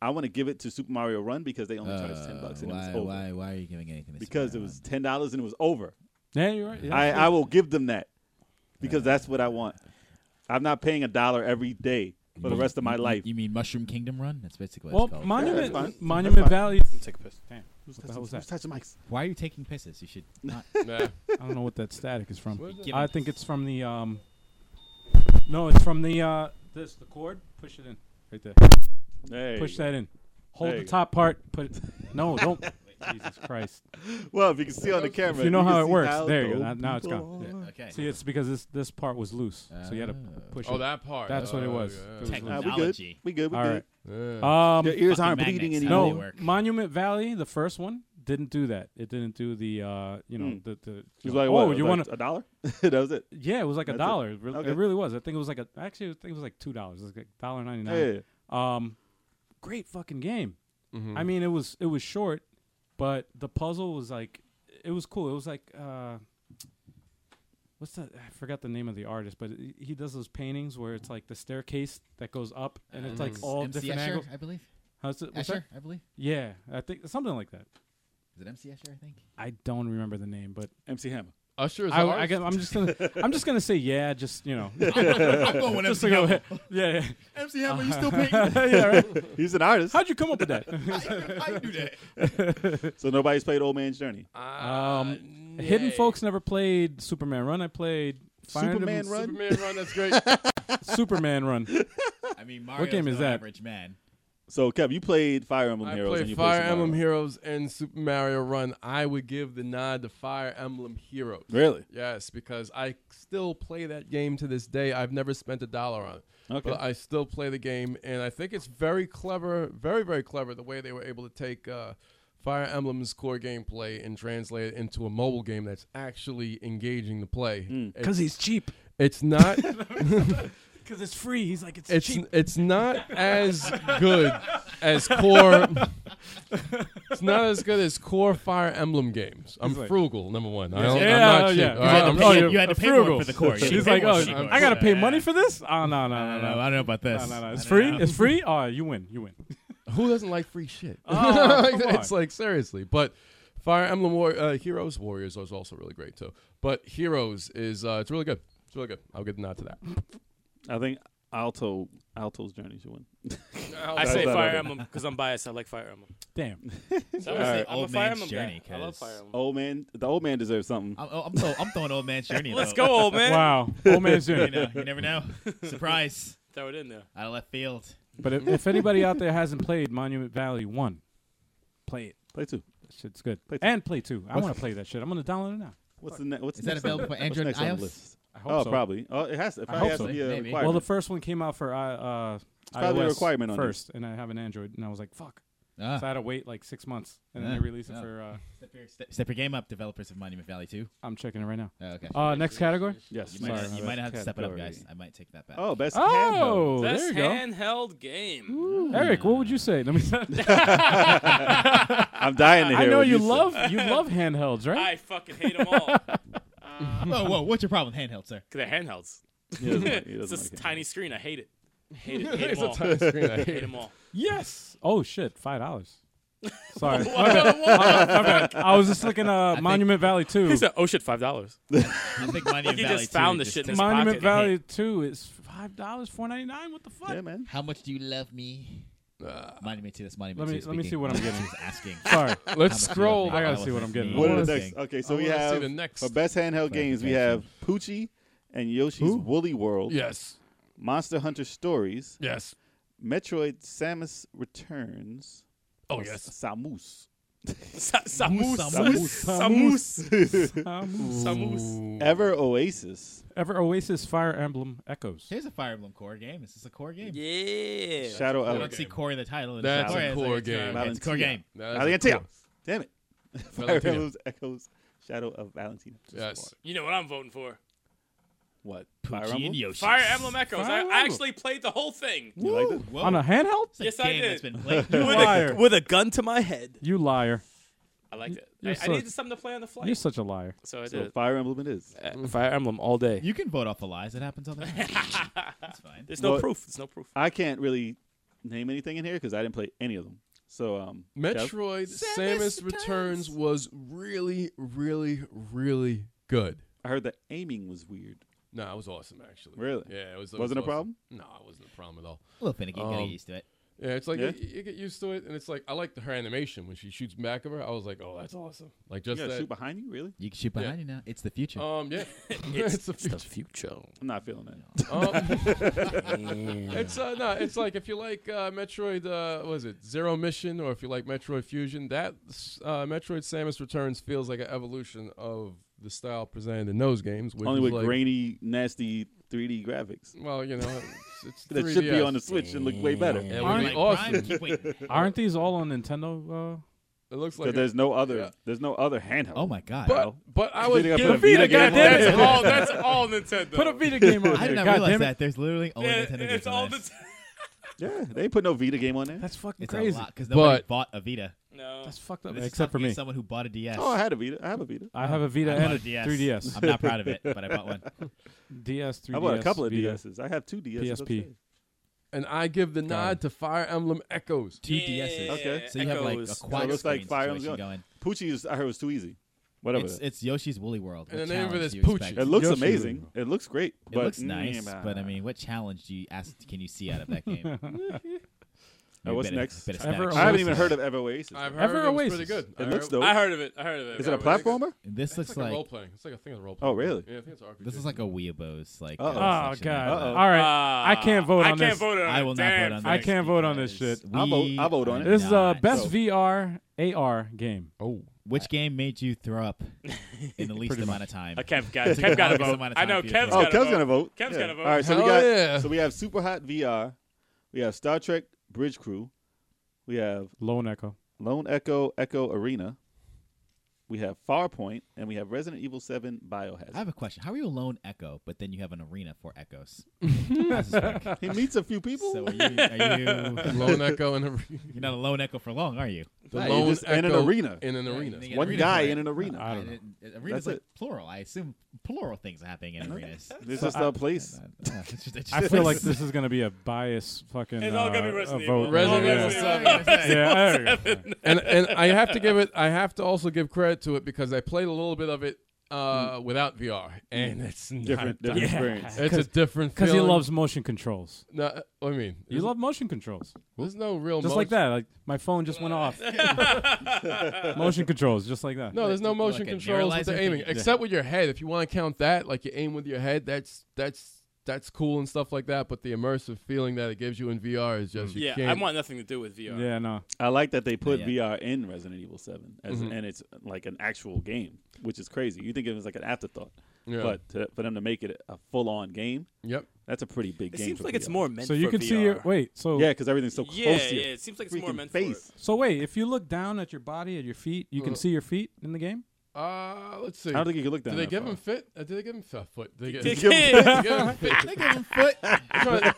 S5: I want to give it to Super Mario Run because they only charged ten
S4: Uh,
S5: bucks and
S4: why,
S5: it was over.
S4: Why, why are you giving anything? to Uh,
S5: Because it
S4: Superman?
S5: was ten dollars and it was over.
S3: yeah, you're right. Yeah,
S5: I,
S3: sure.
S5: I will give them that because that's what I want. I'm not paying a dollar every day for the
S4: You-
S5: rest of my
S4: you-
S5: life.
S4: You mean Mushroom Kingdom Run? That's basically what
S3: well,
S4: it's called.
S3: Monument
S5: fine. That's
S3: Monument
S5: fine.
S3: Valley.
S2: Take a piss.
S3: Damn,
S5: Who's
S3: what the
S5: touching-
S3: hell was
S5: who's
S3: that?
S5: touching mics?
S4: why are you taking pisses? You should not.
S1: Nah.
S3: I don't know what that static is from.
S1: What is
S4: it?
S3: I think it's from the um. No, it's from the uh this the cord. Push it in right there.
S5: There you
S3: Push
S5: go.
S3: that in. Hold
S5: There
S3: the
S5: you go.
S3: top part. Put it. No, don't. Jesus Christ.
S5: Well, if you can see on the
S1: If
S5: camera,
S3: If you know
S5: can
S3: how it
S5: see
S3: works, there you go.
S5: dope
S3: Now, now it's
S5: people
S3: gone.
S5: are.
S4: okay.
S3: See, it's because this this part was loose, so you had to
S4: Oh.
S3: push
S1: Oh,
S3: it.
S1: that part.
S3: That's what it
S1: Oh,
S3: was.
S1: yeah.
S3: It was
S5: Nah, we good.
S3: loose.
S4: Technology.
S5: We good. We
S3: All
S5: good.
S3: right.
S1: Yeah.
S3: Um,
S5: Your ears
S4: Fucking
S5: aren't
S4: magnets,
S5: bleeding
S4: how do they
S5: anymore.
S3: no,
S4: work.
S3: Monument Valley, the first one didn't do that. It didn't do the uh, you know,
S5: Mm.
S3: the the.
S5: It was like,
S3: oh,
S5: what,
S3: you
S5: like
S3: want to?
S5: a dollar? that was it.
S3: Yeah, it was like a
S5: That's it.
S3: dollar. It. re-
S5: Okay.
S3: it really was. I think it was like a. Actually, I think it was like two dollars. It was like dollar ninety nine.
S5: Yeah.
S3: Um, great fucking game.
S4: Hmm.
S1: Mm-hmm.
S3: I mean, it was it was short, but the puzzle was like it was cool. It was like uh, what's that? I forgot the name of the artist, but he- he does those paintings where it's like the staircase that goes up, and it's like
S1: Mm.
S3: all
S4: MC
S3: different
S4: Mm-hmm. Escher,
S3: angles.
S4: I believe.
S3: How's it? what's
S4: Escher,
S3: that?
S4: I believe.
S3: Yeah, I think something like that.
S4: Is it MC Escher? I think.
S3: I don't remember the name, but
S5: MC Hammer.
S1: Usher is
S3: I,
S1: ours?
S3: I, guess I'm just gonna I'm just gonna say yeah, just you know,
S4: I'm going with
S3: just
S4: MC
S3: to go
S4: Hammer.
S3: ahead. Yeah,
S4: MC Hammer, you still
S3: yeah,
S4: painting?
S3: yeah. Right?
S5: He's an artist.
S3: How'd you come up with that?
S4: I knew that.
S5: So nobody's played Old Man's Journey.
S4: Uh,
S1: Ah,
S3: Um,
S1: nay.
S3: Hidden Folks never played Superman Run. I played Fire Emblem
S5: Superman Run?
S1: Superman run. That's great.
S3: Superman Run.
S4: I mean, Mario's
S3: game is
S4: no
S3: that?
S4: Average man.
S5: So, Kev, you played Fire Emblem
S1: I
S5: Heroes. and
S1: played
S5: you
S1: Fire
S5: played Super
S1: Emblem
S5: Mario.
S1: Heroes and Super Mario Run. I would give the nod to Fire Emblem Heroes.
S5: Really?
S1: Yes, because I still play that game to this day. I've never spent a dollar on it.
S5: Okay.
S1: But I still play the game, and I think it's very clever, very, very clever the way they were able to take uh, Fire Emblem's core gameplay and translate it into a mobile game that's actually engaging to play.
S5: Hmm.
S1: Because
S3: he's cheap.
S1: it's not.
S3: Because it's free. He's like, it's,
S1: it's
S3: cheap.
S1: it's not as good as core. it's not as good as core Fire Emblem games. I'm
S3: He's like-
S1: frugal. number one. I don't,
S3: Yeah,
S1: I'm not
S3: oh,
S1: cheap.
S3: yeah.
S1: all
S3: He's
S1: right?
S3: like,
S1: I'm
S3: oh,
S1: cheap.
S3: you're
S4: you had to
S3: a
S4: pay more
S3: frugal.
S4: for the course. You
S3: He's
S4: pay
S3: like,
S4: more
S3: oh,
S4: for the course.
S3: I gotta pay
S4: Yeah.
S3: money for this? Oh no, no,
S4: I
S3: no,
S4: don't know.
S3: no,
S4: I don't know about
S3: no,
S4: this.
S3: no, no.
S4: I
S3: It's
S4: don't
S3: free.
S4: know.
S3: It's free. Oh, you win. You win.
S1: Who doesn't like free shit?
S3: Oh, come
S1: it's
S3: on.
S1: like seriously. But Fire Emblem War- uh, Heroes Warriors was also really great too. But Heroes is uh, it's really good. It's really good. I'll get the nod to that.
S5: I think Alto Alto's Journey should win.
S2: I say
S5: that
S2: Fire
S5: other-
S2: Emblem because I'm biased. I like Fire Emblem.
S3: Damn.
S2: So I would say
S5: Alright,
S2: I'm a
S4: Old
S2: Fire
S4: Man's
S2: Emblem
S4: Journey,
S2: guy. I love
S4: 'cause-
S2: Fire Emblem.
S5: Old man, the old man deserves something.
S4: I'm, oh, I'm, throw, I'm throwing old man Journey.
S2: Let's
S4: though.
S2: go, old man.
S3: Wow. Old man's
S4: You
S3: doing it.
S4: know, you never know. Surprise.
S2: Throw it in there.
S4: Out of left field.
S3: But if, if anybody out there hasn't played Monument Valley One, play it.
S5: Play two.
S3: That Shit's good.
S5: Play two.
S3: and play two. I want to play that shit. I'm gonna download it now.
S5: What's the next? What's
S4: Is that
S5: next
S4: available
S5: on-
S4: for
S5: what's
S4: Android
S5: next
S4: and
S5: on the
S4: iOS?
S5: list?
S3: I hope
S5: Oh,
S3: so.
S5: probably. Oh, it has. To, it probably
S3: hope
S5: has
S3: so.
S5: to be a
S4: Maybe.
S5: requirement.
S3: Well, the first one came out for I- uh,
S5: probably a
S3: iOS
S5: requirement on there.
S3: first, and I have an Android, and I was like, "Fuck!"
S4: Ah.
S3: So I had to wait like six months, and
S4: Yeah,
S3: then they released
S4: yeah.
S3: it for. Uh,
S4: Step your, step, step your game up, developers of Monument Valley 2.
S3: I'm checking it right now.
S4: Oh, okay.
S3: Uh, next category.
S5: yes.
S4: you might,
S3: sorry,
S4: not-
S3: my
S4: you
S3: bad.
S4: might have to step it up,
S5: Category.
S4: guys. I might take that back.
S5: Oh, best handheld.
S3: Oh,
S2: Best
S3: there you go.
S2: handheld game.
S3: Eric, what would you say? Let me.
S5: I'm dying to hear.
S3: I know
S5: what
S3: you
S5: say.
S3: love you love handhelds, right?
S2: I fucking hate them all. 'Cause
S4: whoa, Oh, whoa. What's your problem, handheld, sir?
S2: they're handhelds.
S5: He doesn't like- he doesn't
S2: It's
S5: like
S2: this
S5: it.
S2: tiny screen. I hate it. Hate it. Hate
S1: It's
S2: them
S1: a
S2: all.
S1: tiny screen. I hate
S2: Hate
S1: it.
S2: them all.
S3: Yes. Oh shit, five dollars. Sorry,
S2: What other one?
S3: I was just looking uh, Monument Valley Two.
S2: He said, "Oh shit, five dollars."
S4: I think Monument
S2: He
S4: Valley
S2: just
S4: 2
S2: found the
S4: just
S2: shit in
S4: took-
S2: his
S3: Monument
S2: pocket.
S3: Valley Two is five dollars, four ninety nine. What the fuck?
S5: Yeah, man.
S4: How much do you love me? Monument 2, that's Monument
S3: Uh, Let me-
S4: 2.
S3: let me
S4: speaking.
S3: see what I'm
S4: Monument
S3: getting.
S4: 2 is asking.
S3: Sorry.
S1: Let's scroll.
S3: I gotta see what I'm getting.
S5: What are
S3: wanna
S5: the next? Okay, so
S1: I
S5: we
S1: wanna see
S5: have
S1: the next
S5: for best handheld games. We have Poochie and Yoshi's Woolly World,
S1: Yes.
S5: Monster Hunter Stories,
S1: Yes.
S5: Metroid Samus Returns.
S1: Oh
S5: or
S1: yes.
S5: Samus.
S2: Sa- Samus.
S4: Samus.
S2: Samus.
S3: Um,
S2: Samus.
S5: Ever Oasis.
S3: Ever Oasis Fire Emblem Echoes.
S4: Here's a Fire Emblem core game. This is a core game.
S2: Yeah.
S5: Shadow
S4: I
S5: Element.
S4: don't see core in the title. and
S1: That's
S4: it's
S1: a
S4: like-
S1: core
S4: it's like-
S1: game.
S4: It's, a core
S5: Valentina.
S4: game.
S1: That is a
S5: Valentina.
S1: cool-
S5: Damn it. Fire
S1: Valentina.
S5: Emblem's Echoes Shadow of Valentina.
S1: Yes.
S2: You know what I'm voting for?
S5: What?
S4: Poochie
S5: Fire Emblem?
S4: and Yoshi.
S2: Fire Emblem Echoes. I,
S3: Emblem.
S2: I actually played the whole thing
S5: You like that?
S4: Whoa.
S3: On a handheld?
S4: It's a
S2: Yes, I
S4: game
S2: did.
S4: that's been played.
S2: with a,
S3: Liar.
S2: with a gun to my head.
S3: You liar.
S2: I liked it.
S3: You're
S2: I, I
S3: so-
S2: needed something to play on the
S3: You're
S2: flight,
S3: such a liar.
S2: so I
S5: So
S2: did.
S5: Fire Emblem it is.
S2: Uh, Fire Emblem all day.
S4: you can vote off the lies. It happens all the time. That's fine.
S2: There's no
S5: Well-
S2: proof. There's no proof.
S5: I can't really name anything in here because I didn't play any of them. So um, Kev?
S1: Metroid Samus Returns was really, really, really good.
S5: I heard the aiming was weird.
S1: No, it was awesome actually.
S5: Really?
S1: Yeah, it was. it
S5: Wasn't
S1: was
S5: a
S1: awesome.
S5: problem?
S1: No, it wasn't a problem at all.
S4: A little finicky. Gotta
S1: Um,
S4: get used to it.
S1: Yeah, it's like
S5: Yeah?
S1: You, you get used to it, and it's like I like the, her animation when she shoots back of her. I was like, oh, that's awesome. Like
S5: You
S1: just
S5: gotta
S1: that.
S5: shoot behind you, really?
S4: You can shoot behind you now. It's the future.
S1: um, yeah,
S2: It's,
S1: the
S2: it's
S1: future.
S2: the future.
S5: I'm not feeling that.
S1: Um,
S2: Yeah.
S1: it's uh, no, it's like if you like uh, Metroid, uh, what is it Zero Mission, or if you like Metroid Fusion, that uh, Metroid Samus Returns feels like an evolution of the style presented in those games. Which
S5: Only
S1: is
S5: with
S1: like,
S5: grainy, nasty 3D graphics.
S1: Well, you know, it's, it's
S5: That
S1: 3DS.
S5: should be on the Switch and look way better.
S1: It
S4: You're
S1: would be
S4: like,
S1: awesome.
S4: Brian, keep waiting.
S3: Aren't these all on Nintendo? Uh,
S1: It looks
S5: But
S1: like.
S5: there's no other,
S1: Yeah.
S5: there's no other handheld.
S4: Oh my god.
S1: but but I would
S5: They gotta
S1: give
S5: put a Vita game on
S1: goddamn-
S5: there.
S1: that's all. That's all Nintendo.
S3: put a Vita game on
S4: I
S3: here.
S4: did not
S3: God
S4: realize
S3: damn it.
S4: that. There's literally only
S2: Yeah,
S4: Nintendo games
S2: it's
S4: on
S2: all
S4: that.
S2: the. T-
S5: Yeah, they ain't put no Vita game on there.
S3: That's fucking
S4: It's
S3: crazy.
S4: a lot because nobody
S1: But-
S4: bought a Vita.
S2: no.
S3: That's fucked up.
S4: This is
S3: Except for
S4: talking
S3: me.
S4: as someone who bought a DS.
S5: oh, I had a Vita. I have a Vita.
S3: I have a
S4: I
S3: Vita
S4: bought
S3: and
S4: a
S3: a
S4: DS.
S3: 3DS.
S4: I'm not proud of it, but I bought one.
S3: DS, 3DS.
S5: I bought a couple of
S3: Vita.
S5: DSs. I have two DSs.
S3: PSP.
S5: upstairs.
S1: and I give the nod to Fire Emblem Echoes.
S4: Two
S2: Yeah,
S4: DSs.
S5: Okay.
S4: So you have like a
S2: Echoes.
S5: So it
S4: quad
S5: looks like
S4: screen
S5: Fire Emblem's
S4: situation
S5: going.
S4: going.
S5: Poochie is, I heard, was too easy. Whatever.
S4: It's
S5: that-
S4: it's Yoshi's Woolly World.
S1: And
S4: What
S1: the name of
S4: challenge
S1: it is
S4: do you expect?
S1: Poochie.
S5: it looks
S3: Yoshi.
S5: amazing. It looks great.
S4: It
S5: but,
S4: looks nice,
S5: Mm,
S4: but I mean, what challenge do you ask? Can you see out of that game? Maybe
S5: what's
S4: better-
S5: next?
S4: better
S3: Ever
S4: snacks.
S5: I haven't even heard of Ever Oasis.
S1: I've heard
S3: Ever
S1: it was pretty
S3: Oasis.
S1: good.
S5: It looks dope.
S2: I heard of it. I heard of it. Uh,
S5: Is it
S2: I
S5: a
S2: heard of
S5: platformer?
S4: And This
S1: It's
S4: looks
S1: like,
S4: like,
S1: a role playing. It's like a thing of role
S5: Oh,
S1: playing.
S5: really?
S1: Yeah, I think it's RPG.
S4: this is like a weebo's like. uh,
S5: Uh-oh.
S3: Oh,
S4: section.
S3: God.
S5: Uh-oh.
S3: All right.
S4: Uh,
S2: Ah,
S3: I can't vote
S2: I
S3: on
S2: can't
S3: this.
S2: vote on
S4: I
S2: it.
S4: will not
S2: Damn
S4: vote on
S3: I
S4: this.
S2: thing.
S3: can't vote on this
S4: because
S3: shit.
S5: I'll vote-
S4: we
S5: I'll vote on
S4: are
S5: it.
S3: This is uh,
S4: not-
S3: best
S5: So-
S3: VR AR game.
S1: oh.
S4: Which game made you throw up in the least amount of time?
S2: Uh, Kev, guys, Kev got to
S4: Longest
S2: vote.
S4: amount of
S2: I
S4: time
S2: know
S4: for you
S2: Kev's
S4: to vote.
S5: Oh,
S2: got to
S5: Kev's gonna vote.
S2: Kev's
S5: Yeah.
S2: gotta vote.
S5: All right, so we
S1: Hell
S5: got
S1: yeah.
S5: so we have Super Hot VR, we have Star Trek Bridge Crew, we have
S3: Lone Echo.
S5: Lone Echo Echo Arena, we have Farpoint, and we have Resident Evil Seven Biohazard.
S4: I have a question. How are you alone, Echo, but then you have an arena for Echoes? How's this work?
S5: he meets a few people.
S4: so are you, are you?
S1: Lone Echo in a
S4: You're not a lone Echo for long, are you?
S1: The
S5: Nah, you
S1: lone
S5: just
S1: echo
S5: in an arena.
S1: In an arena.
S4: you
S5: One
S4: Arena
S5: guy
S4: for it. Uh,
S5: in an arena.
S3: I don't know.
S4: Arena's
S5: That's
S4: like
S5: it.
S4: plural. I assume plural things are happening in arenas.
S5: This is the place.
S4: Uh, it's just- it's
S3: I
S4: just-
S3: feel like this is going to be a bias fucking.
S2: It's all gonna be
S3: uh,
S2: Resident
S3: a
S2: Evil.
S3: vote.
S1: Resident
S3: yeah.
S1: Evil
S4: Yeah,
S1: seven.
S4: yeah, yeah.
S3: Yeah, there we go.
S1: and and I have to give it. I have to also give credit to it because I played a little bit of it uh,
S3: Mm.
S1: without VR, and it's not
S5: Different,
S1: done.
S5: different experience.
S1: It's a different
S3: Because
S1: because
S3: he loves motion controls.
S1: No, uh, what I mean,
S3: You
S1: there's-
S3: love motion controls.
S1: There's no real
S3: Just
S1: motion.
S3: like that. Like my phone just went off. motion controls, just like that.
S1: No, there's no
S4: Like
S1: motion
S4: a
S1: controls with
S4: neuralizer
S1: the
S4: thing.
S1: aiming,
S4: Yeah.
S1: except with your head. If you want to count that, like you aim with your head, that's that's that's cool and stuff like that. But the immersive feeling that it gives you in VR is
S5: Mm.
S1: just you
S2: Yeah, I
S1: can't.
S2: want nothing to do with VR.
S3: Yeah, no.
S5: I like that they put
S4: Yeah. Mm-hmm.
S5: VR in Resident Evil Seven, as and it's like an actual game, which is crazy. You think it was like an afterthought,
S1: Yeah.
S5: but to, for them to make it a full-on game,
S1: yep.
S5: that's a pretty big
S2: It
S5: game.
S2: seems
S5: for
S2: like it's
S5: VR.
S2: more meant
S3: So you
S2: for
S3: can
S2: VR.
S3: see your wait. So
S5: Yeah, because everything's so close
S2: yeah,
S5: to you.
S2: yeah, it seems like it's more
S5: Freaking
S2: meant
S5: face.
S2: for
S3: so wait. If you look down at your body, at your feet, you can
S1: Uh.
S3: see your feet in the game.
S1: Uh, let's see.
S5: I don't think you can look down.
S1: Did they
S5: that
S1: give
S5: far.
S1: him fit? Uh, did they give him a foot? Did they get-
S2: it.
S1: did
S2: Yeah.
S1: they give him fit?
S4: They give him foot.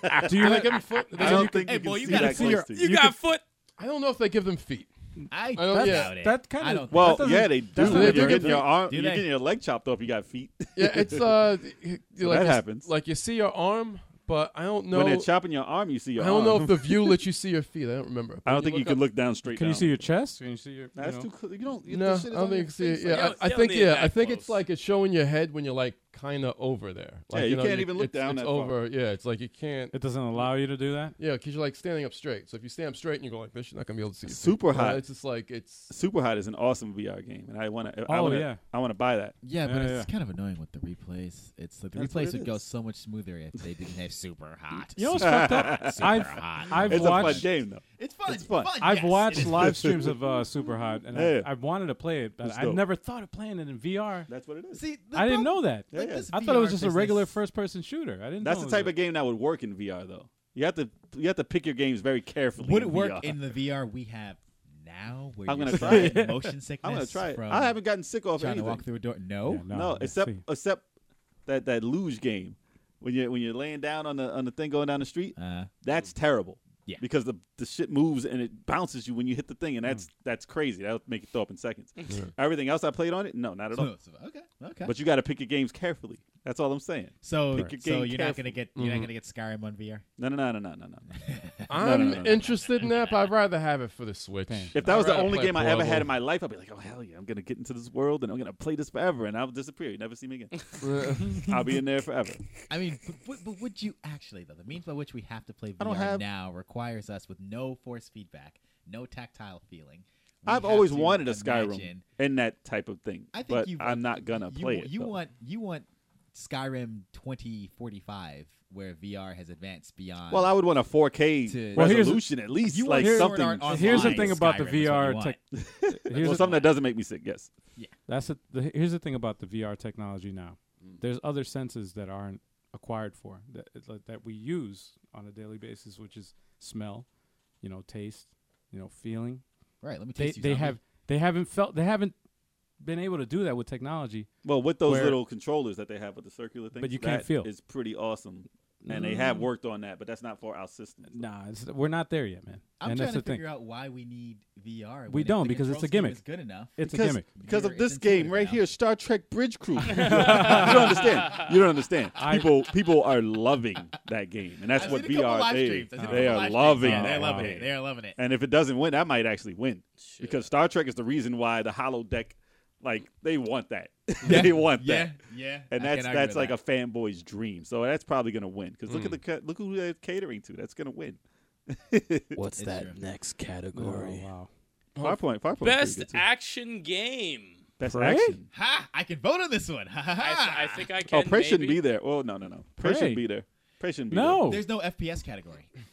S1: Do you like give them foot?
S5: I don't think
S4: Hey,
S5: you
S4: boy,
S5: can
S4: you
S5: see
S4: gotta
S5: that
S3: see your-
S5: close to
S2: You
S5: you.
S2: got foot.
S1: I don't know if they give them feet.
S4: I
S1: don't-
S4: doubt
S1: yeah.
S4: it.
S3: Oh, That
S4: I
S3: kind
S4: don't
S3: of
S4: think-
S5: Well,
S3: that
S5: yeah,
S3: doesn't-
S5: they
S3: that's
S5: do.
S3: not
S1: a very
S5: You're getting
S1: good
S5: your arm,
S4: Do
S5: you're
S4: they?
S5: getting your leg chopped off. You got feet.
S1: Yeah, it's uh, you- you like
S5: That
S1: you s-
S5: happens.
S1: Like you see your arm, but I don't know.
S5: When they're chopping your arm, you see your
S1: I don't know
S5: arm.
S1: if the view lets you see your feet. I don't remember.
S5: I don't
S1: When
S5: think you
S1: up-
S5: can look down straight.
S3: Can you
S5: down.
S3: see your chest? Can you see your?
S5: That's
S3: you know?
S5: too. Cl- you don't. if
S1: No,
S5: this
S1: I
S5: shit is
S1: don't
S5: on your
S1: think you see it.
S5: face, like-
S1: Yeah,
S2: Yo,
S1: I, I
S2: yo,
S1: think
S2: need
S1: yeah,
S2: that
S1: I think it's
S2: close.
S1: like it's showing your head when you're like kind of over there. Like,
S5: Yeah, you
S1: know,
S5: can't even look
S1: it's-
S5: down
S1: It's
S5: that far.
S1: over. Yeah, it's like you can't.
S3: It doesn't allow you to do that.
S1: Yeah, because you're like standing up straight. So if you stand up straight and you go like this, you're not gonna be able to see. your feet.
S5: Super
S1: Uh,
S5: hot.
S1: It's just like it's.
S5: Super Hot is an awesome VR game, and I want to. I
S3: Oh,
S5: wanna,
S3: yeah.
S5: I want to buy that.
S4: Yeah, but
S3: Yeah,
S4: it's
S3: yeah.
S4: kind of annoying with the replays. It's like the
S5: That's what
S4: replays
S5: it
S4: would go
S5: is.
S4: so much smoother if they didn't have super hot.
S3: You know what's
S4: super
S3: fucked up?
S4: hot, super
S3: I've-
S4: hot.
S3: I've
S5: It's a fun
S3: watched.
S5: game though.
S4: it's fun.
S5: it's fun.
S3: I've
S4: yes, it
S3: watched
S4: is.
S3: live streams of uh, Super Hot, and
S5: Yeah.
S3: I, I wanted to play it, but
S5: It's
S3: I
S5: dope.
S3: never thought of playing it in VR.
S5: That's what it is.
S4: See, the
S3: I
S4: problem-
S3: didn't know that.
S5: Yeah, yeah.
S4: this
S3: I thought it was
S4: VR
S3: just a regular
S4: business-
S3: first-person shooter. I didn't.
S5: That's
S3: know
S5: the
S3: it
S5: type
S3: was
S5: of game that would work in VR though. You have to. You have to pick your games very carefully.
S4: Would it
S5: in
S4: work
S5: VR.
S4: in the VR we have now? Where
S5: I'm
S4: you're
S5: gonna
S4: still
S5: try
S4: getting
S5: it.
S4: Motion sickness.
S5: I'm gonna try it.
S4: From
S5: I haven't gotten sick off
S4: trying
S5: anything.
S4: to walk through a door. No.
S3: Yeah, no.
S5: No,
S3: let's
S5: except
S3: see.
S5: except that that luge game when you when you're laying down on the on the thing going down the street.
S4: Uh,
S5: That's terrible.
S4: Yeah.
S5: Because the the shit moves and it bounces you when you hit the thing, and that's
S4: Mm.
S5: that's crazy. That'll make you throw up in seconds. Everything else I played on it, no, not at all.
S4: okay, okay.
S5: Uh, But you got to pick your games carefully. That's all I'm saying.
S4: so, Mm-hmm.
S5: pick your
S4: so
S5: game
S4: you're not gonna get you're not gonna get Skyrim on VR.
S5: No, no, no, no, no, no, no.
S1: I'm
S5: no, no.
S1: interested in that, but I'd rather have it for the Switch.
S5: If that
S1: I'd
S5: was the
S1: rather
S5: only
S1: play
S5: game I ever had
S1: Portable.
S5: in my life, I'd be like, oh hell yeah, I'm gonna get into this world and I'm gonna play this forever, and I'll disappear. You never see me again. I'll be in there forever.
S4: I mean, but, but, but would you actually though? The means by which we have to play
S5: I don't
S4: VR
S5: have-
S4: now requires us with no force feedback, no tactile feeling. We
S5: I've
S4: have
S5: always
S4: to
S5: wanted a Skyrim
S4: imagine-
S5: and that type of thing,
S4: I think
S5: but
S4: you.
S5: I'm not gonna
S4: you,
S5: play
S4: wa-
S5: it.
S4: You
S5: though.
S4: want you want Skyrim 2045, where VR has advanced beyond.
S5: Well, I would want a 4K
S4: To- Well,
S3: here's-
S5: resolution at least,
S4: You want
S5: like
S3: Sword
S5: something,
S4: Art Online.
S3: Here's the
S4: Online
S3: thing about the
S4: Skyrim is what you
S3: VR
S4: want.
S3: tech. here's
S5: well,
S3: the-
S5: something that doesn't make me sick. Yes,
S3: That's the the, here's the thing about the VR technology now.
S4: Mm.
S3: There's other senses that aren't acquired for that it's like- that we use on a daily basis, which is smell, you know, taste, you know, feeling.
S4: right. Let me
S3: They
S4: taste you
S3: they
S4: zombie.
S3: have they haven't felt they haven't been able to do that with technology.
S5: Well, with those
S3: Where-
S5: little controllers that they have with the circular thing,
S3: But you can't feel.
S5: It's pretty awesome, and they have worked on that, but that's not for our systems.
S3: Nah, it's, we're not there yet, man.
S4: I'm
S3: and
S4: trying
S3: that's
S4: to
S3: the
S4: figure
S3: thing.
S4: out why we need VR.
S3: We
S4: when if
S3: don't,
S4: the
S3: because it's
S4: control
S3: a gimmick.
S4: scheme is good enough.
S3: It's a
S5: because,
S3: gimmick.
S5: because
S4: You're-
S5: of
S4: it's
S5: this game
S4: intuitive
S5: right
S4: now.
S5: here, Star Trek Bridge Crew. you don't understand. You don't understand. People people are loving that game, and that's
S4: I've
S5: what
S4: seen a couple
S5: VR
S4: live
S5: they,
S4: streams. I've seen a
S5: they
S4: couple
S5: are
S4: live streams.
S5: loving.
S4: Yeah, they're
S5: that
S4: loving
S5: game.
S4: it. They're loving it.
S5: And if it doesn't win, that might actually win because Star Trek is the reason why the Holodeck, like they want that. they want
S4: Yeah,
S5: that.
S4: yeah.
S5: And
S4: I can't
S5: that's
S4: argue
S5: that's
S4: with
S5: like
S4: that.
S5: a fanboy's dream. So that's probably gonna win because
S2: Hmm.
S5: look at the ca- look who they're catering to. That's gonna win.
S2: What's
S4: It's
S2: that
S4: true.
S2: next
S3: Oh,
S2: category?
S3: wow.
S5: Farpoint, Farpoint,
S2: Oh, Best action game.
S5: best
S3: Prey?
S5: action.
S4: Ha! I can vote on this one. Ha ha
S2: I,
S4: ha!
S2: I think I can.
S5: Oh, Prey shouldn't
S2: maybe.
S5: be there. Oh no, no, no. Prey,
S3: Prey.
S5: shouldn't be there. Prey shouldn't be
S3: No,
S4: There's no FPS category.
S5: there.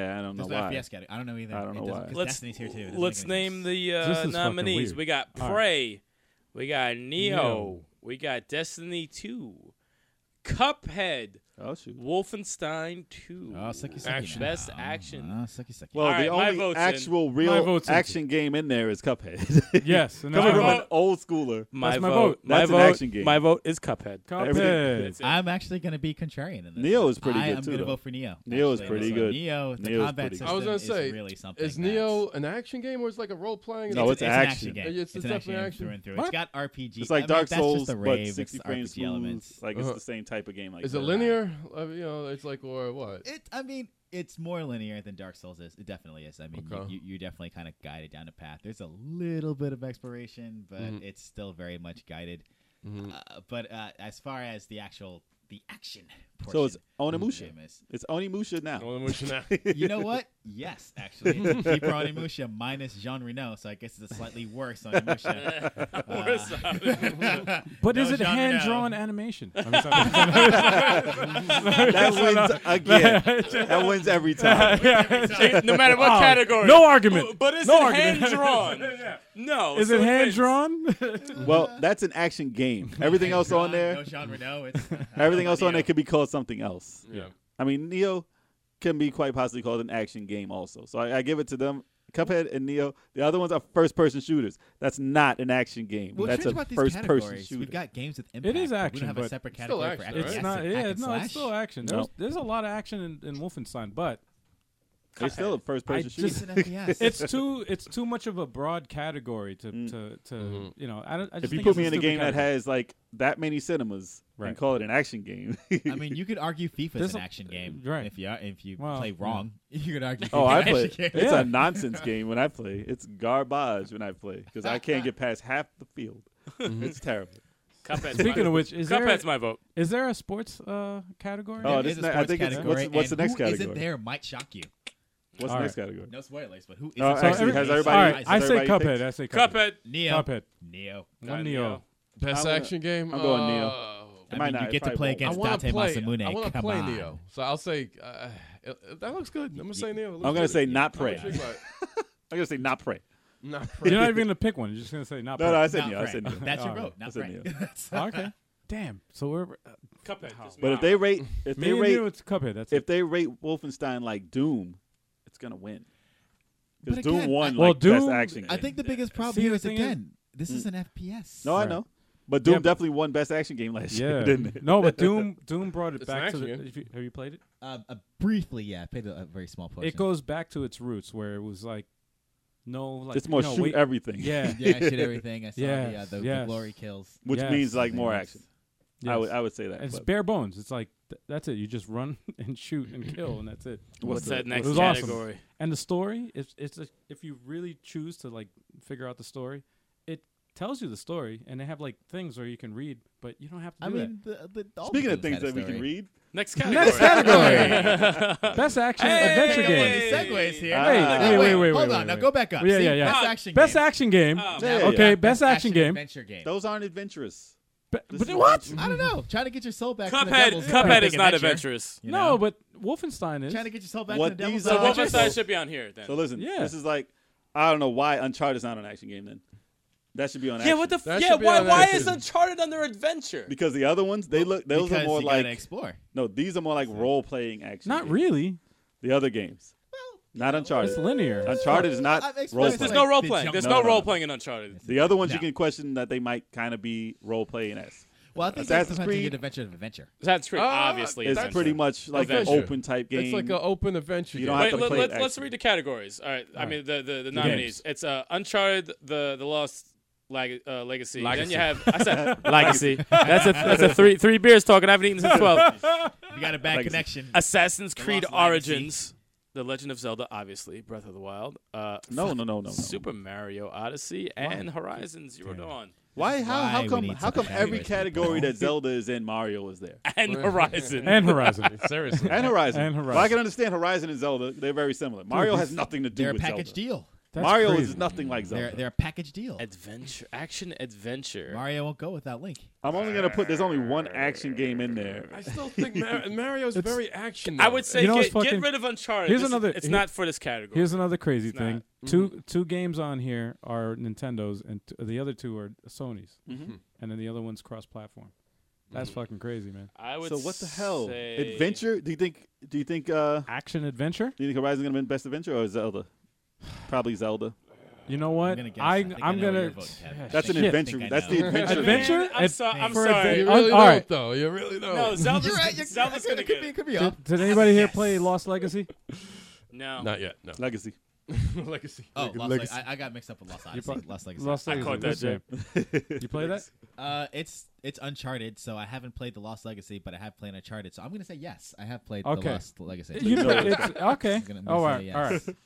S5: Yeah, I don't know
S4: There's no
S5: why.
S4: FPS category. I don't know either.
S5: I don't know
S4: it doesn't-
S5: why.
S4: 'cause
S2: Let's,
S4: Destiny's here too. It doesn't
S2: let's
S4: make any
S2: name
S4: sense.
S2: the
S3: This
S2: uh,
S3: is fucking
S2: nominees.
S3: weird.
S2: We got
S3: All right.
S2: Prey. We got Neo.
S3: Neo.
S2: We got Destiny 2. Cuphead.
S5: Oh shoot.
S2: Wolfenstein 2.
S4: Oh, sucky, sucky
S2: Action.
S4: now.
S2: Best action.
S4: Oh, sucky, sucky.
S5: Well,
S2: All right,
S5: the
S2: my
S5: only
S2: vote's in.
S5: actual
S3: My
S5: real
S3: vote's in.
S5: action game in there is Cuphead.
S3: yes, and
S5: Coming
S3: that's
S5: from
S3: my
S5: an old schooler.
S2: My,
S3: That's my
S2: vote.
S3: vote.
S2: My
S5: That's an
S2: vote.
S5: action game.
S2: My vote is Cuphead.
S3: vote.
S5: everything-
S3: Cuphead.
S2: That's it.
S4: I'm actually going to be contrarian in this.
S5: Neo is pretty
S4: I
S5: good
S4: am
S5: too,
S4: gonna
S5: though.
S4: vote for Neo.
S5: Neo is
S4: actually, on
S5: pretty
S4: this one.
S5: good.
S4: Neo, the
S5: Neo is
S4: combat
S5: pretty good.
S1: I
S4: system
S1: was gonna
S4: is
S1: say,
S4: really something.
S1: is Neo
S4: that's-
S1: an action game or is it like a role playing?
S5: No,
S1: it's,
S5: it's
S4: it's an action
S5: action.
S4: game.
S1: It's- it's
S4: an action
S1: definitely
S4: game
S1: action.
S4: through and through. It's got RPG.
S5: It's like
S4: I mean,
S5: Dark
S4: that's
S5: Souls,
S4: just a
S5: but
S4: rave.
S5: 60
S4: it's
S5: frames
S4: RPG elements.
S5: smooth. Like
S1: Uh-huh.
S5: it's the same type of game. Like
S1: is it
S5: that.
S1: linear? Uh, you know, it's like or what?
S4: It. I mean, it's more linear than Dark Souls is. It definitely is. I mean, you-
S1: Okay.
S4: you, you, are definitely kind of guided down a path. There's a little bit of exploration, but
S5: Mm-hmm.
S4: it's still very much guided. Uh, but uh, as far as the actual the action portion,
S5: So it's
S4: of the
S5: Onimusha.
S4: game is-
S5: It's Onimusha now.
S1: Well, then we should not-
S4: You know what? Yes, actually, keep her on Onimusha minus Jean Reno, so I guess it's a slightly worse Onimusha.
S2: Worse
S4: Uh,
S3: But
S4: no
S3: is it
S4: Jean
S3: hand drawn
S4: Reno.
S3: animation? I mean, sorry.
S5: that wins again. that wins every time.
S2: no matter what category.
S3: Um, Oh, no argument.
S2: But is
S3: No
S2: it
S3: argument.
S2: hand drawn? No.
S3: Is
S2: so
S3: it hand
S2: wins.
S3: drawn?
S5: Well, that's an action game. Everything else on
S4: Jean- No
S5: there,
S4: Jean Reno. It's
S5: everything else on
S4: Neo.
S5: there could be called something else.
S1: Yeah.
S5: I mean, Neo can be quite possibly called an action game also. So I, I give it to them. Cuphead and Neo. The other ones are first-person shooters. That's not an action game.
S4: Well,
S5: that's
S4: strange
S5: a
S4: about these
S5: first-person
S4: categories.
S5: shooter.
S4: We've got games with impact.
S3: It is
S4: but We
S3: action,
S4: don't have a
S3: but-
S4: separate
S1: Still
S4: category
S1: action,
S4: for
S1: right?
S4: FPS.
S3: It's
S1: Yes,
S3: not.
S4: and hack
S3: Yeah,
S4: and
S3: no,
S4: slash.
S3: it's still action. There's, there's a lot of action in, in Wolfenstein, but
S5: it's still a
S3: I
S5: first-person shooter.
S3: just-
S4: It's an FPS.
S3: it's too it's too much of a broad category to to, to you know. I don't. I
S5: Mm. if
S3: just
S5: you
S3: think
S5: put
S3: it's
S5: me in a
S3: stupid
S5: game that
S3: category.
S5: has like that many cinemas
S3: Right.
S5: and call it an action game,
S4: I mean, you could argue FIFA's
S3: There's
S4: an
S3: a-
S4: action game,
S3: right.
S4: If you are- if you
S3: Well,
S4: play
S3: yeah.
S4: wrong, you could argue.
S5: oh,
S4: FIFA's
S5: I
S4: an
S5: play.
S4: action game.
S5: It's
S3: Yeah.
S5: a nonsense game when I play. It's garbage when I play because I can't get past half the field. It's terrible.
S2: Cuphead's
S3: Speaking
S2: my,
S3: of which, is there
S2: Cuphead's my vote.
S3: is there a sports uh, category?
S5: Oh,
S4: There
S5: this
S4: is a
S5: ne- I
S4: sports
S5: think it's-
S4: category,
S5: what's- what's the
S4: and
S5: next
S4: Who isn't
S5: category?
S4: there might shock you.
S5: What's
S3: All
S5: the next
S3: right.
S5: category?
S4: No spoilers, but who isn't?
S5: No,
S4: there
S5: actually,
S4: might
S5: has
S4: be?
S5: everybody-
S3: all right, I say
S5: everybody
S3: Cuphead.
S5: picked?
S3: I say Cuphead.
S2: Cuphead.
S4: Neo.
S3: Cuphead.
S4: Neo.
S3: One
S2: Uh,
S3: Neo.
S1: Best
S5: I'm-
S1: action game.
S5: I'm going Neo.
S1: Oh.
S4: I
S5: might
S4: mean,
S5: not.
S4: you
S5: It
S4: get to
S5: probably
S4: play
S5: won't.
S1: I
S4: against
S1: want
S4: Dante
S1: to play.
S4: Masamune.
S1: I want to
S4: Come
S1: play
S4: on.
S1: Neo. So I'll say uh, it- that looks good. I'm gonna say Neo.
S5: I'm gonna say not
S1: Prey.
S5: pray. I'm gonna say not pray.
S1: Not Prey.
S3: You're not even gonna pick one. You're just gonna say not.
S5: No, no, I
S3: Brad.
S5: said
S4: Not
S5: Neo. I
S4: Frank.
S5: said Neo.
S4: That's your
S3: All right.
S4: vote, not
S5: That's a
S4: Frank.
S5: Neo.
S3: Oh, okay. Damn. So we're
S2: Cuphead. just
S5: But
S2: me.
S5: if they rate, if
S3: me
S5: they
S3: and you.
S5: rate,
S3: It's Cuphead. That's
S5: if
S3: it.
S5: they rate Wolfenstein like Doom, it's gonna win.
S4: But
S5: Because
S4: again,
S5: Doom won
S4: I-
S5: like
S3: Well,
S5: best
S3: Doom-
S5: action.
S4: I
S5: game.
S4: think the biggest problem
S3: See,
S4: here
S3: the
S4: is
S3: thing is-
S4: again, this is an FPS.
S5: No, I
S3: Right.
S5: know. But Doom
S3: Yeah, but-
S5: definitely won Best Action Game last
S3: Yeah.
S5: year, didn't it?
S3: No, but Doom Doom brought it
S1: It's an
S3: back to the.
S1: action game.
S3: if you- have you played it?
S4: Uh, uh, briefly, yeah, Oh, I played a, a very small portion.
S3: It goes back to its roots where it was like, no, like
S5: it's more
S3: no,
S5: shoot
S3: wait-
S5: everything.
S3: Yeah.
S4: yeah, I shoot everything. I saw the, uh,
S3: Yes,
S4: the, the
S3: yes.
S4: glory kills.
S5: Which
S3: Yes.
S5: means like more
S4: Yes.
S5: action. I would I would say that.
S3: it's
S5: but-
S3: bare bones. It's like th- that's it. You just run and shoot and kill, and that's it.
S2: What's that next
S3: It was awesome.
S2: category?
S3: And the story, it's it's a, if you really choose to like figure out the story, it tells you the story, and they have like things where you can read, but you don't have to
S4: I
S3: do
S4: mean, the, the, all
S5: Speaking
S4: the
S5: of things
S4: had a
S5: that we
S4: story.
S5: can read,
S2: Next
S3: that.
S2: category.
S3: Next category. Best action adventure
S2: Hey!
S4: Any
S3: game.
S4: segues here?
S5: Hey,
S4: Now,
S5: wait,
S3: wait, wait,
S4: Hold
S3: wait,
S4: on.
S3: wait,
S4: now
S3: wait.
S4: go back up.
S3: Yeah,
S4: See,
S3: yeah, yeah.
S4: Best
S2: Ah,
S4: action.
S3: Best
S4: game.
S3: action game.
S2: Oh,
S5: Yeah,
S2: man.
S5: yeah.
S3: Okay, best action game.
S4: Adventure game.
S5: those aren't adventurous.
S3: Be-
S5: This
S3: but
S5: is
S3: what?
S5: adventure.
S4: I don't know. Trying to get your soul back. to the
S2: Cuphead.
S4: devil's
S2: Cuphead is
S4: big
S2: not
S4: adventure,
S2: adventurous.
S4: you
S3: No,
S4: know?
S3: but Wolfenstein is.
S4: Trying to get yourself back
S5: What
S4: to the devil's
S5: these are-
S2: So
S5: Wolfenstein
S4: adventure.
S2: Wolfenstein should be on here then.
S5: So listen,
S3: Yeah.
S5: this is like I don't know why Uncharted's not an action game then. That should be on
S2: yeah,
S5: action.
S2: what the? F-
S1: That
S2: yeah,
S1: should be
S2: why?
S1: on
S2: Why
S1: action.
S2: is Uncharted under adventure?
S5: because the other ones, they look those
S4: Because
S5: are more
S4: you gotta
S5: like
S4: explore.
S5: no, these are more like role playing action.
S3: Not
S5: games.
S3: really.
S5: The other games, not
S3: It's
S5: Uncharted.
S3: linear.
S5: Uncharted is not
S4: I've explained
S5: role
S4: this
S5: playing.
S2: There's no
S4: like
S2: role
S4: the
S2: playing.
S4: jump-
S2: There's
S5: No,
S2: no
S5: no,
S2: role
S5: no.
S2: playing in Uncharted.
S5: The other ones you
S4: No.
S5: can question that they might kind of be role playing esque.
S4: Well, I think that's
S5: Assassin's
S4: the
S5: Creed.
S4: good adventure of adventure.
S2: That's true.
S1: Ah,
S2: obviously,
S5: It's
S1: That's
S5: pretty
S1: a-
S5: much like an
S1: adventure.
S5: open type game.
S1: It's like an open adventure game.
S5: You don't have
S2: Wait,
S5: to
S2: let,
S5: play
S2: let, let's
S5: action.
S2: read the categories. All right. I mean the the, the nominees. It's uh, Uncharted, the the Lost Lag- uh, Legacy. Then
S1: Legacy.
S2: you have I said Legacy. that's a that's a three three beers talking. I haven't eaten since twelve.
S4: You got a bad connection.
S2: Assassin's Creed
S4: Lost Legacy.
S2: Origins, The Legend of Zelda, obviously Breath of the Wild. Uh,
S5: no,
S2: fuck,
S5: no, no, no, no.
S2: Super Mario Odyssey and Horizon Zero Dawn
S5: Why? How?
S4: Why
S5: How
S4: we
S5: come?
S4: need
S5: How
S4: to
S5: come every
S4: evaluate people?
S5: category that Zelda is in, Mario is there?
S2: and Horizon.
S3: And Horizon.
S1: Seriously.
S5: And Horizon.
S3: And Horizon.
S5: Well, I can understand Horizon and Zelda. They're very similar. Mario
S3: these-
S5: has nothing to do
S4: They're a
S5: with
S4: package
S5: Zelda.
S4: deal.
S3: That's
S5: Mario
S3: crazy.
S5: is nothing like Zelda.
S4: They're they're a package deal.
S2: adventure, action, adventure.
S4: Mario won't go without Link.
S5: I'm only gonna put. There's only one action game in there.
S1: I still think Mar- Mario's very action.
S2: I
S1: though.
S2: would say
S3: You know what's
S2: get, get
S3: fucking-
S2: rid of Uncharted.
S3: Here's
S2: This is-
S3: another-
S2: It's
S3: here-
S2: not for this category.
S3: Here's another crazy
S2: It's
S3: thing.
S2: not. Mm-hmm.
S3: Two two games on here are Nintendo's, and t- the other two are Sony's,
S2: Mm-hmm.
S3: and then the other one's cross-platform. That's fucking crazy, man.
S2: I would
S5: So what the hell?
S2: say-
S5: Adventure? Do you think? Do you think? Uh,
S3: Action adventure.
S5: do you think Horizon's gonna win Best Adventure or Zelda? Probably Zelda.
S3: You know what?
S4: I'm gonna guess.
S3: I,
S4: I think I
S3: am
S4: know where
S3: gonna.
S4: you're voting, Kevin.
S3: Yeah,
S5: That's an
S3: shit.
S5: adventure.
S4: think I
S5: That's the
S4: know.
S5: adventure.
S3: Adventure?
S2: Man, I'm,
S3: Ad-
S2: so, I'm
S3: for
S2: sorry.
S3: adven-
S1: You really
S3: Un-
S1: don't,
S3: all right.
S1: though. You really don't.
S2: No, Zelda's,
S4: You're right. You're,
S2: Zelda's
S4: it
S2: gonna
S4: could
S2: get
S4: be. It
S2: it.
S4: could be off.
S3: Did, did anybody here
S4: Yes.
S3: play Lost Legacy?
S2: No.
S1: Not yet. No.
S5: Legacy.
S1: Legacy.
S4: Oh,
S1: Leg-
S4: Lost Leg-
S1: Legacy.
S4: I, I got mixed up with Lost Odyssey.
S3: probably-
S4: Lost Legacy.
S3: Lost
S2: I
S3: Legacy.
S2: caught that
S3: what's
S2: joke.
S3: the name? You play that?
S4: Uh, it's it's Uncharted, so I haven't played the Lost Legacy, but I have played Uncharted, so I'm gonna say yes. I have played
S3: Okay.
S4: the Lost Legacy.
S3: You know, it's,
S4: I'm
S3: okay.
S4: gonna- I'm gonna
S3: All
S4: say
S3: right.
S4: yes.
S3: All right.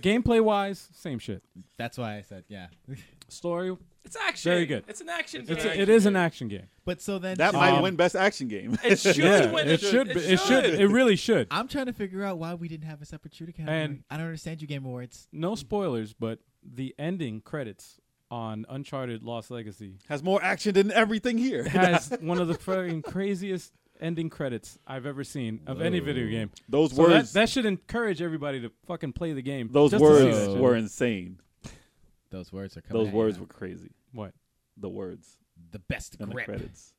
S3: Gameplay wise, same shit.
S4: That's why I said yeah.
S3: Story.
S2: It's action.
S3: Very good.
S2: It's an action.
S3: It's
S2: game.
S3: a, it is an action game.
S4: But so then
S5: That
S4: should-
S5: might
S3: Um,
S5: win Best Action Game.
S2: It should
S3: yeah,
S2: win.
S3: it should. be- It should. It really should.
S4: I'm trying to figure out why we didn't have a separate shooter category.
S3: And-
S4: I don't understand you Game Awards.
S3: no spoilers, but the ending credits on Uncharted Lost Legacy
S5: Has more action than everything here.
S3: has one of the fucking craziest ending credits I've ever seen of any video game.
S5: Those
S3: So that,
S5: words.
S3: that should encourage everybody to fucking play the game.
S5: those
S3: just to see
S5: words
S3: that shit.
S5: were insane.
S4: Those words are coming.
S5: Those
S4: at you
S5: words
S4: now.
S5: were crazy.
S3: what
S5: The words
S4: the best
S5: and the
S4: grip.
S5: credits.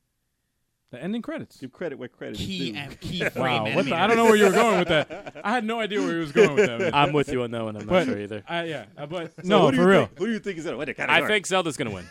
S3: the ending credits.
S5: Give credit where credit is
S4: Key
S5: due.
S4: and key frame.
S3: Wow, what the, I
S4: animators.
S3: don't know where you were going with that. I had no idea where he was going with that. man.
S2: I'm with you on that one. I'm
S3: But-
S2: not sure either.
S3: I, yeah, uh, but
S5: So
S3: no,
S5: who do
S3: for
S5: you
S3: real.
S5: think- who do you think is in it? What a
S2: I
S5: category.
S2: think Zelda's gonna win.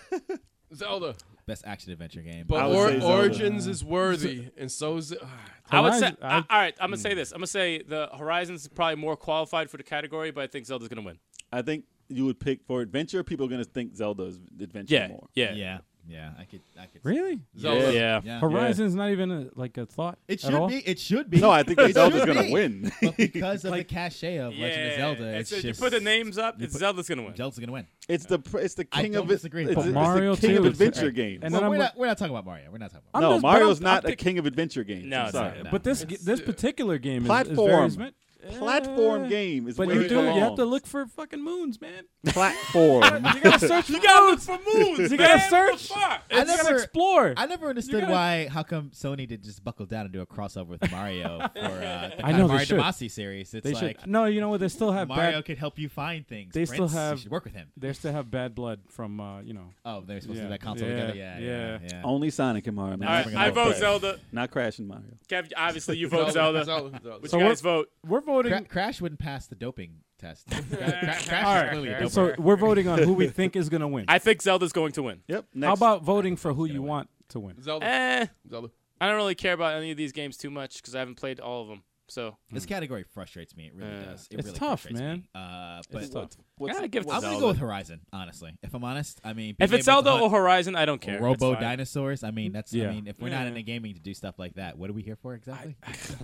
S1: Zelda.
S4: Best action adventure game.
S1: But
S5: I would
S1: or-
S5: say Zelda.
S1: Origins is worthy, and so is. ah,
S2: I would say.
S3: Horizon- I- Hmm.
S2: I, all right, I'm gonna say this. I'm gonna say the Horizon's probably more qualified for the category, but I think Zelda's gonna win.
S5: I think you would pick for adventure. People are going to think Zelda is adventure
S2: Yeah.
S5: more.
S2: Yeah.
S4: yeah, yeah, I could, I could.
S3: Really?
S1: Zelda.
S2: Yeah.
S4: Yeah.
S3: Horizon's not even a, like a thought
S4: It
S3: at
S4: should
S3: all.
S4: be. It should be.
S5: No, I think that
S4: It
S5: Zelda's
S4: should
S5: going
S4: be.
S5: to win.
S4: But because of
S3: Like-
S4: the cachet of Legend of
S2: Yeah.
S4: Zelda,
S2: It's
S4: it's,
S2: a-
S4: just
S2: you put the names up. It's
S4: put-
S2: Zelda's gonna win.
S4: Zelda's gonna win.
S5: It's the pr- it's the
S4: I
S5: king
S4: don't
S5: of it. It's,
S4: disagree.
S5: it's,
S4: But
S5: it's
S3: Mario
S5: the king of
S3: too is-
S5: adventure games.
S3: And
S4: Well,
S3: then I'm
S4: we're
S3: like-
S4: not we're not talking about Mario. We're not talking about.
S3: I'm
S5: no,
S3: just- but
S5: Mario's
S3: I'm- I'm
S5: not a
S3: pick-
S5: king of adventure games.
S2: No,
S5: I'm
S2: it's
S5: sorry.
S2: not.
S3: But this
S1: It's,
S3: this
S1: uh,
S3: particular game is- is
S5: Platform.
S3: very smooth.
S5: Platform game is
S3: But
S5: where
S3: you
S5: it
S3: do. You have
S5: belongs.
S3: to look for fucking moons, man.
S5: platform.
S3: You gotta search. you gotta look for moons. You gotta
S2: man.
S3: search.
S2: Fuck.
S3: I gotta
S4: never-
S3: explore.
S4: I never understood
S3: gotta-
S4: why. How come Sony did just buckle down and do a crossover with Mario for uh, the
S3: I know they
S4: Mario
S3: should.
S4: Damacy series? It's
S3: they
S4: like
S3: should. No, you know what? They still have
S4: Mario
S3: bad.
S4: could help you find things.
S3: They still
S4: Prince, you
S3: have-
S4: should work with him.
S3: They still have bad blood from uh, you know.
S4: Oh, they're supposed
S3: Yeah.
S4: to do that console
S3: Yeah.
S4: together. Yeah, yeah,
S3: Yeah. Oh,
S4: yeah.
S5: Only Sonic and Mario.
S4: All
S5: Man.
S2: All
S4: I'm
S2: right,
S4: never
S2: I
S4: gonna
S2: vote
S4: vote.
S2: Zelda.
S5: Not crashing Mario.
S2: Kev, obviously you vote Zelda.
S1: Zelda.
S2: Would
S3: So
S2: you
S3: what-
S2: guys vote?
S3: We're voting.
S4: Cra- Crash wouldn't pass the doping test. Cra- Cra- Crash
S3: All
S4: is clearly a
S3: right,
S4: doper.
S3: so we're voting on who we think is gonna win.
S2: I think Zelda's going to win.
S5: Yep. Next.
S3: How about voting for who you want to win?
S1: Zelda.
S2: Eh,
S1: Zelda.
S2: I don't really care about any of these games too much because I haven't played all of them. So
S4: this category frustrates me. It really
S2: Yeah.
S4: does. It
S3: It's
S4: really
S3: tough,
S4: frustrates
S3: man.
S4: me. Uh, but
S3: tough.
S5: What's-
S2: gotta give it to
S4: I'm
S2: Zelda.
S4: gonna go with Horizon, honestly. If I'm honest, I mean,
S2: if
S4: being
S2: it's
S4: able to
S2: Zelda
S4: hunt
S2: or Horizon, I don't care. It's
S4: Robo
S2: fine.
S4: dinosaurs, I mean, that's.
S3: Yeah.
S4: I mean, if we're not
S2: Yeah.
S4: in the gaming to do stuff like that, what are we here for exactly?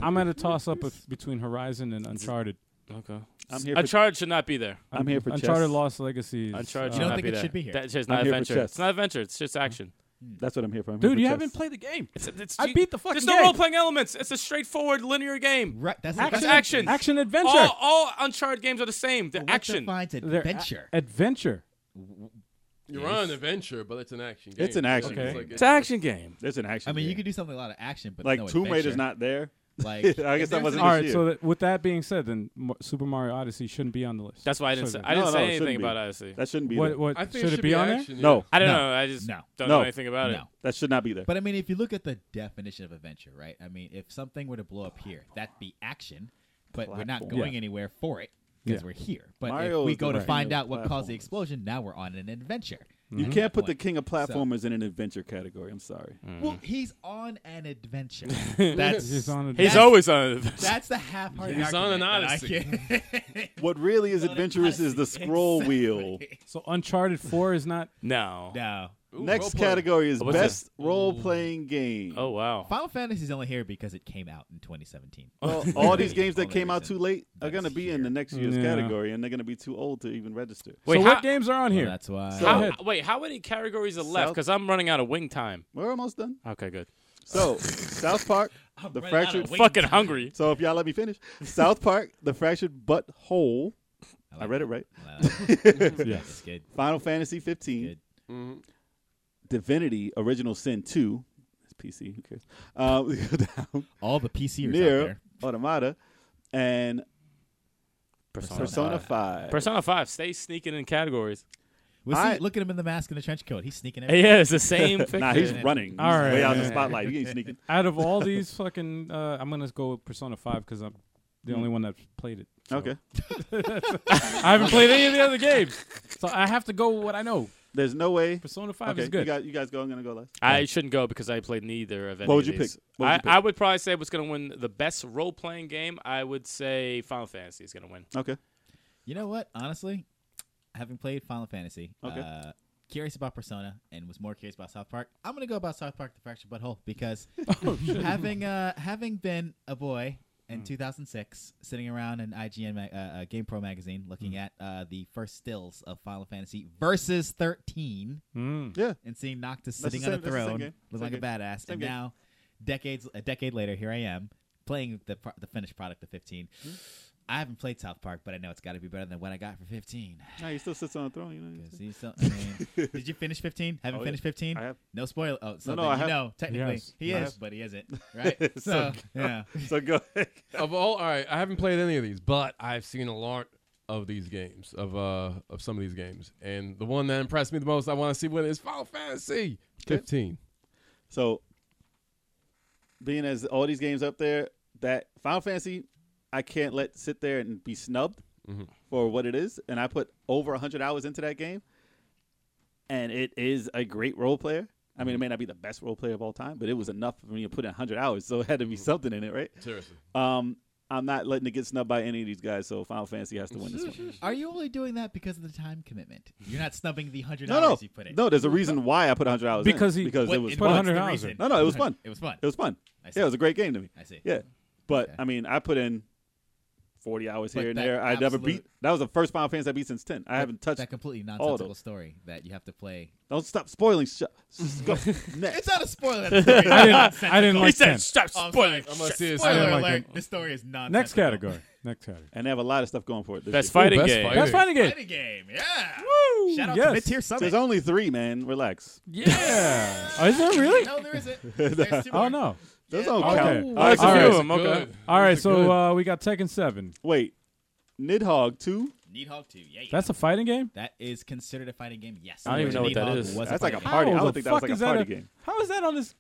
S3: I'm at a toss up between Horizon and Uncharted.
S2: Okay.
S5: I'm here for-
S2: Uncharted should not be there.
S5: I'm here for
S3: Uncharted
S5: chess.
S3: Lost Legacies.
S2: Uncharted
S3: Uh,
S4: You
S2: should
S4: don't
S2: not
S4: think
S2: be
S4: it
S2: there.
S4: should be here?
S2: That shit's
S5: I'm here
S2: not
S5: for
S2: adventure.
S5: chess.
S2: It's not adventure. It's just action.
S5: That's what I'm here for. I'm here
S3: Dude,
S5: for
S3: you
S5: chess.
S3: haven't played the game.
S2: It's, it's
S3: I
S2: you-
S3: beat the fucking
S2: There's
S3: game.
S2: no role playing elements. It's a straightforward linear game.
S4: Right. That's
S2: It's
S4: the
S2: action.
S3: Action adventure.
S2: All, all Uncharted games are the same. The
S4: What
S2: action.
S4: defines
S3: They're a-
S4: adventure?
S3: adventure.
S1: You're
S4: Yes.
S1: on an adventure, but it's an action game.
S5: It's an action
S1: It's
S3: game.
S1: like
S2: It's an action game.
S5: There's an action.
S4: I mean, you
S5: game.
S4: could do something with a lot of action, but
S5: like
S4: no
S5: Tomb Raider's
S4: adventure.
S5: not there.
S4: Like,
S5: I guess that
S4: there's
S5: wasn't
S3: All
S5: this
S3: right.
S5: year.
S3: So that, with that being said, then Mo- Super Mario Odyssey shouldn't be on the list.
S2: That's why I didn't.
S3: So
S2: Say, I didn't
S5: No, no, it
S2: say
S5: shouldn't
S2: anything
S5: be.
S2: about Odyssey.
S5: that shouldn't be
S3: what
S5: there.
S3: what
S1: I think
S3: should it be, on there?
S1: action, yeah.
S5: No,
S2: I don't
S4: No.
S2: know. I just
S4: No.
S2: don't
S5: No.
S2: know anything about it.
S4: no.
S5: that should not be there.
S4: But I mean, if you look at the definition of adventure, right? I mean, if something were to blow up here, that'd be action, but we're not
S5: Platform.
S4: going anywhere for it because
S3: Yeah.
S4: we're here. But
S5: Mario
S4: if we
S5: is
S4: go
S5: the
S4: to
S5: king
S4: find
S5: of
S4: out what caused the
S5: platformers.
S4: explosion, now we're on an adventure.
S2: Mm-hmm.
S5: you can't put the
S4: Point.
S5: king of platformers in an adventure category. I'm sorry.
S2: Mm.
S4: Well, he's on an adventure. That's
S3: He's on a-
S2: He's
S4: That's-
S2: always on. it.
S4: That's the half-hearted.
S1: He's on an
S4: argument, and I can't-
S5: What really is adventurous is the scroll wheel.
S3: So Uncharted Four is not.
S2: No.
S4: no.
S1: Ooh,
S5: Next
S1: role-playing.
S5: category is
S2: Oh, What's that?
S5: best role playing game.
S2: Oh wow.
S4: Final Fantasy's only here because it came out in 2017.
S5: Well, all these
S4: Only
S5: games that came out
S4: reason
S5: too late are
S4: that's
S5: going to be in the
S4: here.
S5: next year's
S3: Yeah.
S5: category, and they're going to be too old to even register.
S2: Wait,
S3: so
S2: how,
S3: what games are on
S4: Well,
S3: here?
S4: that's why. uh,
S5: So-
S2: how-
S3: Go ahead.
S2: wait, how many categories are left?
S5: South-
S2: Because I'm running out of wing time.
S5: We're almost done.
S2: Okay, good.
S5: So, South Park, the
S4: running out of
S5: fractured.
S4: wings. Wing
S2: Fucking
S4: time.
S2: hungry.
S5: So if y'all let me finish, South Park, the fractured butthole. I
S4: like
S5: read it right.
S4: Well, it's good.
S5: Final Fantasy 15.
S4: Good.
S3: Mm-hmm.
S1: Mhm.
S5: Divinity Original Sin 2. It's PC. Who cares? Uh, we go down.
S4: All the PCers out
S5: Near
S4: there.
S5: Automata and
S2: Persona,
S5: Persona
S2: Five.
S5: 5.
S2: Persona Five. Stay sneaking in categories.
S4: Well,
S5: I-
S4: see, look at him in the mask and the trench coat. He's sneaking. everywhere.
S2: Yeah, it's the same. Picture.
S5: nah, he's running.
S3: All
S5: he's
S3: right.
S5: way out in the spotlight. He ain't sneaking.
S3: Out of all these fucking, uh, I'm gonna go with Persona Five because I'm the
S4: Hmm.
S3: only one that's played it. so.
S5: Okay.
S3: I haven't played any of the other games, so I have to go with what I know.
S5: There's no way.
S3: Persona Five
S5: Okay,
S3: is good.
S5: You, guys, you guys go. I'm going to go last.
S2: I shouldn't go because I played neither of any.
S5: What would
S2: of
S5: you
S2: these.
S5: pick? What would
S2: I,
S5: you pick?
S2: I would probably say what's going to win the best role playing game. I would say Final Fantasy is going to win.
S5: Okay.
S4: You know what? Honestly, having played Final Fantasy,
S5: Okay.
S4: uh, curious about Persona, and was more curious about South Park, I'm gonna go about South Park: The Fractured Butthole because
S5: Oh,
S4: having uh, having been a boy
S5: Mm.
S4: in 2006, sitting around an IGN ma- uh, uh, Game Pro magazine,
S5: Mm.
S4: looking at uh, the first stills of Final Fantasy versus 13,
S3: Mm.
S5: Yeah.
S4: and seeing Noctis
S5: That's
S4: sitting
S5: the same-
S4: on a
S5: that's the same
S4: throne,
S5: game.
S4: look
S5: Same
S4: like a
S5: game.
S4: badass,
S5: Same
S4: and
S5: game.
S4: now decades a decade later, here I am playing the pro- the finished product of 15.
S5: Hmm?
S4: I haven't played South Park, but I know it's got to be better than what I got for 15.
S5: Nah, he still sits on the throne. You know.
S4: 'Cause he's so- I mean, did you finish 15? Haven't
S5: Oh, yeah.
S4: finished 15?
S5: I have.
S4: No spoiler. Oh, so
S5: no,
S4: then
S5: I
S4: you
S5: have.
S4: know, technically
S3: Yes.
S4: he
S5: I
S4: is,
S5: have.
S4: but he isn't, right? so, yeah.
S5: So go ahead.
S1: Of all, all right, I haven't played any of these, but I've seen a lot of these games, of uh, of some of these games, and the one that impressed me the most, I want to see win is Final Fantasy 15.
S5: So, being as all these games up there, that Final Fantasy, I can't let sit there and be snubbed
S3: Mm-hmm.
S5: for what it is. And I put over 100 hours into that game, and it is a great role player. I
S3: Mm-hmm.
S5: mean, it may not be the best role player of all time, but it was enough for me to put in 100 hours, so it had to be something in it, right?
S1: Seriously,
S5: Um, I'm not letting it get snubbed by any of these guys, so Final Fantasy has to win this one.
S4: Are you only doing that because of the time commitment? You're not snubbing the 100
S5: No, no,
S4: hours you put in.
S5: no. There's a reason why I put 100 hours in,
S3: Because he-
S5: because
S4: What-
S5: it was
S4: and
S3: put
S5: fun.
S4: what's
S3: 100
S4: the
S3: hours
S4: reason?
S3: in.
S5: No, no, it was fun.
S4: It was fun.
S5: It was fun.
S4: I see.
S5: Yeah, it was a great game to me.
S4: I see.
S5: Yeah, but
S4: Okay.
S5: I mean, I put in forty hours
S4: But
S5: here and
S4: that
S5: there. I never
S4: absolute-
S5: beat. That was the first Final Fantasy I beat since ten. I haven't touched.
S4: that completely
S5: of
S4: nonsensical
S5: them.
S4: story that you have to play.
S5: Don't stop spoiling. Sh- s- go next.
S4: It's not a spoiler. That story.
S3: I didn't. I didn't like ten.
S2: "Stop
S4: Oh, I'm sorry.
S1: I'm gonna see this.
S3: I
S4: Spoiler
S3: don't like
S4: alert.
S3: it.
S4: This story is nonsensical.
S3: Next category. Next category.
S5: and they have a lot of stuff going for it. This
S2: Best
S5: year.
S2: fighting
S1: best
S2: game.
S1: fighting.
S3: That's fighting game.
S4: Fighting Oh, game. Yeah.
S3: Woo!
S4: Shout out to
S3: Yes.
S4: Mid-Tier Summit.
S5: There's only three, man. Relax.
S3: Yeah. oh, is that really?
S4: No, there isn't. There's two
S3: Oh
S4: more.
S3: no.
S5: Those
S4: Yeah.
S5: don't
S3: Okay.
S5: count.
S3: Ooh.
S5: All right, so
S3: All
S5: here-
S3: right.
S1: These are
S2: them, okay.
S1: good.
S3: All right.
S1: These are good.
S3: So uh, we got Tekken Seven.
S5: wait. Nidhogg two.
S4: Needhog 2. Yeah, yeah.
S3: That's a fighting game.
S4: that is considered a fighting game. Yes.
S2: I don't even know what that is.
S5: That's like a party.
S3: How
S5: I
S3: the
S5: don't think that was
S3: fuck
S5: like a
S3: is that
S5: party game.
S3: How is that on this?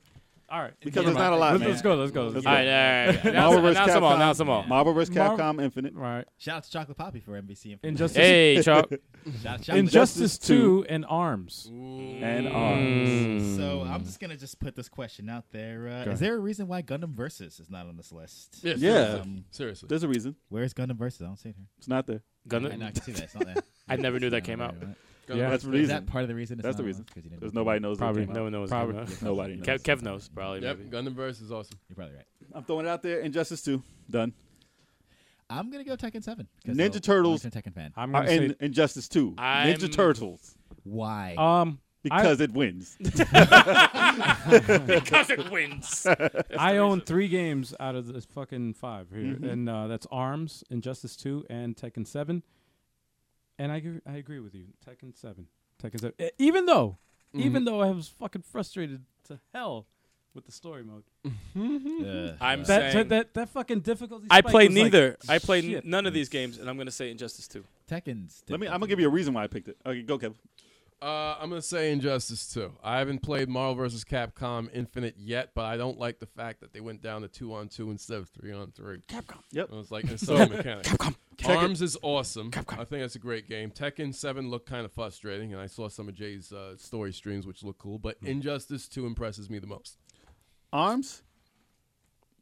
S3: All right.
S5: Because there's not a lot,
S3: Let's,
S5: man.
S3: let's go. Let's go. Let's
S5: Let's
S3: go.
S5: go.
S2: All right, all right. all right. Announce,
S5: Marvel vs.
S2: announce them all.
S5: Capcom.
S2: Announce them all.
S5: Marvel vs.
S3: Marvel-
S5: Capcom Infinite.
S3: All right.
S4: Shout out to Chocolate Poppy for NBC. Infinite.
S3: And just
S2: Hey, Chuck.
S4: Shout- shout out to-
S3: Injustice
S5: Injustice
S3: 2 and Arms.
S5: And
S4: Mm.
S5: uh,
S3: Mm.
S5: arms.
S2: Mm.
S4: So I'm just gonna just put this question out there. Uh,
S3: Go
S4: is
S3: ahead.
S4: there a reason why Gundam Versus is not on this list?
S1: Yeah,
S5: Yeah.
S1: seriously. seriously.
S5: There's a reason.
S4: Where's Gundam Versus? I don't see it here.
S5: It's not there.
S4: I,
S2: Gundam-
S4: know, I can see that. It's not there.
S2: I never knew
S4: It's
S2: that
S4: not
S2: came
S4: there,
S2: out.
S4: right?
S5: Yeah, That's the
S4: Is
S5: reason.
S4: that part of the reason? It's
S5: That's
S4: not
S5: the
S4: on
S5: reason.
S4: list? 'Cause you didn't
S5: There's
S4: vote.
S5: nobody knows.
S3: Probably
S5: Probably.
S2: No one knows.
S3: Probably.
S2: Kev,
S5: Nobody knows.
S2: Kev knows probably.
S1: Yep,
S2: maybe.
S1: Gundam Verse is awesome.
S4: You're probably right.
S5: I'm throwing it out there. Injustice 2. Done.
S4: I'm gonna go Tekken Seven. 'cause
S5: Ninja
S4: I'm a
S5: Turtles.
S4: long-term Tekken fan.
S3: I'm
S5: Uh,
S3: going
S5: and
S3: to
S5: Injustice 2.
S2: I'm-
S5: Ninja Turtles.
S4: Why?
S3: say. Um,
S5: Because it wins.
S2: Because it wins.
S3: I own three games out of this fucking five here,
S5: Mm-hmm.
S3: and uh, that's Arms, Injustice Two, and Tekken Seven. And I gr- I agree with you, Tekken Seven, Tekken Seven. E- Even though,
S5: Mm-hmm.
S3: even though I was fucking frustrated to hell with the story mode,
S4: Ugh.
S2: I'm
S3: that that,
S2: saying
S3: that that fucking difficulty.
S2: I
S3: spike
S2: play
S3: was like,
S2: neither. I play n-
S3: shit.
S2: none of these games, and I'm gonna say Injustice Two.
S4: Tekken's.
S5: Let me. I'm gonna give you a reason why I picked it. Okay, go, Kev.
S1: Uh, I'm gonna say Injustice 2. I haven't played Marvel vs. Capcom Infinite yet, but I don't like the fact that they went down to two on two instead of three on three. Capcom.
S5: Yep.
S1: It was like it's so mechanic. Capcom. Arms is awesome. I think that's a great game. Tekken 7 looked kind of frustrating, and I saw some of Jay's uh, story streams, which look cool. But Injustice 2 impresses me the most.
S5: Arms.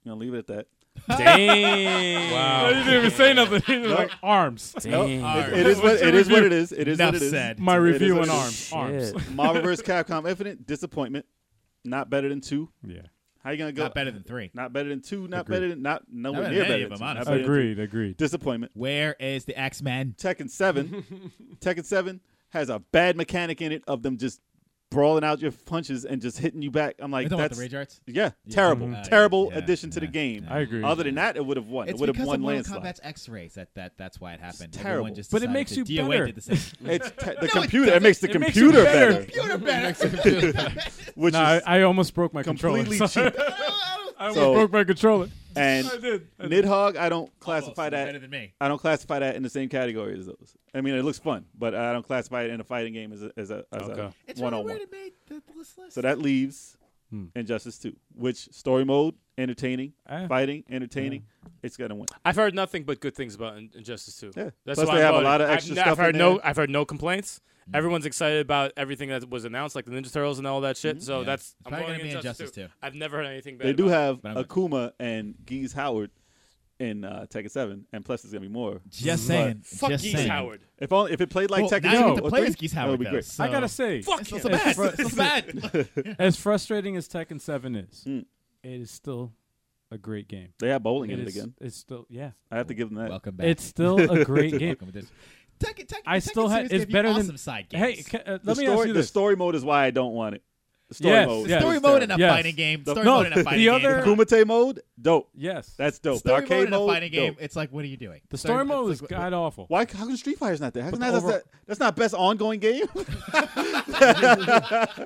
S5: I'm gonna leave it at that.
S2: Dang.
S1: Wow.
S3: I didn't even say nothing. He
S4: Oh,
S3: was
S5: No.
S3: like Arms.
S5: It- it is what it is. What it is. It is
S4: Enough
S5: what it is.
S4: said.
S5: It
S3: My
S5: is
S3: review
S5: what
S3: on
S5: it is.
S3: Arms. Arms.
S5: Marvel vs. Capcom Infinite. Disappointment. Not better than two.
S3: yeah.
S5: How you gonna go?
S4: Not better than three.
S5: Not better than two. Not
S3: Agreed.
S5: better than not nowhere
S4: better
S5: near
S4: than any
S5: better. than
S4: of them,
S5: two, not
S4: honestly.
S5: better than
S3: Agreed.
S5: two.
S3: Agreed.
S5: Disappointment.
S4: Where is the X Men?
S5: Tekken Seven. Tekken Seven has a bad mechanic in it of them just brawling out your punches and just hitting you back. I'm like,
S4: talking about
S5: that's
S4: the Rage Arts.
S5: yeah, terrible,
S4: Mhm. Uh,
S5: terrible
S4: yeah,
S5: addition to the
S4: yeah,
S5: game.
S3: I agree.
S5: Other than that, it would have won.
S4: It's
S5: it would
S4: because
S5: have won
S4: of Mortal
S5: landslide.
S4: Kombat's X-rays that, that that's why it happened.
S5: terrible.
S4: Everyone just
S3: But it
S4: decided
S3: makes
S4: that
S3: you
S4: DOA
S3: better.
S4: Did the same.
S5: It's te- the
S4: it
S5: computer. It
S4: doesn't.
S5: makes the
S3: It makes it
S5: computer
S3: better.
S5: better,
S4: Computer better.
S5: which
S3: No, I,
S5: is
S3: I almost broke my controller.
S5: completely
S3: So-
S5: cheap.
S3: I almost
S5: So-
S3: broke my controller.
S5: And
S3: I did. I did.
S5: Nidhogg, I don't classify
S4: Better
S5: that.
S4: than me.
S5: I don't classify that in the same category as those. I mean, it looks fun, but I don't classify it in a fighting game as a, as a, as
S2: Okay.
S4: It's
S5: a one
S4: really
S5: on
S4: weird
S5: one.
S4: it made the the list list.
S5: So that leaves
S3: Hmm.
S5: Injustice 2, which story mode, entertaining,
S3: Eh.
S5: fighting, entertaining. It's gonna win.
S2: I've heard nothing but good things about In- Injustice Two.
S5: Yeah.
S2: That's
S5: Plus
S2: why
S5: they
S2: I
S5: have a
S2: voted.
S5: lot of
S2: I've
S5: extra
S2: n- I've,
S5: stuff in
S2: heard no.
S5: there. Mm-hmm.
S2: I've heard no complaints. Everyone's excited about everything that was announced, like the Ninja Turtles and all that shit. So
S4: Yeah.
S2: that's
S4: It's probably
S2: I'm going
S4: gonna be
S2: Injustice,
S4: Injustice
S2: 2.
S4: too.
S2: I've never heard anything bad.
S5: They do
S2: about
S5: have
S4: But I'm-
S5: Akuma and Geese Howard in uh, Tekken 7, and plus there's gonna be more.
S4: Just
S5: But
S4: saying.
S2: it. Fuck
S4: just
S2: Geese
S4: saying.
S2: Howard.
S5: If only if it played like
S4: Well,
S5: Tekken
S4: now you
S5: 2
S4: get to
S5: or
S4: play
S5: 3,
S4: as Geese
S5: that would
S4: Howard.
S5: be
S4: though,
S5: great.
S4: so-
S3: I gotta say,
S2: Fuck
S4: It's
S2: him.
S4: not so bad.
S3: fr-
S4: It's so bad.
S3: as frustrating as Tekken Seven is,
S5: Mm.
S3: it is still a great game.
S5: They have bowling in
S3: It
S5: it
S3: is-
S5: again.
S3: It's still yeah.
S5: I have to give them that.
S4: Welcome back.
S3: It's still a great game.
S4: Welcome to this. Tekken, Tekken,
S3: I
S4: Tekken
S3: still had-
S4: series
S3: it's
S4: gave you
S3: better than-
S4: awesome side games.
S3: Hey, ca- uh,
S5: The
S3: let me
S5: story-
S3: ask you
S5: the
S3: this.
S5: story mode is why I don't want it. The story
S3: Yes,
S5: mode.
S3: yes.
S5: is
S4: story mode in a
S5: terrible.
S3: Yes.
S4: fighting game.
S5: The-
S4: Story
S3: No,
S4: mode in a
S3: the
S4: fighting
S3: other-
S4: game.
S5: Kumite mode, dope.
S3: yes,
S5: That's dope.
S4: Story
S5: Oh, Arcade
S4: mode in a fighting
S5: dope.
S4: game. It's like, what are you doing?
S3: the story mode was
S4: like,
S3: god awful.
S5: Why? How come Street Fighter's not there? How come
S3: But
S5: that's,
S3: the
S5: not, that's not best ongoing game?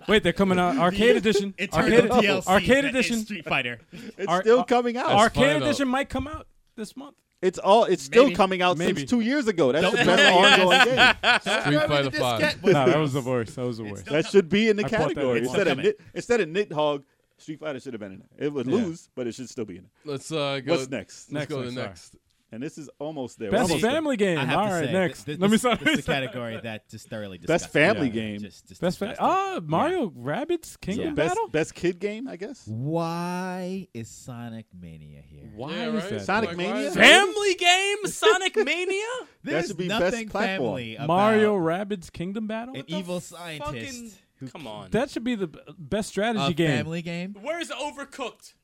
S3: Wait, they're coming out arcade edition.
S4: It turned
S3: Arcade,
S4: into DLC.
S3: arcade
S4: that is
S3: edition.
S4: Street Fighter.
S5: it's
S3: Ar- uh,
S5: still
S3: ar-
S5: coming out.
S1: ar-
S3: Arcade
S1: find out.
S3: edition might come out this month.
S5: it's all. It's still
S4: Maybe.
S5: coming out
S3: Maybe.
S5: since two years ago. That's
S4: Don't
S5: the
S4: worry,
S5: best ongoing game.
S1: Street Fighter 5.
S3: no, that was the worst. That was the worst.
S4: still-
S5: That should be in the
S3: I bought that
S5: category
S3: one.
S5: instead of
S4: Coming.
S5: nit, instead of Nidhogg. Street Fighter should have been in it. It would
S3: Yeah.
S5: lose, but it should still be in it.
S1: Let's uh, go.
S5: What's
S1: Let's
S5: next?
S3: Next
S1: go
S3: one,
S1: to
S3: sorry.
S1: next.
S5: And this is almost there. We're
S3: Best
S5: almost there.
S3: family game.
S4: I have
S3: All
S4: to
S3: right,
S4: say,
S3: next.
S4: th- th-
S3: Let me
S4: this,
S3: stop.
S4: This is a category that just thoroughly
S5: Best
S4: disgusting.
S5: family
S3: Yeah.
S5: game.
S4: Just, just
S3: Best fa-
S4: disgusting.
S3: ah Mario Rabbids Kingdom
S4: Yeah.
S5: Best
S3: Battle.
S5: best kid game, I guess.
S4: Why is Sonic Mania here?
S3: Why
S1: Yeah,
S3: is
S1: right?
S3: that?
S5: Sonic
S1: Like, why
S5: Mania?
S1: is it-
S2: Family game, Sonic Mania.
S5: That
S4: There's
S5: should be best
S4: nothing
S5: platform.
S4: family about
S3: Mario Rabbids Kingdom Battle.
S4: an
S3: What the
S4: evil
S3: f-
S4: scientist. who-
S2: Come on.
S3: That should be the b- best strategy
S4: a
S3: game.
S4: family game.
S2: Where's Overcooked?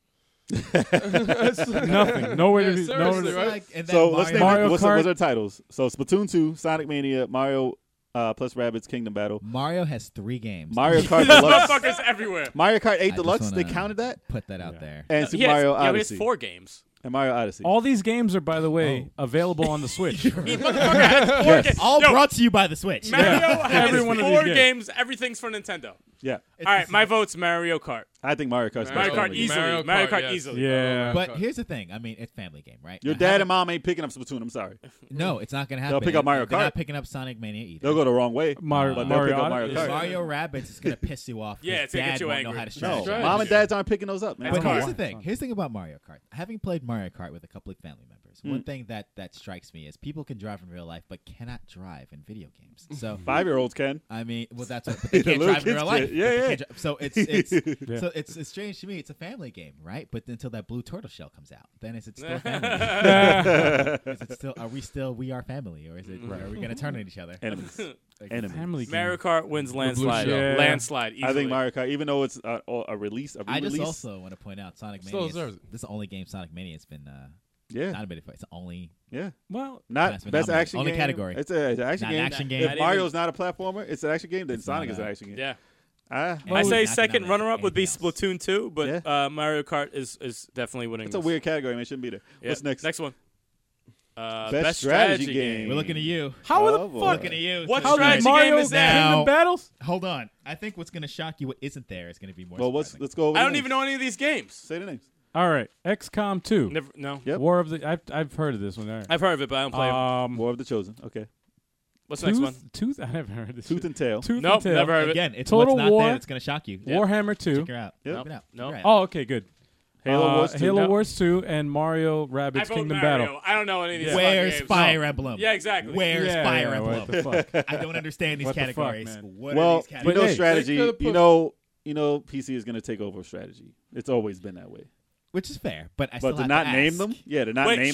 S3: Nothing. Nowhere to
S1: Yeah,
S3: be. Nowhere
S1: seriously,
S3: to,
S1: right?
S4: Like, and then
S5: So
S4: Mario,
S5: let's name
S3: Mario
S5: it. What's, the-
S3: Kart.
S5: what's our titles? So Splatoon 2, Sonic Mania, Mario uh, plus Rabbids Kingdom Battle,
S4: Mario has three games.
S5: Mario Kart Deluxe,
S2: Motherfuckers everywhere.
S5: Mario Kart 8
S4: I just
S5: Deluxe.
S4: wanna
S5: They counted that,
S4: Put that out there.
S5: and Super
S2: yeah,
S5: Mario
S2: it's, Uh, yeah, but it's
S5: Odyssey,
S2: four games.
S5: and Mario Odyssey.
S3: All these games are, by the way, available on the Switch.
S4: All
S2: Yo.
S4: brought to you by the Switch.
S2: Mario has
S3: Every one of these
S2: four
S3: games.
S2: games. Everything's for Nintendo.
S5: yeah,
S2: All right, my vote's Mario Kart.
S5: I think Mario Kart's
S2: Mario
S5: my
S2: Kart
S5: favorite.
S2: easily.
S1: Mario
S2: Mario
S1: Kart,
S2: Kart
S1: yes.
S2: easily.
S3: Yeah.
S1: Mario
S4: But
S1: Kart.
S4: here's the thing. I mean, it's family game, right?
S5: Your
S4: Now,
S5: dad
S4: having-
S5: and mom ain't picking up Splatoon. I'm sorry.
S4: No, it's not gonna happen.
S5: They'll pick up Mario
S4: They're
S5: Kart.
S4: not picking up Sonic Mania either.
S5: They'll go the wrong way.
S3: Mar-
S5: but they'll pick up
S3: Mario
S5: Mario
S3: Kart.
S5: Kart.
S4: Mario Rabbits is gonna piss you off. 'cause
S2: Yeah, it's gonna
S4: dad
S2: get you
S4: won't
S2: angry.
S4: know how to
S5: No,
S4: strategize.
S1: Strategy.
S5: mom and dads aren't picking those up, man.
S2: That's
S4: But here's
S2: hard.
S4: the thing. Here's the thing about Mario Kart. Having played Mario Kart with a couple of family members,
S5: Hmm.
S4: one thing that that strikes me is people can drive in real life, but cannot drive in video games. So
S5: Five year olds can.
S4: I mean, well, that's what but they
S5: The
S4: can't
S5: little
S4: drive in
S5: kids
S4: real life.
S5: can. Yeah,
S4: They
S5: yeah.
S4: can't dri- So it's it's so it's, it's strange to me. It's a family game, right? But until that blue turtle shell comes out, then is it still a family? game? is it still? Are we still we are family, or is it? Are we going to turn on each other?
S5: Enemies.
S4: Like,
S5: Enemies.
S3: Family game.
S2: Mario Kart wins landslide.
S1: shell.
S3: Yeah.
S2: Landslide. Easily.
S5: I think Mario Kart, even though it's a, a release, a re
S4: I just
S5: release.
S4: also want to point out Sonic
S1: Still
S4: Mania. is-
S1: deserves it.
S4: this is the only game Sonic Mania has been uh,
S5: yeah,
S4: nominated for. It's the only
S5: yeah.
S3: Well,
S5: Not
S4: That's been
S5: best
S4: nominated.
S5: action
S4: Only
S5: game.
S4: category.
S5: It's a, it's an action
S4: Not an
S5: game.
S4: action game.
S5: If
S2: Not even-
S5: Mario's not a platformer, it's an action game. Then Sonic
S4: not
S5: is an
S4: a-
S5: action game.
S2: Yeah.
S5: Ah,
S4: And
S2: I
S4: it's
S2: say
S4: not
S2: second
S4: nominated for
S2: runner up would be
S4: anything else.
S2: Splatoon 2, but uh, Mario Kart is, is definitely winning.
S5: it's a
S2: this.
S5: weird category. Man, it shouldn't be there.
S2: Yeah.
S5: What's next?
S2: Next one. Uh,
S5: Best strategy game.
S4: We're looking at you.
S3: how
S5: Oh,
S3: are the
S5: boy.
S3: fuck?
S4: Looking at you.
S2: What
S4: Tony.
S3: How did
S2: strategy game
S3: Mario
S2: is that?
S3: Kingdom
S4: Now-
S3: battles?
S4: Hold on. I think what's going to shock you, what isn't there, is going to be more.
S5: Well, what's
S4: surprising.
S5: let's go. Over
S2: I
S5: the
S2: don't
S5: names.
S2: even know any of these games.
S5: Say the names.
S3: All right, XCOM 2.
S2: Never, no.
S5: Yep.
S3: War of the I've, I've heard of this one. All right.
S2: I've heard of it, but I don't play
S4: Uh,
S2: it.
S3: um,
S5: War of the Chosen. Okay.
S2: What's the
S3: tooth,
S2: next one?
S3: Tooth. I never heard of this.
S5: Tooth
S3: shit.
S5: and Tail.
S3: Tooth
S2: Nope,
S3: and tail.
S2: never heard of it.
S4: again? It's
S3: Total
S4: what's not
S3: War.
S4: there that's going to shock you.
S3: Warhammer 2.
S4: Figure out.
S5: Yep.
S4: Figure out.
S2: No.
S4: Figure out.
S3: Oh, okay, good.
S5: Halo
S3: Uh,
S5: Wars 2.
S3: Halo
S5: No.
S3: Wars 2 and Mario
S2: I
S3: Rabbids
S2: vote
S3: Kingdom
S2: Mario.
S3: Battle.
S2: I don't know any of these.
S4: Where's
S2: fucking games.
S4: Fire Emblem?
S2: Oh, Yeah, exactly.
S4: Where's
S3: Yeah,
S4: Fire
S3: yeah, what
S4: Emblem?
S3: the fuck?
S4: I don't understand these
S3: What the fuck,
S4: categories.
S3: man?
S4: what are
S5: well,
S4: these
S5: you
S4: categories?
S5: know
S3: hey,
S5: strategy.
S1: they could've
S5: You
S1: put-
S5: know, you know, PC is going to take over strategy. It's always been that way.
S4: Which is fair, but I still
S5: But to
S4: have
S5: not
S4: to
S5: name
S4: ask.
S5: them, yeah, to not
S2: Wait,
S5: name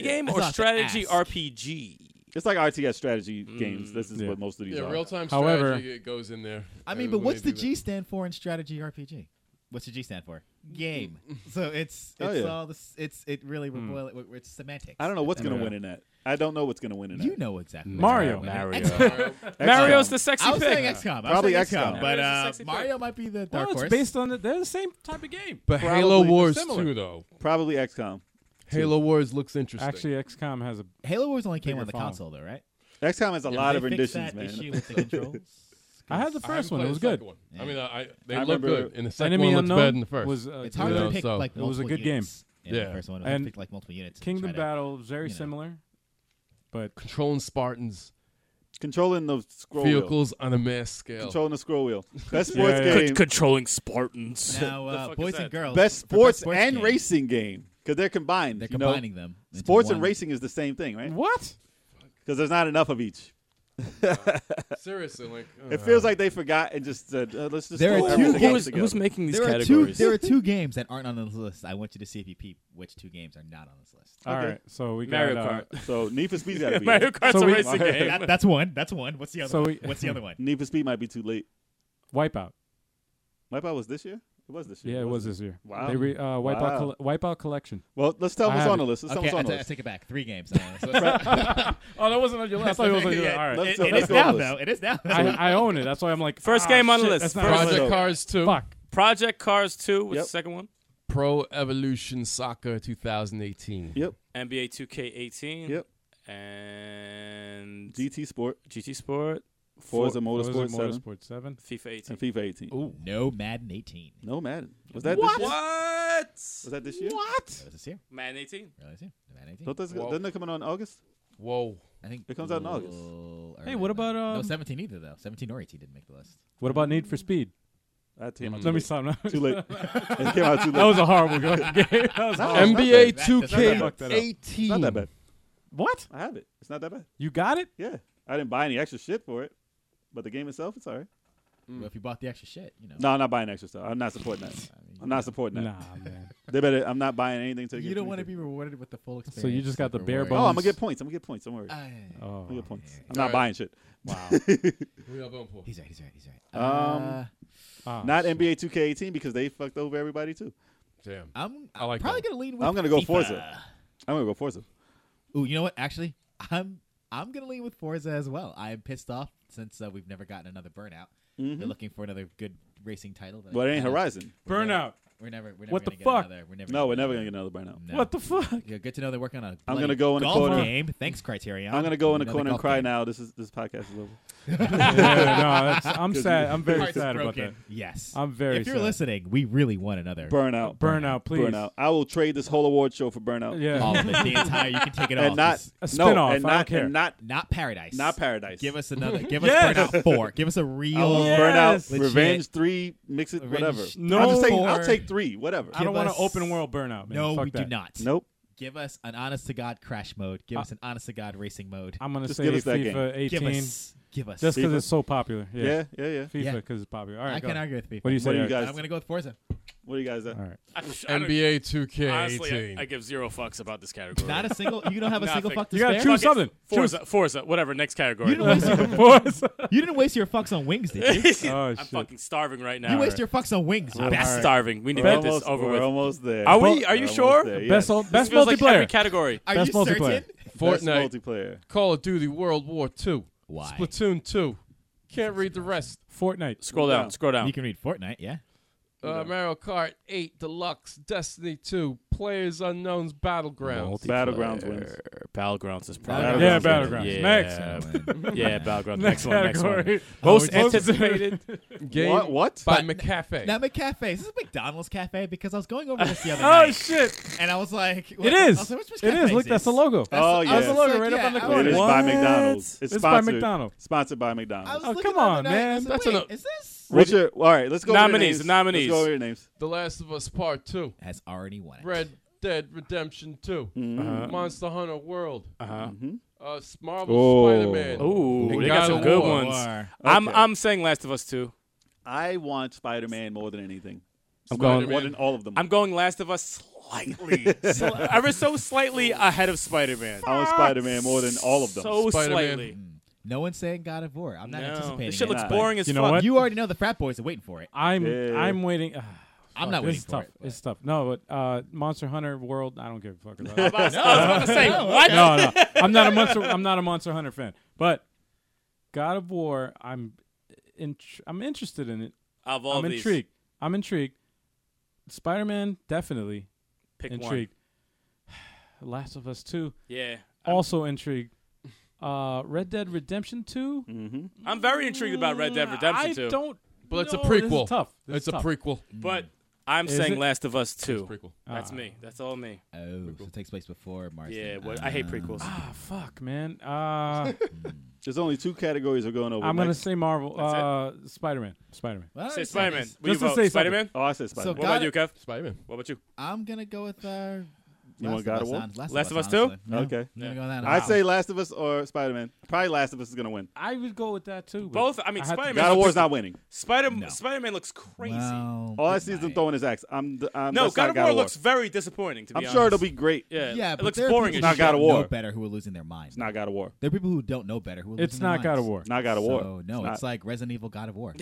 S5: them. in there, yeah.
S2: game
S4: That's
S2: or
S4: not to
S2: strategy
S4: ask.
S2: RPG?
S5: It's like RTS strategy
S4: Mm.
S5: games. This is
S3: Yeah.
S5: what most of these
S1: Yeah,
S5: are.
S1: real time
S3: However-
S1: strategy it goes in there.
S4: I mean,
S1: Uh,
S4: but
S1: when
S4: what's
S1: they
S4: the
S1: do
S4: G stand for in strategy RPG? What's the G stand for? Game. So it's it's
S5: Oh, Mm, yeah. Hmm.
S4: all this. It's it really we're boil it. It's semantics.
S5: I don't know what's
S4: At that
S5: going to
S3: Yeah.
S5: win in that. I don't know what's going to win in that.
S4: You know exactly. what's
S3: Mario.
S4: going on.
S2: Mario.
S4: XCOM.
S1: that.
S2: Mario's the sexy
S4: I was
S2: pick.
S4: saying XCOM.
S5: Probably
S4: I was saying
S5: XCOM.
S4: but
S2: Mario's a
S4: uh,
S2: sexy pick.
S4: Mario might be the dark
S3: Well, it's
S4: horse.
S3: based on the, they're the same type of game.
S1: But
S5: Probably
S1: Halo
S5: they're
S1: Wars
S5: similar.
S1: 2, though.
S5: Probably XCOM.
S1: Halo Wars looks interesting.
S3: Actually, XCOM has a
S4: Halo Wars only came
S3: Bigger
S4: on the
S3: phone.
S4: console though, right?
S5: XCOM has a
S4: Yeah,
S5: lot
S4: they
S5: of
S4: fixed
S5: renditions,
S4: that Issue
S5: man.
S4: with the controls.
S3: I had the
S1: I haven't
S3: first one. It
S1: played
S3: was
S1: the
S3: good.
S1: second one. I mean, I, I, they
S5: I
S1: look
S5: remember-
S1: good, and the second
S3: Enemy
S1: one looks
S3: Unknown
S1: better than the first.
S3: was uh,
S4: It's hard
S1: you
S4: to
S1: know,
S4: pick
S1: so-
S4: like
S3: It was a
S4: multiple
S3: good game.
S4: units in
S1: Yeah.
S4: the first one. I
S3: And
S4: picked like multiple units. to
S3: Kingdom
S4: try to-
S3: Battle, very
S4: you know.
S3: similar, but
S1: Controlling Spartans,
S5: Controlling the scroll wheel.
S1: vehicles on a mass scale.
S5: Controlling the scroll wheel. Best sports
S3: yeah.
S5: game.
S2: controlling Spartans.
S4: Now,
S2: The
S4: uh,
S2: fuck
S4: boys
S2: is
S4: and
S2: that?
S4: girls.
S5: Best
S4: for
S5: sports and
S4: game,
S5: racing game because they're combined.
S4: They're
S5: you know?
S4: combining them. into
S5: Sports and
S4: one. Mm-hmm.
S5: racing is the same thing, right?
S3: what?
S5: Because there's not enough of each.
S1: Seriously, like
S5: It feels like uh, they forgot and just said, uh, let's just
S4: Uh-huh. There
S5: throw
S4: are two
S5: everything
S4: games-
S5: else
S2: Who's,
S5: together.
S2: who's making these
S4: There are two.
S2: categories?
S4: There are two games that aren't on this list. I want you to see if you peep which two games are not on this list.
S3: All
S5: Okay.
S3: right, so we
S2: Mario
S3: got, uh,
S2: Kart.
S5: so Need for Speed's got to be
S2: Mario
S5: in.
S2: Kart's
S3: So
S2: a
S3: we-
S2: racing game.
S4: That- that's one. That's one. What's the other?
S3: So
S4: one?
S3: we-
S4: What's the other one?
S5: Need for Speed might be too late.
S3: Wipeout.
S5: Wipeout was this year? It was this year.
S3: Yeah, it was
S5: wasn't
S3: this year.
S5: Wow.
S3: They re, uh, Wipeout,
S5: Wow.
S3: colle- Wipeout Collection.
S5: Well, let's tell
S3: I
S5: what's
S3: have
S5: on the
S3: it.
S5: list. Let's tell
S4: Okay,
S5: what's
S4: I
S5: on the
S4: ta- I
S5: list.
S4: take it back. Three games. on this list.
S3: Oh, that wasn't on your list. I thought it was on your list.
S4: Yeah,
S3: All right.
S5: Let's
S4: it-
S5: go,
S4: it
S5: let's
S4: is
S5: go,
S4: now
S5: let's-
S4: though. It is now. though.
S3: I, I own it. That's why I'm like
S2: First
S3: ah,
S2: game on the
S3: shit,
S2: list.
S3: that's not
S2: First
S3: on the
S1: Project
S3: list.
S1: Cars 2,
S3: Fuck.
S2: Project Cars 2 was
S5: Yep.
S2: the second one.
S1: Pro Evolution Soccer 2018.
S5: Yep.
S2: NBA 2K18.
S5: Yep.
S2: And
S5: GT Sport,
S2: GT Sport.
S5: Forza
S3: Forza
S5: Motorsport 7,
S3: Motorsport 7.
S2: FIFA 18.
S5: and FIFA 18.
S1: Ooh.
S4: no Madden 18.
S5: No Madden. Was that
S3: What?
S5: this year?
S2: What?
S5: Was that this year?
S4: That was this year.
S2: Madden 18.
S4: Really this year. No Madden 18.
S5: Don't this,
S1: Whoa.
S5: doesn't that come out in August?
S1: Whoa.
S4: I think
S5: It comes out in August.
S4: little
S3: Hey,
S4: earlier
S3: what
S4: than that.
S3: about,
S4: no
S3: um,
S4: 17 either though? 17 or 18 didn't make the list.
S3: What about Need for Speed?
S5: That came out
S3: Mm. Let me
S5: too
S3: stop now.
S5: late. Too late. it came out too late.
S3: That was a horrible go- game. That was
S5: No.
S3: horrible.
S5: M-
S1: NBA
S4: That- that's not that
S3: fucked that up.
S1: 2K18.
S5: it's not that bad.
S3: What?
S5: I have it. It's not that bad.
S3: You got it?
S5: Yeah. I didn't buy any extra shit for it. But the game itself, it's all right.
S4: Well, if you bought the extra shit, you know.
S5: Mm. No, I'm not buying extra stuff. I'm not supporting that. I'm not supporting that.
S3: Nah, man.
S5: They better. I'm not buying anything to the
S4: You
S5: game
S4: don't want to
S5: free.
S4: be rewarded with the full experience.
S3: So you just got the
S4: of
S3: bare
S4: reward.
S5: Oh, I'm gonna
S3: bones.
S5: get points. I'm gonna get points. Don't worry. I'm
S4: Ah,
S3: Oh.
S5: gonna get points. I'm
S1: All
S5: not
S1: right.
S5: buying shit.
S3: Wow.
S1: We up on point.
S4: he's right. He's right. He's right.
S5: Um,
S4: Uh,
S3: Ah,
S5: Oh, Not
S3: shit.
S5: NBA 2K18 because they fucked over everybody too.
S1: Damn.
S4: I'm,
S1: I like
S4: I'm probably
S1: that.
S4: gonna lean with.
S5: I'm gonna go
S4: FIFA.
S5: Forza. I'm gonna go Forza.
S4: Ooh, you know what? Actually, I'm I'm gonna lean with Forza as well. I am pissed off since uh, we've never gotten another burnout. They're looking for another good racing title. that I
S5: Mm-hmm. But it ain't
S4: kinda-
S5: Horizon.
S3: Burnout.
S4: We're never. We're never
S3: What the
S4: gonna get
S3: fuck?
S4: Another, we're never.
S5: No, we're never gonna get another burnout.
S4: No.
S3: What the fuck?
S4: Yeah, good to know they're working on a.
S5: I'm
S4: bloody
S5: gonna go in a
S4: golf
S5: corner.
S4: game. Thanks, Criterion.
S5: I'm gonna go in a
S4: Another
S5: corner and
S4: golf
S5: cry
S4: game.
S5: now. This is this podcast is over.
S3: yeah, no, that's, I'm
S5: 'Cause
S3: sad.
S5: you-
S3: I'm very
S4: Heart's
S3: sad about
S4: broken.
S3: that.
S4: Yes.
S3: I'm very
S4: if you're
S3: sad.
S4: listening, we really want another.
S5: Burnout.
S3: Burnout, please.
S5: Burnout. I will trade this whole award show for burnout.
S3: Yeah.
S4: All of it. The entire. You can take it
S5: And
S4: off.
S5: not
S4: Just
S3: A
S5: no,
S3: spin-off,
S5: and
S3: I
S5: not
S3: don't care.
S5: and not
S4: Not paradise.
S5: not paradise.
S4: Give us another. Give
S3: Yes. Oh,
S4: us burnout four. Give us a real.
S5: I want
S3: Yeah.
S5: burnout,
S3: Yes.
S4: Legit.
S5: revenge three, mix it,
S4: Revenge
S5: whatever.
S3: No
S5: I'm just saying, I'll
S4: more.
S5: take three, whatever.
S3: I don't
S4: Give
S3: want an
S4: us-
S3: open world burnout, man.
S4: No,
S3: Fuck
S4: we do
S3: that.
S4: not.
S5: Nope.
S4: Give us an honest to god crash mode. Give us an honest to god racing mode.
S3: Uh, I'm gonna
S5: Just
S3: say
S5: give us that game.
S3: FIFA 18,
S4: Give us. Give us.
S3: just because
S5: FIFA.
S3: it's so popular. Yeah,
S5: Yeah, yeah, yeah.
S3: FIFA
S4: Yeah.
S3: because it's popular. All right,
S4: I
S3: go
S4: can
S3: on.
S4: argue with people.
S3: What do you say?
S5: What do you
S3: Eric?
S5: guys?
S4: I'm gonna go with Forza.
S5: What do you guys?
S3: All right,
S2: I, don't-
S1: NBA 2K18.
S2: Honestly, I, I give zero fucks about this category.
S4: Not a single. You don't have a
S2: Nothing.
S4: single fuck to
S3: you gotta
S4: spare.
S3: choose
S2: Fuck it.
S3: something.
S2: Forza, Forza, whatever. Next category.
S4: You didn't waste your.
S3: Choose.
S4: You didn't waste your fucks on wings, did you?
S3: Oh,
S2: I'm
S3: shit.
S2: fucking starving right now.
S4: You waste your fucks on wings.
S2: I'm
S4: you bastard.
S2: starving. We need
S5: We're
S2: to get this
S5: almost,
S2: over
S5: we're
S2: with.
S5: almost there.
S2: Are we? Are
S5: We're
S2: you
S5: almost
S2: sure?
S5: there,
S2: This
S3: Best
S5: yes.
S3: o- best
S2: feels like every
S3: multiplayer.
S2: category.
S4: Are
S3: Best
S4: you
S3: multiplayer.
S4: certain?
S5: Best
S1: Fortnite,
S5: multiplayer.
S1: Call of Duty World War II,
S4: Why?
S1: Splatoon 2. Can't read the rest.
S3: Fortnite.
S2: Scroll
S5: Yeah.
S2: down. Scroll down.
S4: You can read Fortnite, yeah.
S1: Uh, Mario Kart 8 Deluxe, Destiny 2, Players Unknown's Battlegrounds.
S5: Battlegrounds wins.
S2: Battlegrounds is
S4: Battlegrounds.
S2: probably
S3: Yeah,
S2: Battlegrounds.
S3: Battlegrounds.
S2: Yeah,
S3: Next.
S2: Yeah, Battlegrounds.
S3: Next
S2: Next one. Next one.
S3: category.
S2: Most
S3: Oh, it's-
S2: anticipated.
S1: Game
S5: What? What?
S1: by
S4: But-
S1: McCafe.
S4: Now McCafe. Is this McDonald's cafe? Because I was going over this the other
S3: Oh
S4: night,
S3: shit!
S4: and I was like,
S3: It
S4: I
S3: is.
S4: was like, which
S3: It
S4: McCafe's
S3: is. Look, that's the logo.
S4: That's
S5: Oh,
S4: the-
S5: yeah.
S4: I was
S3: That's the logo
S4: like,
S3: right up
S4: yeah,
S3: on the
S4: I was
S5: It
S3: corner.
S5: is
S4: like-
S5: by
S3: What?
S5: McDonald's. It's
S3: It's by
S5: sponsored-
S3: McDonald's.
S5: Sponsored by
S4: I was
S5: McDonald's.
S3: Oh,
S4: looking
S3: come
S4: the other
S3: on,
S4: night, and I
S3: man.
S4: said,
S1: That's
S4: wait,
S1: enough.
S4: Is this?
S5: What's your? All right, let's go. over your
S2: Nominees,
S5: names.
S2: nominees.
S5: Let's go over your names.
S1: The Last of Us Part 2,
S4: Has already won it.
S1: Red Dead Redemption 2,
S2: Uh-huh.
S1: Monster Hunter World,
S2: Uh-huh.
S1: uh, Marvel
S5: Oh.
S1: Spider-Man.
S2: Ooh,
S1: And
S2: they got
S1: God
S2: some
S1: of
S2: good
S1: War.
S2: ones. I'm
S5: Okay.
S2: I'm saying Last of Us Two.
S5: I want Spider-Man more than anything.
S2: I'm
S5: I
S2: going.
S1: Spider-Man.
S5: want in all of them.
S2: I'm going Last of Us slightly, sli- ever so slightly ahead of Spider-Man.
S5: I want Spider-Man more than all of them.
S2: So
S1: Spider-Man.
S2: slightly.
S4: No one's saying God of War. I'm not
S2: No,
S4: anticipating
S2: this shit
S4: it.
S2: looks
S5: Nah.
S2: boring as
S3: You know
S2: fuck.
S3: what?
S4: You already know the frat boys are waiting for it.
S3: I'm
S5: Yeah.
S3: I'm waiting. Ah,
S4: I'm not
S3: this
S4: waiting
S3: is
S4: for
S3: tough.
S4: it.
S3: It's tough. No, but uh, Monster Hunter World. I don't give a fuck about.
S2: I was about to say what?
S3: no, no. I'm not a monster. I'm not a Monster Hunter fan. But God of War, I'm, in, I'm interested in it.
S2: Of all
S3: I'm
S2: these,
S3: intrigued. I'm intrigued. Spider Man, definitely
S2: pick one.
S3: intrigued. Last of Us Two,
S2: Yeah,
S3: also intrigued. Uh, Red Dead Redemption Two.
S5: Mm-hmm.
S2: I'm very intrigued about Red Dead Redemption
S3: Mm, I
S2: Two,
S3: don't.
S1: But it's a
S3: know. This is
S1: prequel.
S3: tough. This
S1: It's
S3: is
S1: a
S3: tough.
S1: prequel.
S2: but I'm
S3: Is
S2: saying
S3: it?
S2: Last of Us Two.
S1: Prequel.
S2: That's
S3: Ah.
S2: me. That's all me.
S4: Oh, so it takes place before Mars. Um,
S2: Yeah,
S4: Day.
S2: what, I hate prequels.
S3: Ah, fuck, man. Uh,
S5: There's only two categories we're going over.
S3: I'm gonna
S5: next.
S3: say Marvel.
S2: That's it.
S3: Uh, Spider Man. Spider Man.
S4: Well,
S2: Say
S4: it's-
S2: Spider-Man.
S4: it's-
S2: Will you
S3: Just to say
S2: vote
S3: something.
S2: Spider-Man?
S5: Oh, I said Spider-Man.
S4: So-
S2: What
S4: Got
S2: about you,
S4: it.
S2: Kev?
S1: Spider-Man.
S2: What about you?
S4: I'm gonna go with uh,
S5: You
S4: Last
S5: want
S4: of
S5: God
S4: Us
S5: of War?
S4: on-
S2: Last of Us
S4: honestly.
S2: too?
S4: Yeah.
S5: Okay.
S4: I'm gonna go with that.
S5: I say Last of Us or Spider-Man. Probably Last of Us is gonna win.
S3: I would go with that too. but
S2: Both. I mean,
S3: have to-
S2: Spider-Man.
S5: God of War's not winning.
S2: Spider
S4: No.
S2: Spider-Man looks crazy.
S4: Wow.
S5: All I see is them throwing his axe. I'm. th- I'm
S2: No,
S5: that's
S2: God
S5: not
S2: of War looks very disappointing. To be
S5: I'm
S2: honest,
S5: sure it'll be great.
S2: Yeah,
S4: Yeah,
S2: it
S4: but
S2: looks
S4: there are
S2: boring.
S4: people
S2: as
S5: It's not
S2: shit.
S5: God of War.
S4: Know better who are losing their minds.
S5: It's not God of War.
S4: There are people who don't know better who are losing
S3: It's
S4: their
S3: not God
S4: minds.
S3: of War.
S5: It's not God of War.
S4: So, no, it's like Resident Evil God of War.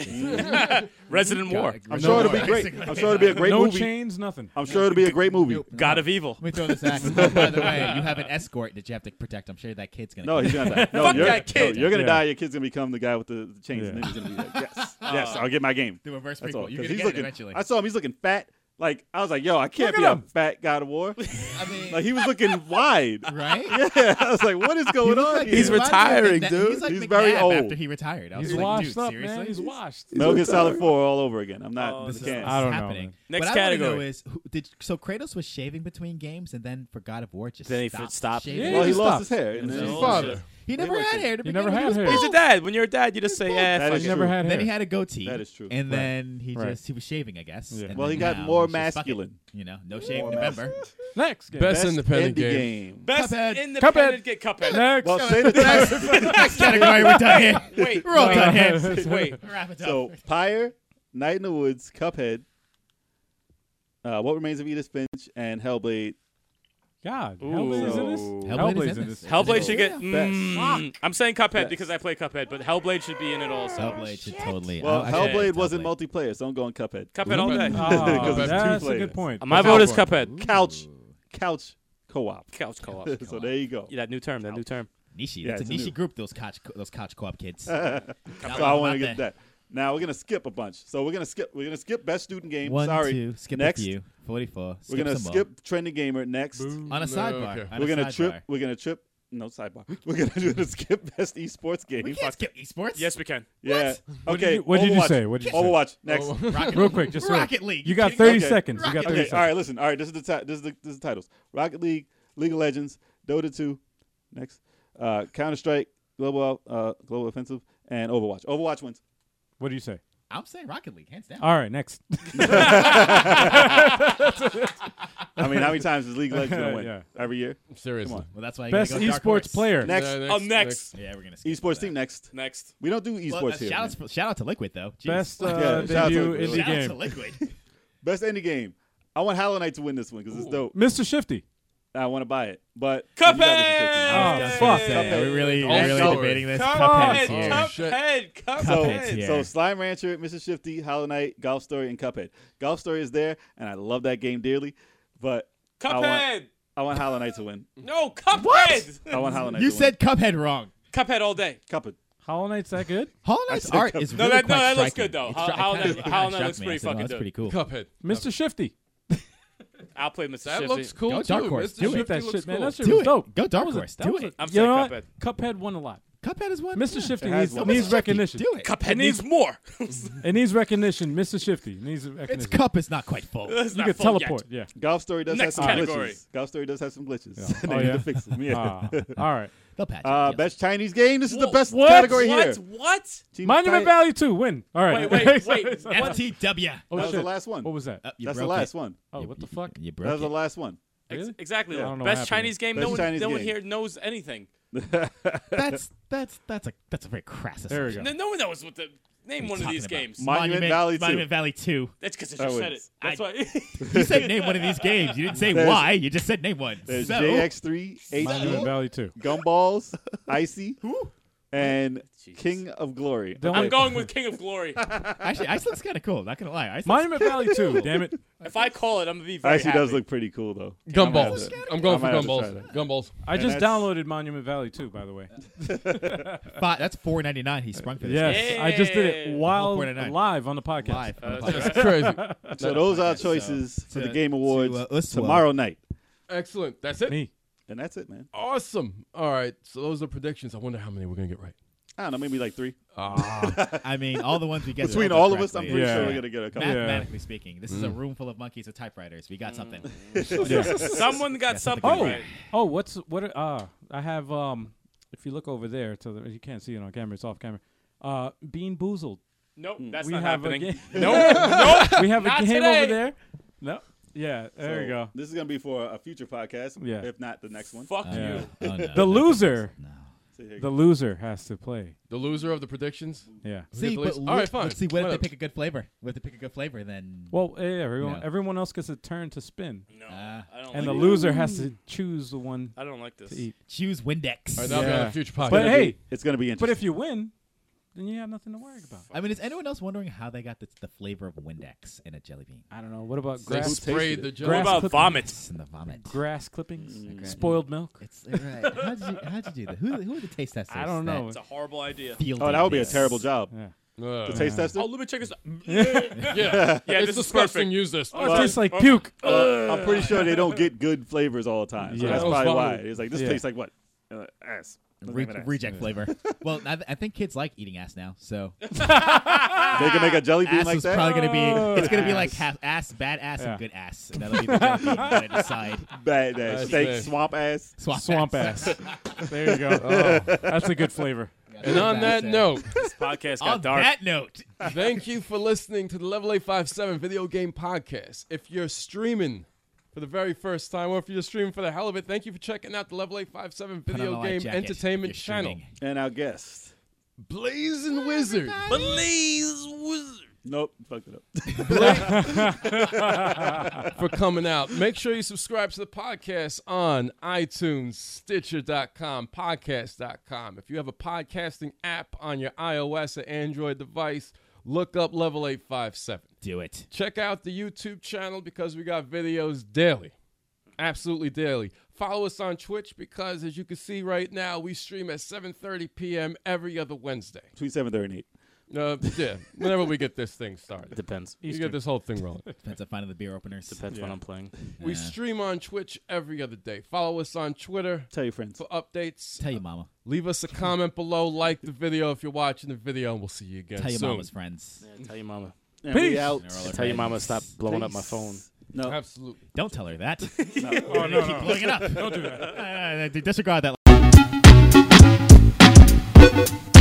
S2: Resident War.
S5: I'm sure it'll be great. I'm sure it'll be a great
S3: no
S5: movie. Uh,
S3: chains, nothing.
S5: I'm sure it'll be a great movie.
S2: God of Evil.
S4: Let me throw this axe. Oh, by the way, you have an escort that you have to protect. I'm sure that kid's gonna.
S5: No,
S4: kill
S5: he's
S4: you.
S5: gonna die. No,
S2: Fuck
S5: you're,
S2: that kid.
S5: no, you're gonna
S3: Yeah.
S5: die. Your kid's gonna become the guy with the, the chains, and
S3: Yeah.
S5: then he's gonna be like, yes, yes, I'll get my game.
S4: the reverse
S5: That's all.
S4: prequel.
S5: 'Cause
S4: You're gonna
S5: he's
S4: get
S5: looking,
S4: it eventually.
S5: I saw him. He's looking fat. Like I was like, yo, I can't
S3: Look
S5: be
S3: at
S5: a
S3: him.
S5: fat God of War.
S4: I mean,
S5: Like he was looking wide.
S4: right?
S5: Yeah, I was like, what is going on? here?
S4: reminds
S2: He's
S4: me of
S2: retiring,
S4: McNa-
S2: dude.
S4: He's, like
S5: He's very
S4: McNabb
S5: old.
S4: After he retired, I was
S3: He's
S4: like,
S3: washed
S4: dude,
S3: up,
S4: seriously?
S3: man. He's washed.
S5: Metal Gear Solid Four all over again. I'm not.
S2: Oh,
S5: I
S2: this is
S5: can't.
S3: I don't know,
S4: happening.
S3: man.
S2: Next
S4: what I want to know
S2: category.
S4: is who, did so Kratos was shaving between games, and then for God of War just
S2: Then he
S4: stopped
S2: stopped.
S4: shaving.
S3: Yeah,
S5: well, he
S3: just
S5: lost his
S3: stopped.
S5: hair. and
S2: It's
S5: then-
S2: his
S1: Father.
S4: He never
S5: Anyway,
S4: had hair to
S3: He
S4: begin
S3: never
S4: with.
S3: had
S4: was
S3: hair.
S4: bald.
S2: He's a dad. When you're a dad, you just say, "Yeah,
S5: That
S2: fuck
S5: is
S3: He's
S2: it."
S3: never had
S4: Then he
S3: hair.
S4: had a goatee.
S5: That is true.
S4: And
S3: Right.
S4: then he
S3: Right.
S4: just he was shaving, I guess.
S3: Yeah.
S4: And
S5: Well,
S4: then
S5: he got
S4: now
S5: more
S4: it's just, fuck it.
S5: masculine.
S4: You know, no shave November.
S3: Next game.
S1: Best independent
S5: indie
S1: game.
S2: Best
S4: Cuphead.
S2: independent get Cuphead.
S3: Next.
S5: Well, say the next.
S4: Next category, we're done here.
S2: Wait,
S4: We're all
S2: wait,
S4: done here.
S2: Wait,
S4: Wrap it up.
S5: So Pyre, Night in the Woods, Cuphead, uh, What Remains of Edith Finch, and Hellblade.
S3: God.
S2: Ooh.
S3: Hellblade's in this.
S2: So-
S4: Hellblade is in this.
S2: Hellblade should get.
S5: Best.
S2: Mm, I'm saying Cuphead
S5: Best.
S2: because I play Cuphead, but Hellblade should be in it also.
S4: Hellblade should totally.
S5: Well,
S4: I- I should
S5: Hellblade
S4: take
S5: wasn't
S4: Hellblade.
S5: multiplayer, so I'm going Cuphead.
S2: Cuphead all day.
S1: Ooh.
S3: Ah,
S5: 'Cause it's two
S3: that's a
S5: players.
S3: good point.
S2: My vote is Cuphead.
S5: Couch, couch co-op.
S2: Couch co-op.
S5: so there you go.
S2: Yeah, that new term. That new term.
S4: Nishi.
S5: Yeah,
S4: that's a
S5: it's a
S4: niche
S5: new-
S4: group. Those couch, those couch co-op kids.
S5: so I want to get that. Now we're gonna skip a bunch. So we're gonna skip. We're gonna skip best student game.
S4: One,
S5: Sorry.
S4: two, skip
S5: next,
S4: a few. 44. Skip
S5: we're gonna
S4: some more.
S5: skip trending gamer next.
S4: On a
S1: No,
S4: sidebar.
S1: okay.
S4: on
S5: We're
S4: a
S5: gonna
S4: sidebar.
S5: trip. We're gonna trip. No sidebar. We're gonna do the skip best esports game.
S4: We can't skip esports.
S2: Yes, we can.
S5: Yeah.
S3: What did
S5: Okay.
S3: you- what did you
S5: Overwatch.
S3: say? What did you say?
S5: Overwatch next.
S1: Oh,
S4: Rocket
S3: Real
S4: League.
S3: quick, just
S4: Rocket
S3: real-
S4: League.
S3: You got
S4: kidding me?
S3: 30
S5: Okay.
S3: seconds. You got
S4: Rocket
S5: Okay,
S3: 30 seconds.
S5: all right, listen. All right, this is the ti- this is the, this is the titles: Rocket League, League of Legends, Dota 2, next, uh, Counter Strike, Global uh, Global Offensive, and Overwatch. Overwatch wins.
S3: What do you say?
S4: I'm saying Rocket League, hands down.
S3: All right, next.
S5: I mean, how many times is League of Legends gonna win
S3: Yeah.
S5: every year?
S1: Seriously.
S4: well, that's why you
S3: Best
S4: gotta go Dark
S3: esports
S4: Horse.
S3: player.
S5: Next,
S1: Yeah,
S2: Oh, next.
S4: Yeah, we're gonna skip
S5: esports
S4: that.
S5: team next.
S2: Next.
S5: We don't do esports
S4: Well, uh,
S5: here.
S4: shout,
S5: man.
S4: outs for- shout out to Liquid though. Jeez.
S3: Best uh,
S5: Yeah, shout out to
S3: debut
S5: Liquid.
S3: indie
S4: shout out to
S3: game.
S4: Liquid.
S5: Best indie game. I want Hollow Knight to win this one because it's dope.
S3: Mr. Shifty.
S5: I want to buy it, but you
S2: Cuphead!
S5: got this description.
S3: Oh,
S4: Yeah,
S3: fuck.
S4: yeah, yeah, We're really,
S1: Oh,
S4: we're really
S1: sorry.
S4: debating this.
S2: Cuphead,
S4: Cuphead's here.
S5: Oh,
S1: Cup-
S2: Cuphead, Cuphead.
S5: So,
S4: Cuphead's here.
S5: so Slime Rancher, Mrs. Shifty, Hollow Knight, Golf Story, and Cuphead. Golf Story is there, and I love that game dearly, but I want,
S2: Cuphead.
S5: I want Hollow Knight to win.
S2: No, Cuphead.
S5: I want Hollow Knight.
S4: You
S5: to
S4: said Cuphead wrong.
S2: Cuphead all day.
S5: win. Cuphead.
S3: Hollow Knight's that good?
S4: Hollow Knight's
S5: said
S4: art
S5: Cuphead.
S4: is
S2: No,
S4: really
S2: that- no,
S4: quite
S2: that looks
S4: striking.
S2: good, though.
S4: It's
S2: Ho-
S4: stri- it
S2: Hollow
S4: kinda-
S2: Knight-
S4: it kinda
S2: Hollow Knight
S4: struck
S2: looks
S4: me. I
S2: pretty
S4: said, wow,
S2: fucking
S4: That's
S2: dope.
S4: pretty cool.
S1: Cuphead.
S3: Mr. Shifty.
S2: I'll play Mr.
S1: That
S2: Shifty.
S1: looks cool
S4: Go
S1: too.
S4: Dark Horse.
S1: Mr.
S4: Do it.
S1: Shifty
S3: That shit,
S1: looks
S3: man.
S1: cool.
S3: That shit
S4: Do
S3: was
S4: it.
S3: dope.
S4: Go Dark
S3: That was a-
S4: Horse.
S3: that
S4: Do
S3: was a-
S4: it.
S2: I'm
S3: you know
S2: saying
S3: what? Cuphead won a lot.
S4: Cuphead is one.
S3: Mr.
S4: yeah.
S3: Shifty
S5: It has
S3: needs,
S5: one.
S3: needs
S5: Mr. Shifty,
S3: recognition.
S4: Do it.
S2: Cuphead needs more.
S3: It needs recognition. Mr. Shifty needs
S4: Its
S3: recognition.
S4: cup is not quite full.
S2: It's
S3: you
S2: not
S3: could
S2: full yet.
S3: teleport. Yeah.
S5: Golf Story does
S2: Next
S5: have some
S2: category.
S5: glitches. Golf Story does have some glitches.
S3: Yeah.
S5: they
S3: Oh,
S5: need
S3: yeah?
S5: to fix them. Yeah.
S3: Ah, all right.
S4: They'll patch it.
S5: Uh,
S4: yes.
S5: best Chinese game. This is the
S2: Whoa,
S5: best
S3: what?
S5: category here.
S2: What? What?
S5: Team
S3: Monument
S5: Ti-
S3: Valley 2, win. All right.
S2: Wait, wait, Uh,
S3: Sorry,
S2: wait.
S3: sorry.
S4: FTW.
S3: Oh,
S5: That was
S3: shit.
S5: the last one.
S3: What was that?
S4: Oh, you
S5: That's the
S4: broke
S5: last
S4: it.
S5: one.
S3: oh,
S4: You-
S3: what the
S4: you-
S3: fuck?
S4: You
S5: That was
S4: broke
S5: the
S4: it.
S5: last one.
S2: Ex-
S3: Really?
S2: Exactly.
S5: Yeah. I
S3: don't know what happened
S2: Best Chinese game.
S5: Best
S2: no one,
S5: Chinese
S2: no one
S5: game.
S2: here knows anything.
S4: That's that's that's a that's a very crass.
S3: There we
S4: assumption.
S3: Yeah.
S2: No, no one knows what the name
S4: What are
S2: one
S4: you
S2: of these
S4: talking about?
S2: games.
S5: Monument Valley 2.
S4: Monument Valley Two.
S2: That's because I
S5: That
S2: just said it.
S5: wins.
S2: That's why.
S4: You said name one of these games. You didn't say
S5: There's-
S4: why. You just said name one.
S5: There's
S4: so,
S5: JX3,
S3: Monument
S5: H2,
S3: Valley 2.
S5: Gumballs, Icy, and
S2: Jesus.
S5: King of Glory.
S3: Don't
S2: I'm
S3: wait-
S2: going with King of Glory.
S4: actually, Ice looks kind of cool. Not gonna lie, Ice. looks-
S3: Monument Valley 2, damn it.
S2: If I call it, I'm gonna be very
S5: Icy
S2: happy.
S5: does look pretty cool though.
S1: Gumballs. I'm going
S5: I
S1: for
S5: might have to try
S1: gumballs. Gumballs.
S3: I
S5: And
S3: just
S5: that's-
S3: downloaded Monument Valley 2, by the way.
S4: Fi- that's four ninety nine. He sprung for this.
S3: Yes, I just did it
S2: Yeah.
S3: while
S4: 149.
S3: live on the podcast.
S4: live. on the
S2: Uh,
S4: podcast.
S1: That's crazy.
S5: So those are our
S4: so-
S5: choices for the
S4: to-
S5: Game Awards
S4: to, uh, Uswell.
S5: tomorrow night.
S1: Excellent. That's it.
S3: Me.
S5: And that's it, man.
S1: Awesome. All right. So those are predictions. I wonder how many we're gonna get right.
S5: I don't know, maybe like three.
S4: I mean, all the ones we get
S5: Between
S4: over
S5: all of us, I'm
S4: correctly.
S5: pretty
S3: Yeah.
S5: sure Mm. we're gonna get a couple.
S3: Yeah.
S4: Mathematically speaking, this is a room full of monkeys with typewriters. We got something. Oh,
S2: Someone got something
S3: Oh,
S2: right.
S3: oh, what's what? are- Uh, I have. Um, if you look over there to the, you can't see it on camera. It's off camera. Uh, Bean Boozled.
S2: Nope, that's
S3: Hmm. we
S2: not
S3: have
S2: happening.
S3: a game.
S2: Nope, nope.
S3: we have a
S2: Not
S3: game
S2: today.
S3: over there. No. Yeah. There
S5: So
S3: you go.
S5: This is gonna be for a future podcast,
S3: Yeah.
S5: if not the next one.
S2: Fuck
S3: Yeah.
S2: you.
S4: Oh, no.
S3: The loser.
S4: No.
S5: So here you
S3: The
S5: go.
S3: loser has to play.
S1: The loser of the predictions.
S3: Yeah.
S1: get
S4: See,
S1: the
S4: but
S1: least-
S4: look,
S1: all right, fine.
S4: let's see. What if they
S1: Whatever.
S4: pick a good flavor? What if they pick a good flavor? Then
S3: Well, yeah, Oh, everyone,
S4: No.
S3: everyone else gets a turn to spin,
S2: No,
S4: Ah.
S2: I don't.
S3: and the
S2: like
S3: loser has to choose the one
S2: This. I don't like this.
S3: to eat.
S4: choose Windex.
S1: All right, that'll be on
S3: Yeah.
S1: a future podcast.
S3: But hey,
S5: it's gonna be interesting.
S3: but if you win, then you have nothing to worry about.
S4: I mean, is anyone else wondering how they got the, the flavor of Windex in a jelly bean?
S3: I don't know. What about
S1: they
S3: grass?
S1: sprayed the
S3: What
S2: What
S1: jelly.
S3: Grass-
S2: about
S3: cooking.
S2: vomit?
S4: It's in the vomit.
S3: Grass clippings,
S4: Grass-
S3: spoiled milk.
S4: It's right. How'd you how'd you do that? Who who are the taste testers?
S3: I don't
S4: that
S3: know.
S2: It's a horrible idea.
S4: fielded
S5: oh, that would be a
S4: this?
S5: terrible job.
S3: Yeah.
S1: Uh,
S5: The taste tester.
S2: Oh, let me check this. out. yeah,
S1: yeah.
S2: this
S1: it's
S2: is
S1: disgusting.
S2: perfect.
S1: Use this.
S3: Oh, it
S5: Well,
S3: tastes like
S2: uh,
S3: puke.
S5: Uh, I'm pretty sure they don't get good flavors all the time. So
S3: Yeah.
S5: that's
S1: That was
S5: probably why.
S1: vomit.
S5: It's like this
S3: Yeah.
S5: tastes like what? Uh, ass. Doesn't
S4: Re-
S5: have an ass.
S4: reject flavor. well, I, th- I think kids like eating ass now, so
S5: They can make a jelly bean
S4: ass
S5: like
S4: is
S5: that.
S4: probably gonna
S3: Oh,
S4: be. It's gonna be like
S3: ass.
S4: half ass, bad ass,
S3: Yeah.
S4: and good ass. And that'll be the jelly bean that I decide.
S5: Bad ass.
S1: That's
S5: Steak
S1: bad.
S5: swamp ass.
S4: Swamp,
S3: Swamp ass. there you go. Oh, that's a good flavor.
S1: And on that note,
S2: this podcast got
S4: On
S2: dark.
S4: that note,
S1: Thank you for listening to the Level 857 Video Game Podcast. If you're streaming for the very first time, or if you're streaming for the hell of it, thank you for checking out the Level 857
S4: Put on a
S1: Video
S4: light
S1: Game
S4: jacket.
S1: Entertainment
S4: You're
S1: Channel.
S4: streaming.
S5: And our guest.
S1: Blazing Wizard.
S2: Blaze Wizard.
S5: Nope. Fucked it up.
S1: for coming out. Make sure you subscribe to the podcast on iTunes, Stitcher.com, podcast.com. If you have a podcasting app on your iOS or Android device, look up Level 857.
S4: Do it.
S1: Check out the YouTube channel because we got videos daily. Absolutely daily. Follow us on Twitch because as you can see right now, we stream at 7:30 p.m. every other Wednesday.
S5: Between seven thirty and eight.
S1: Uh, yeah, whenever we get this thing started,
S2: Depends.
S1: you get this whole thing rolling.
S4: Depends on finding the beer openers.
S2: Depends
S1: Yeah.
S2: what I'm playing.
S1: We
S4: Yeah.
S1: stream on Twitch every other day. Follow us on Twitter
S5: Tell your friends.
S1: for updates.
S4: Tell your mama.
S1: Leave us a comment below. Like the video if you're watching the video, and we'll see you again
S4: Tell your
S1: soon.
S4: mama's friends.
S2: Yeah, tell your mama.
S5: And we
S3: Peace.
S5: out.
S4: And they're all
S2: Tell your
S4: friends.
S2: mama stop blowing up my
S5: Peace.
S2: phone.
S5: No.
S1: Absolutely.
S4: Don't tell her that.
S3: Oh, no,
S4: Keep blowing it up. Don't do that. Disregard that.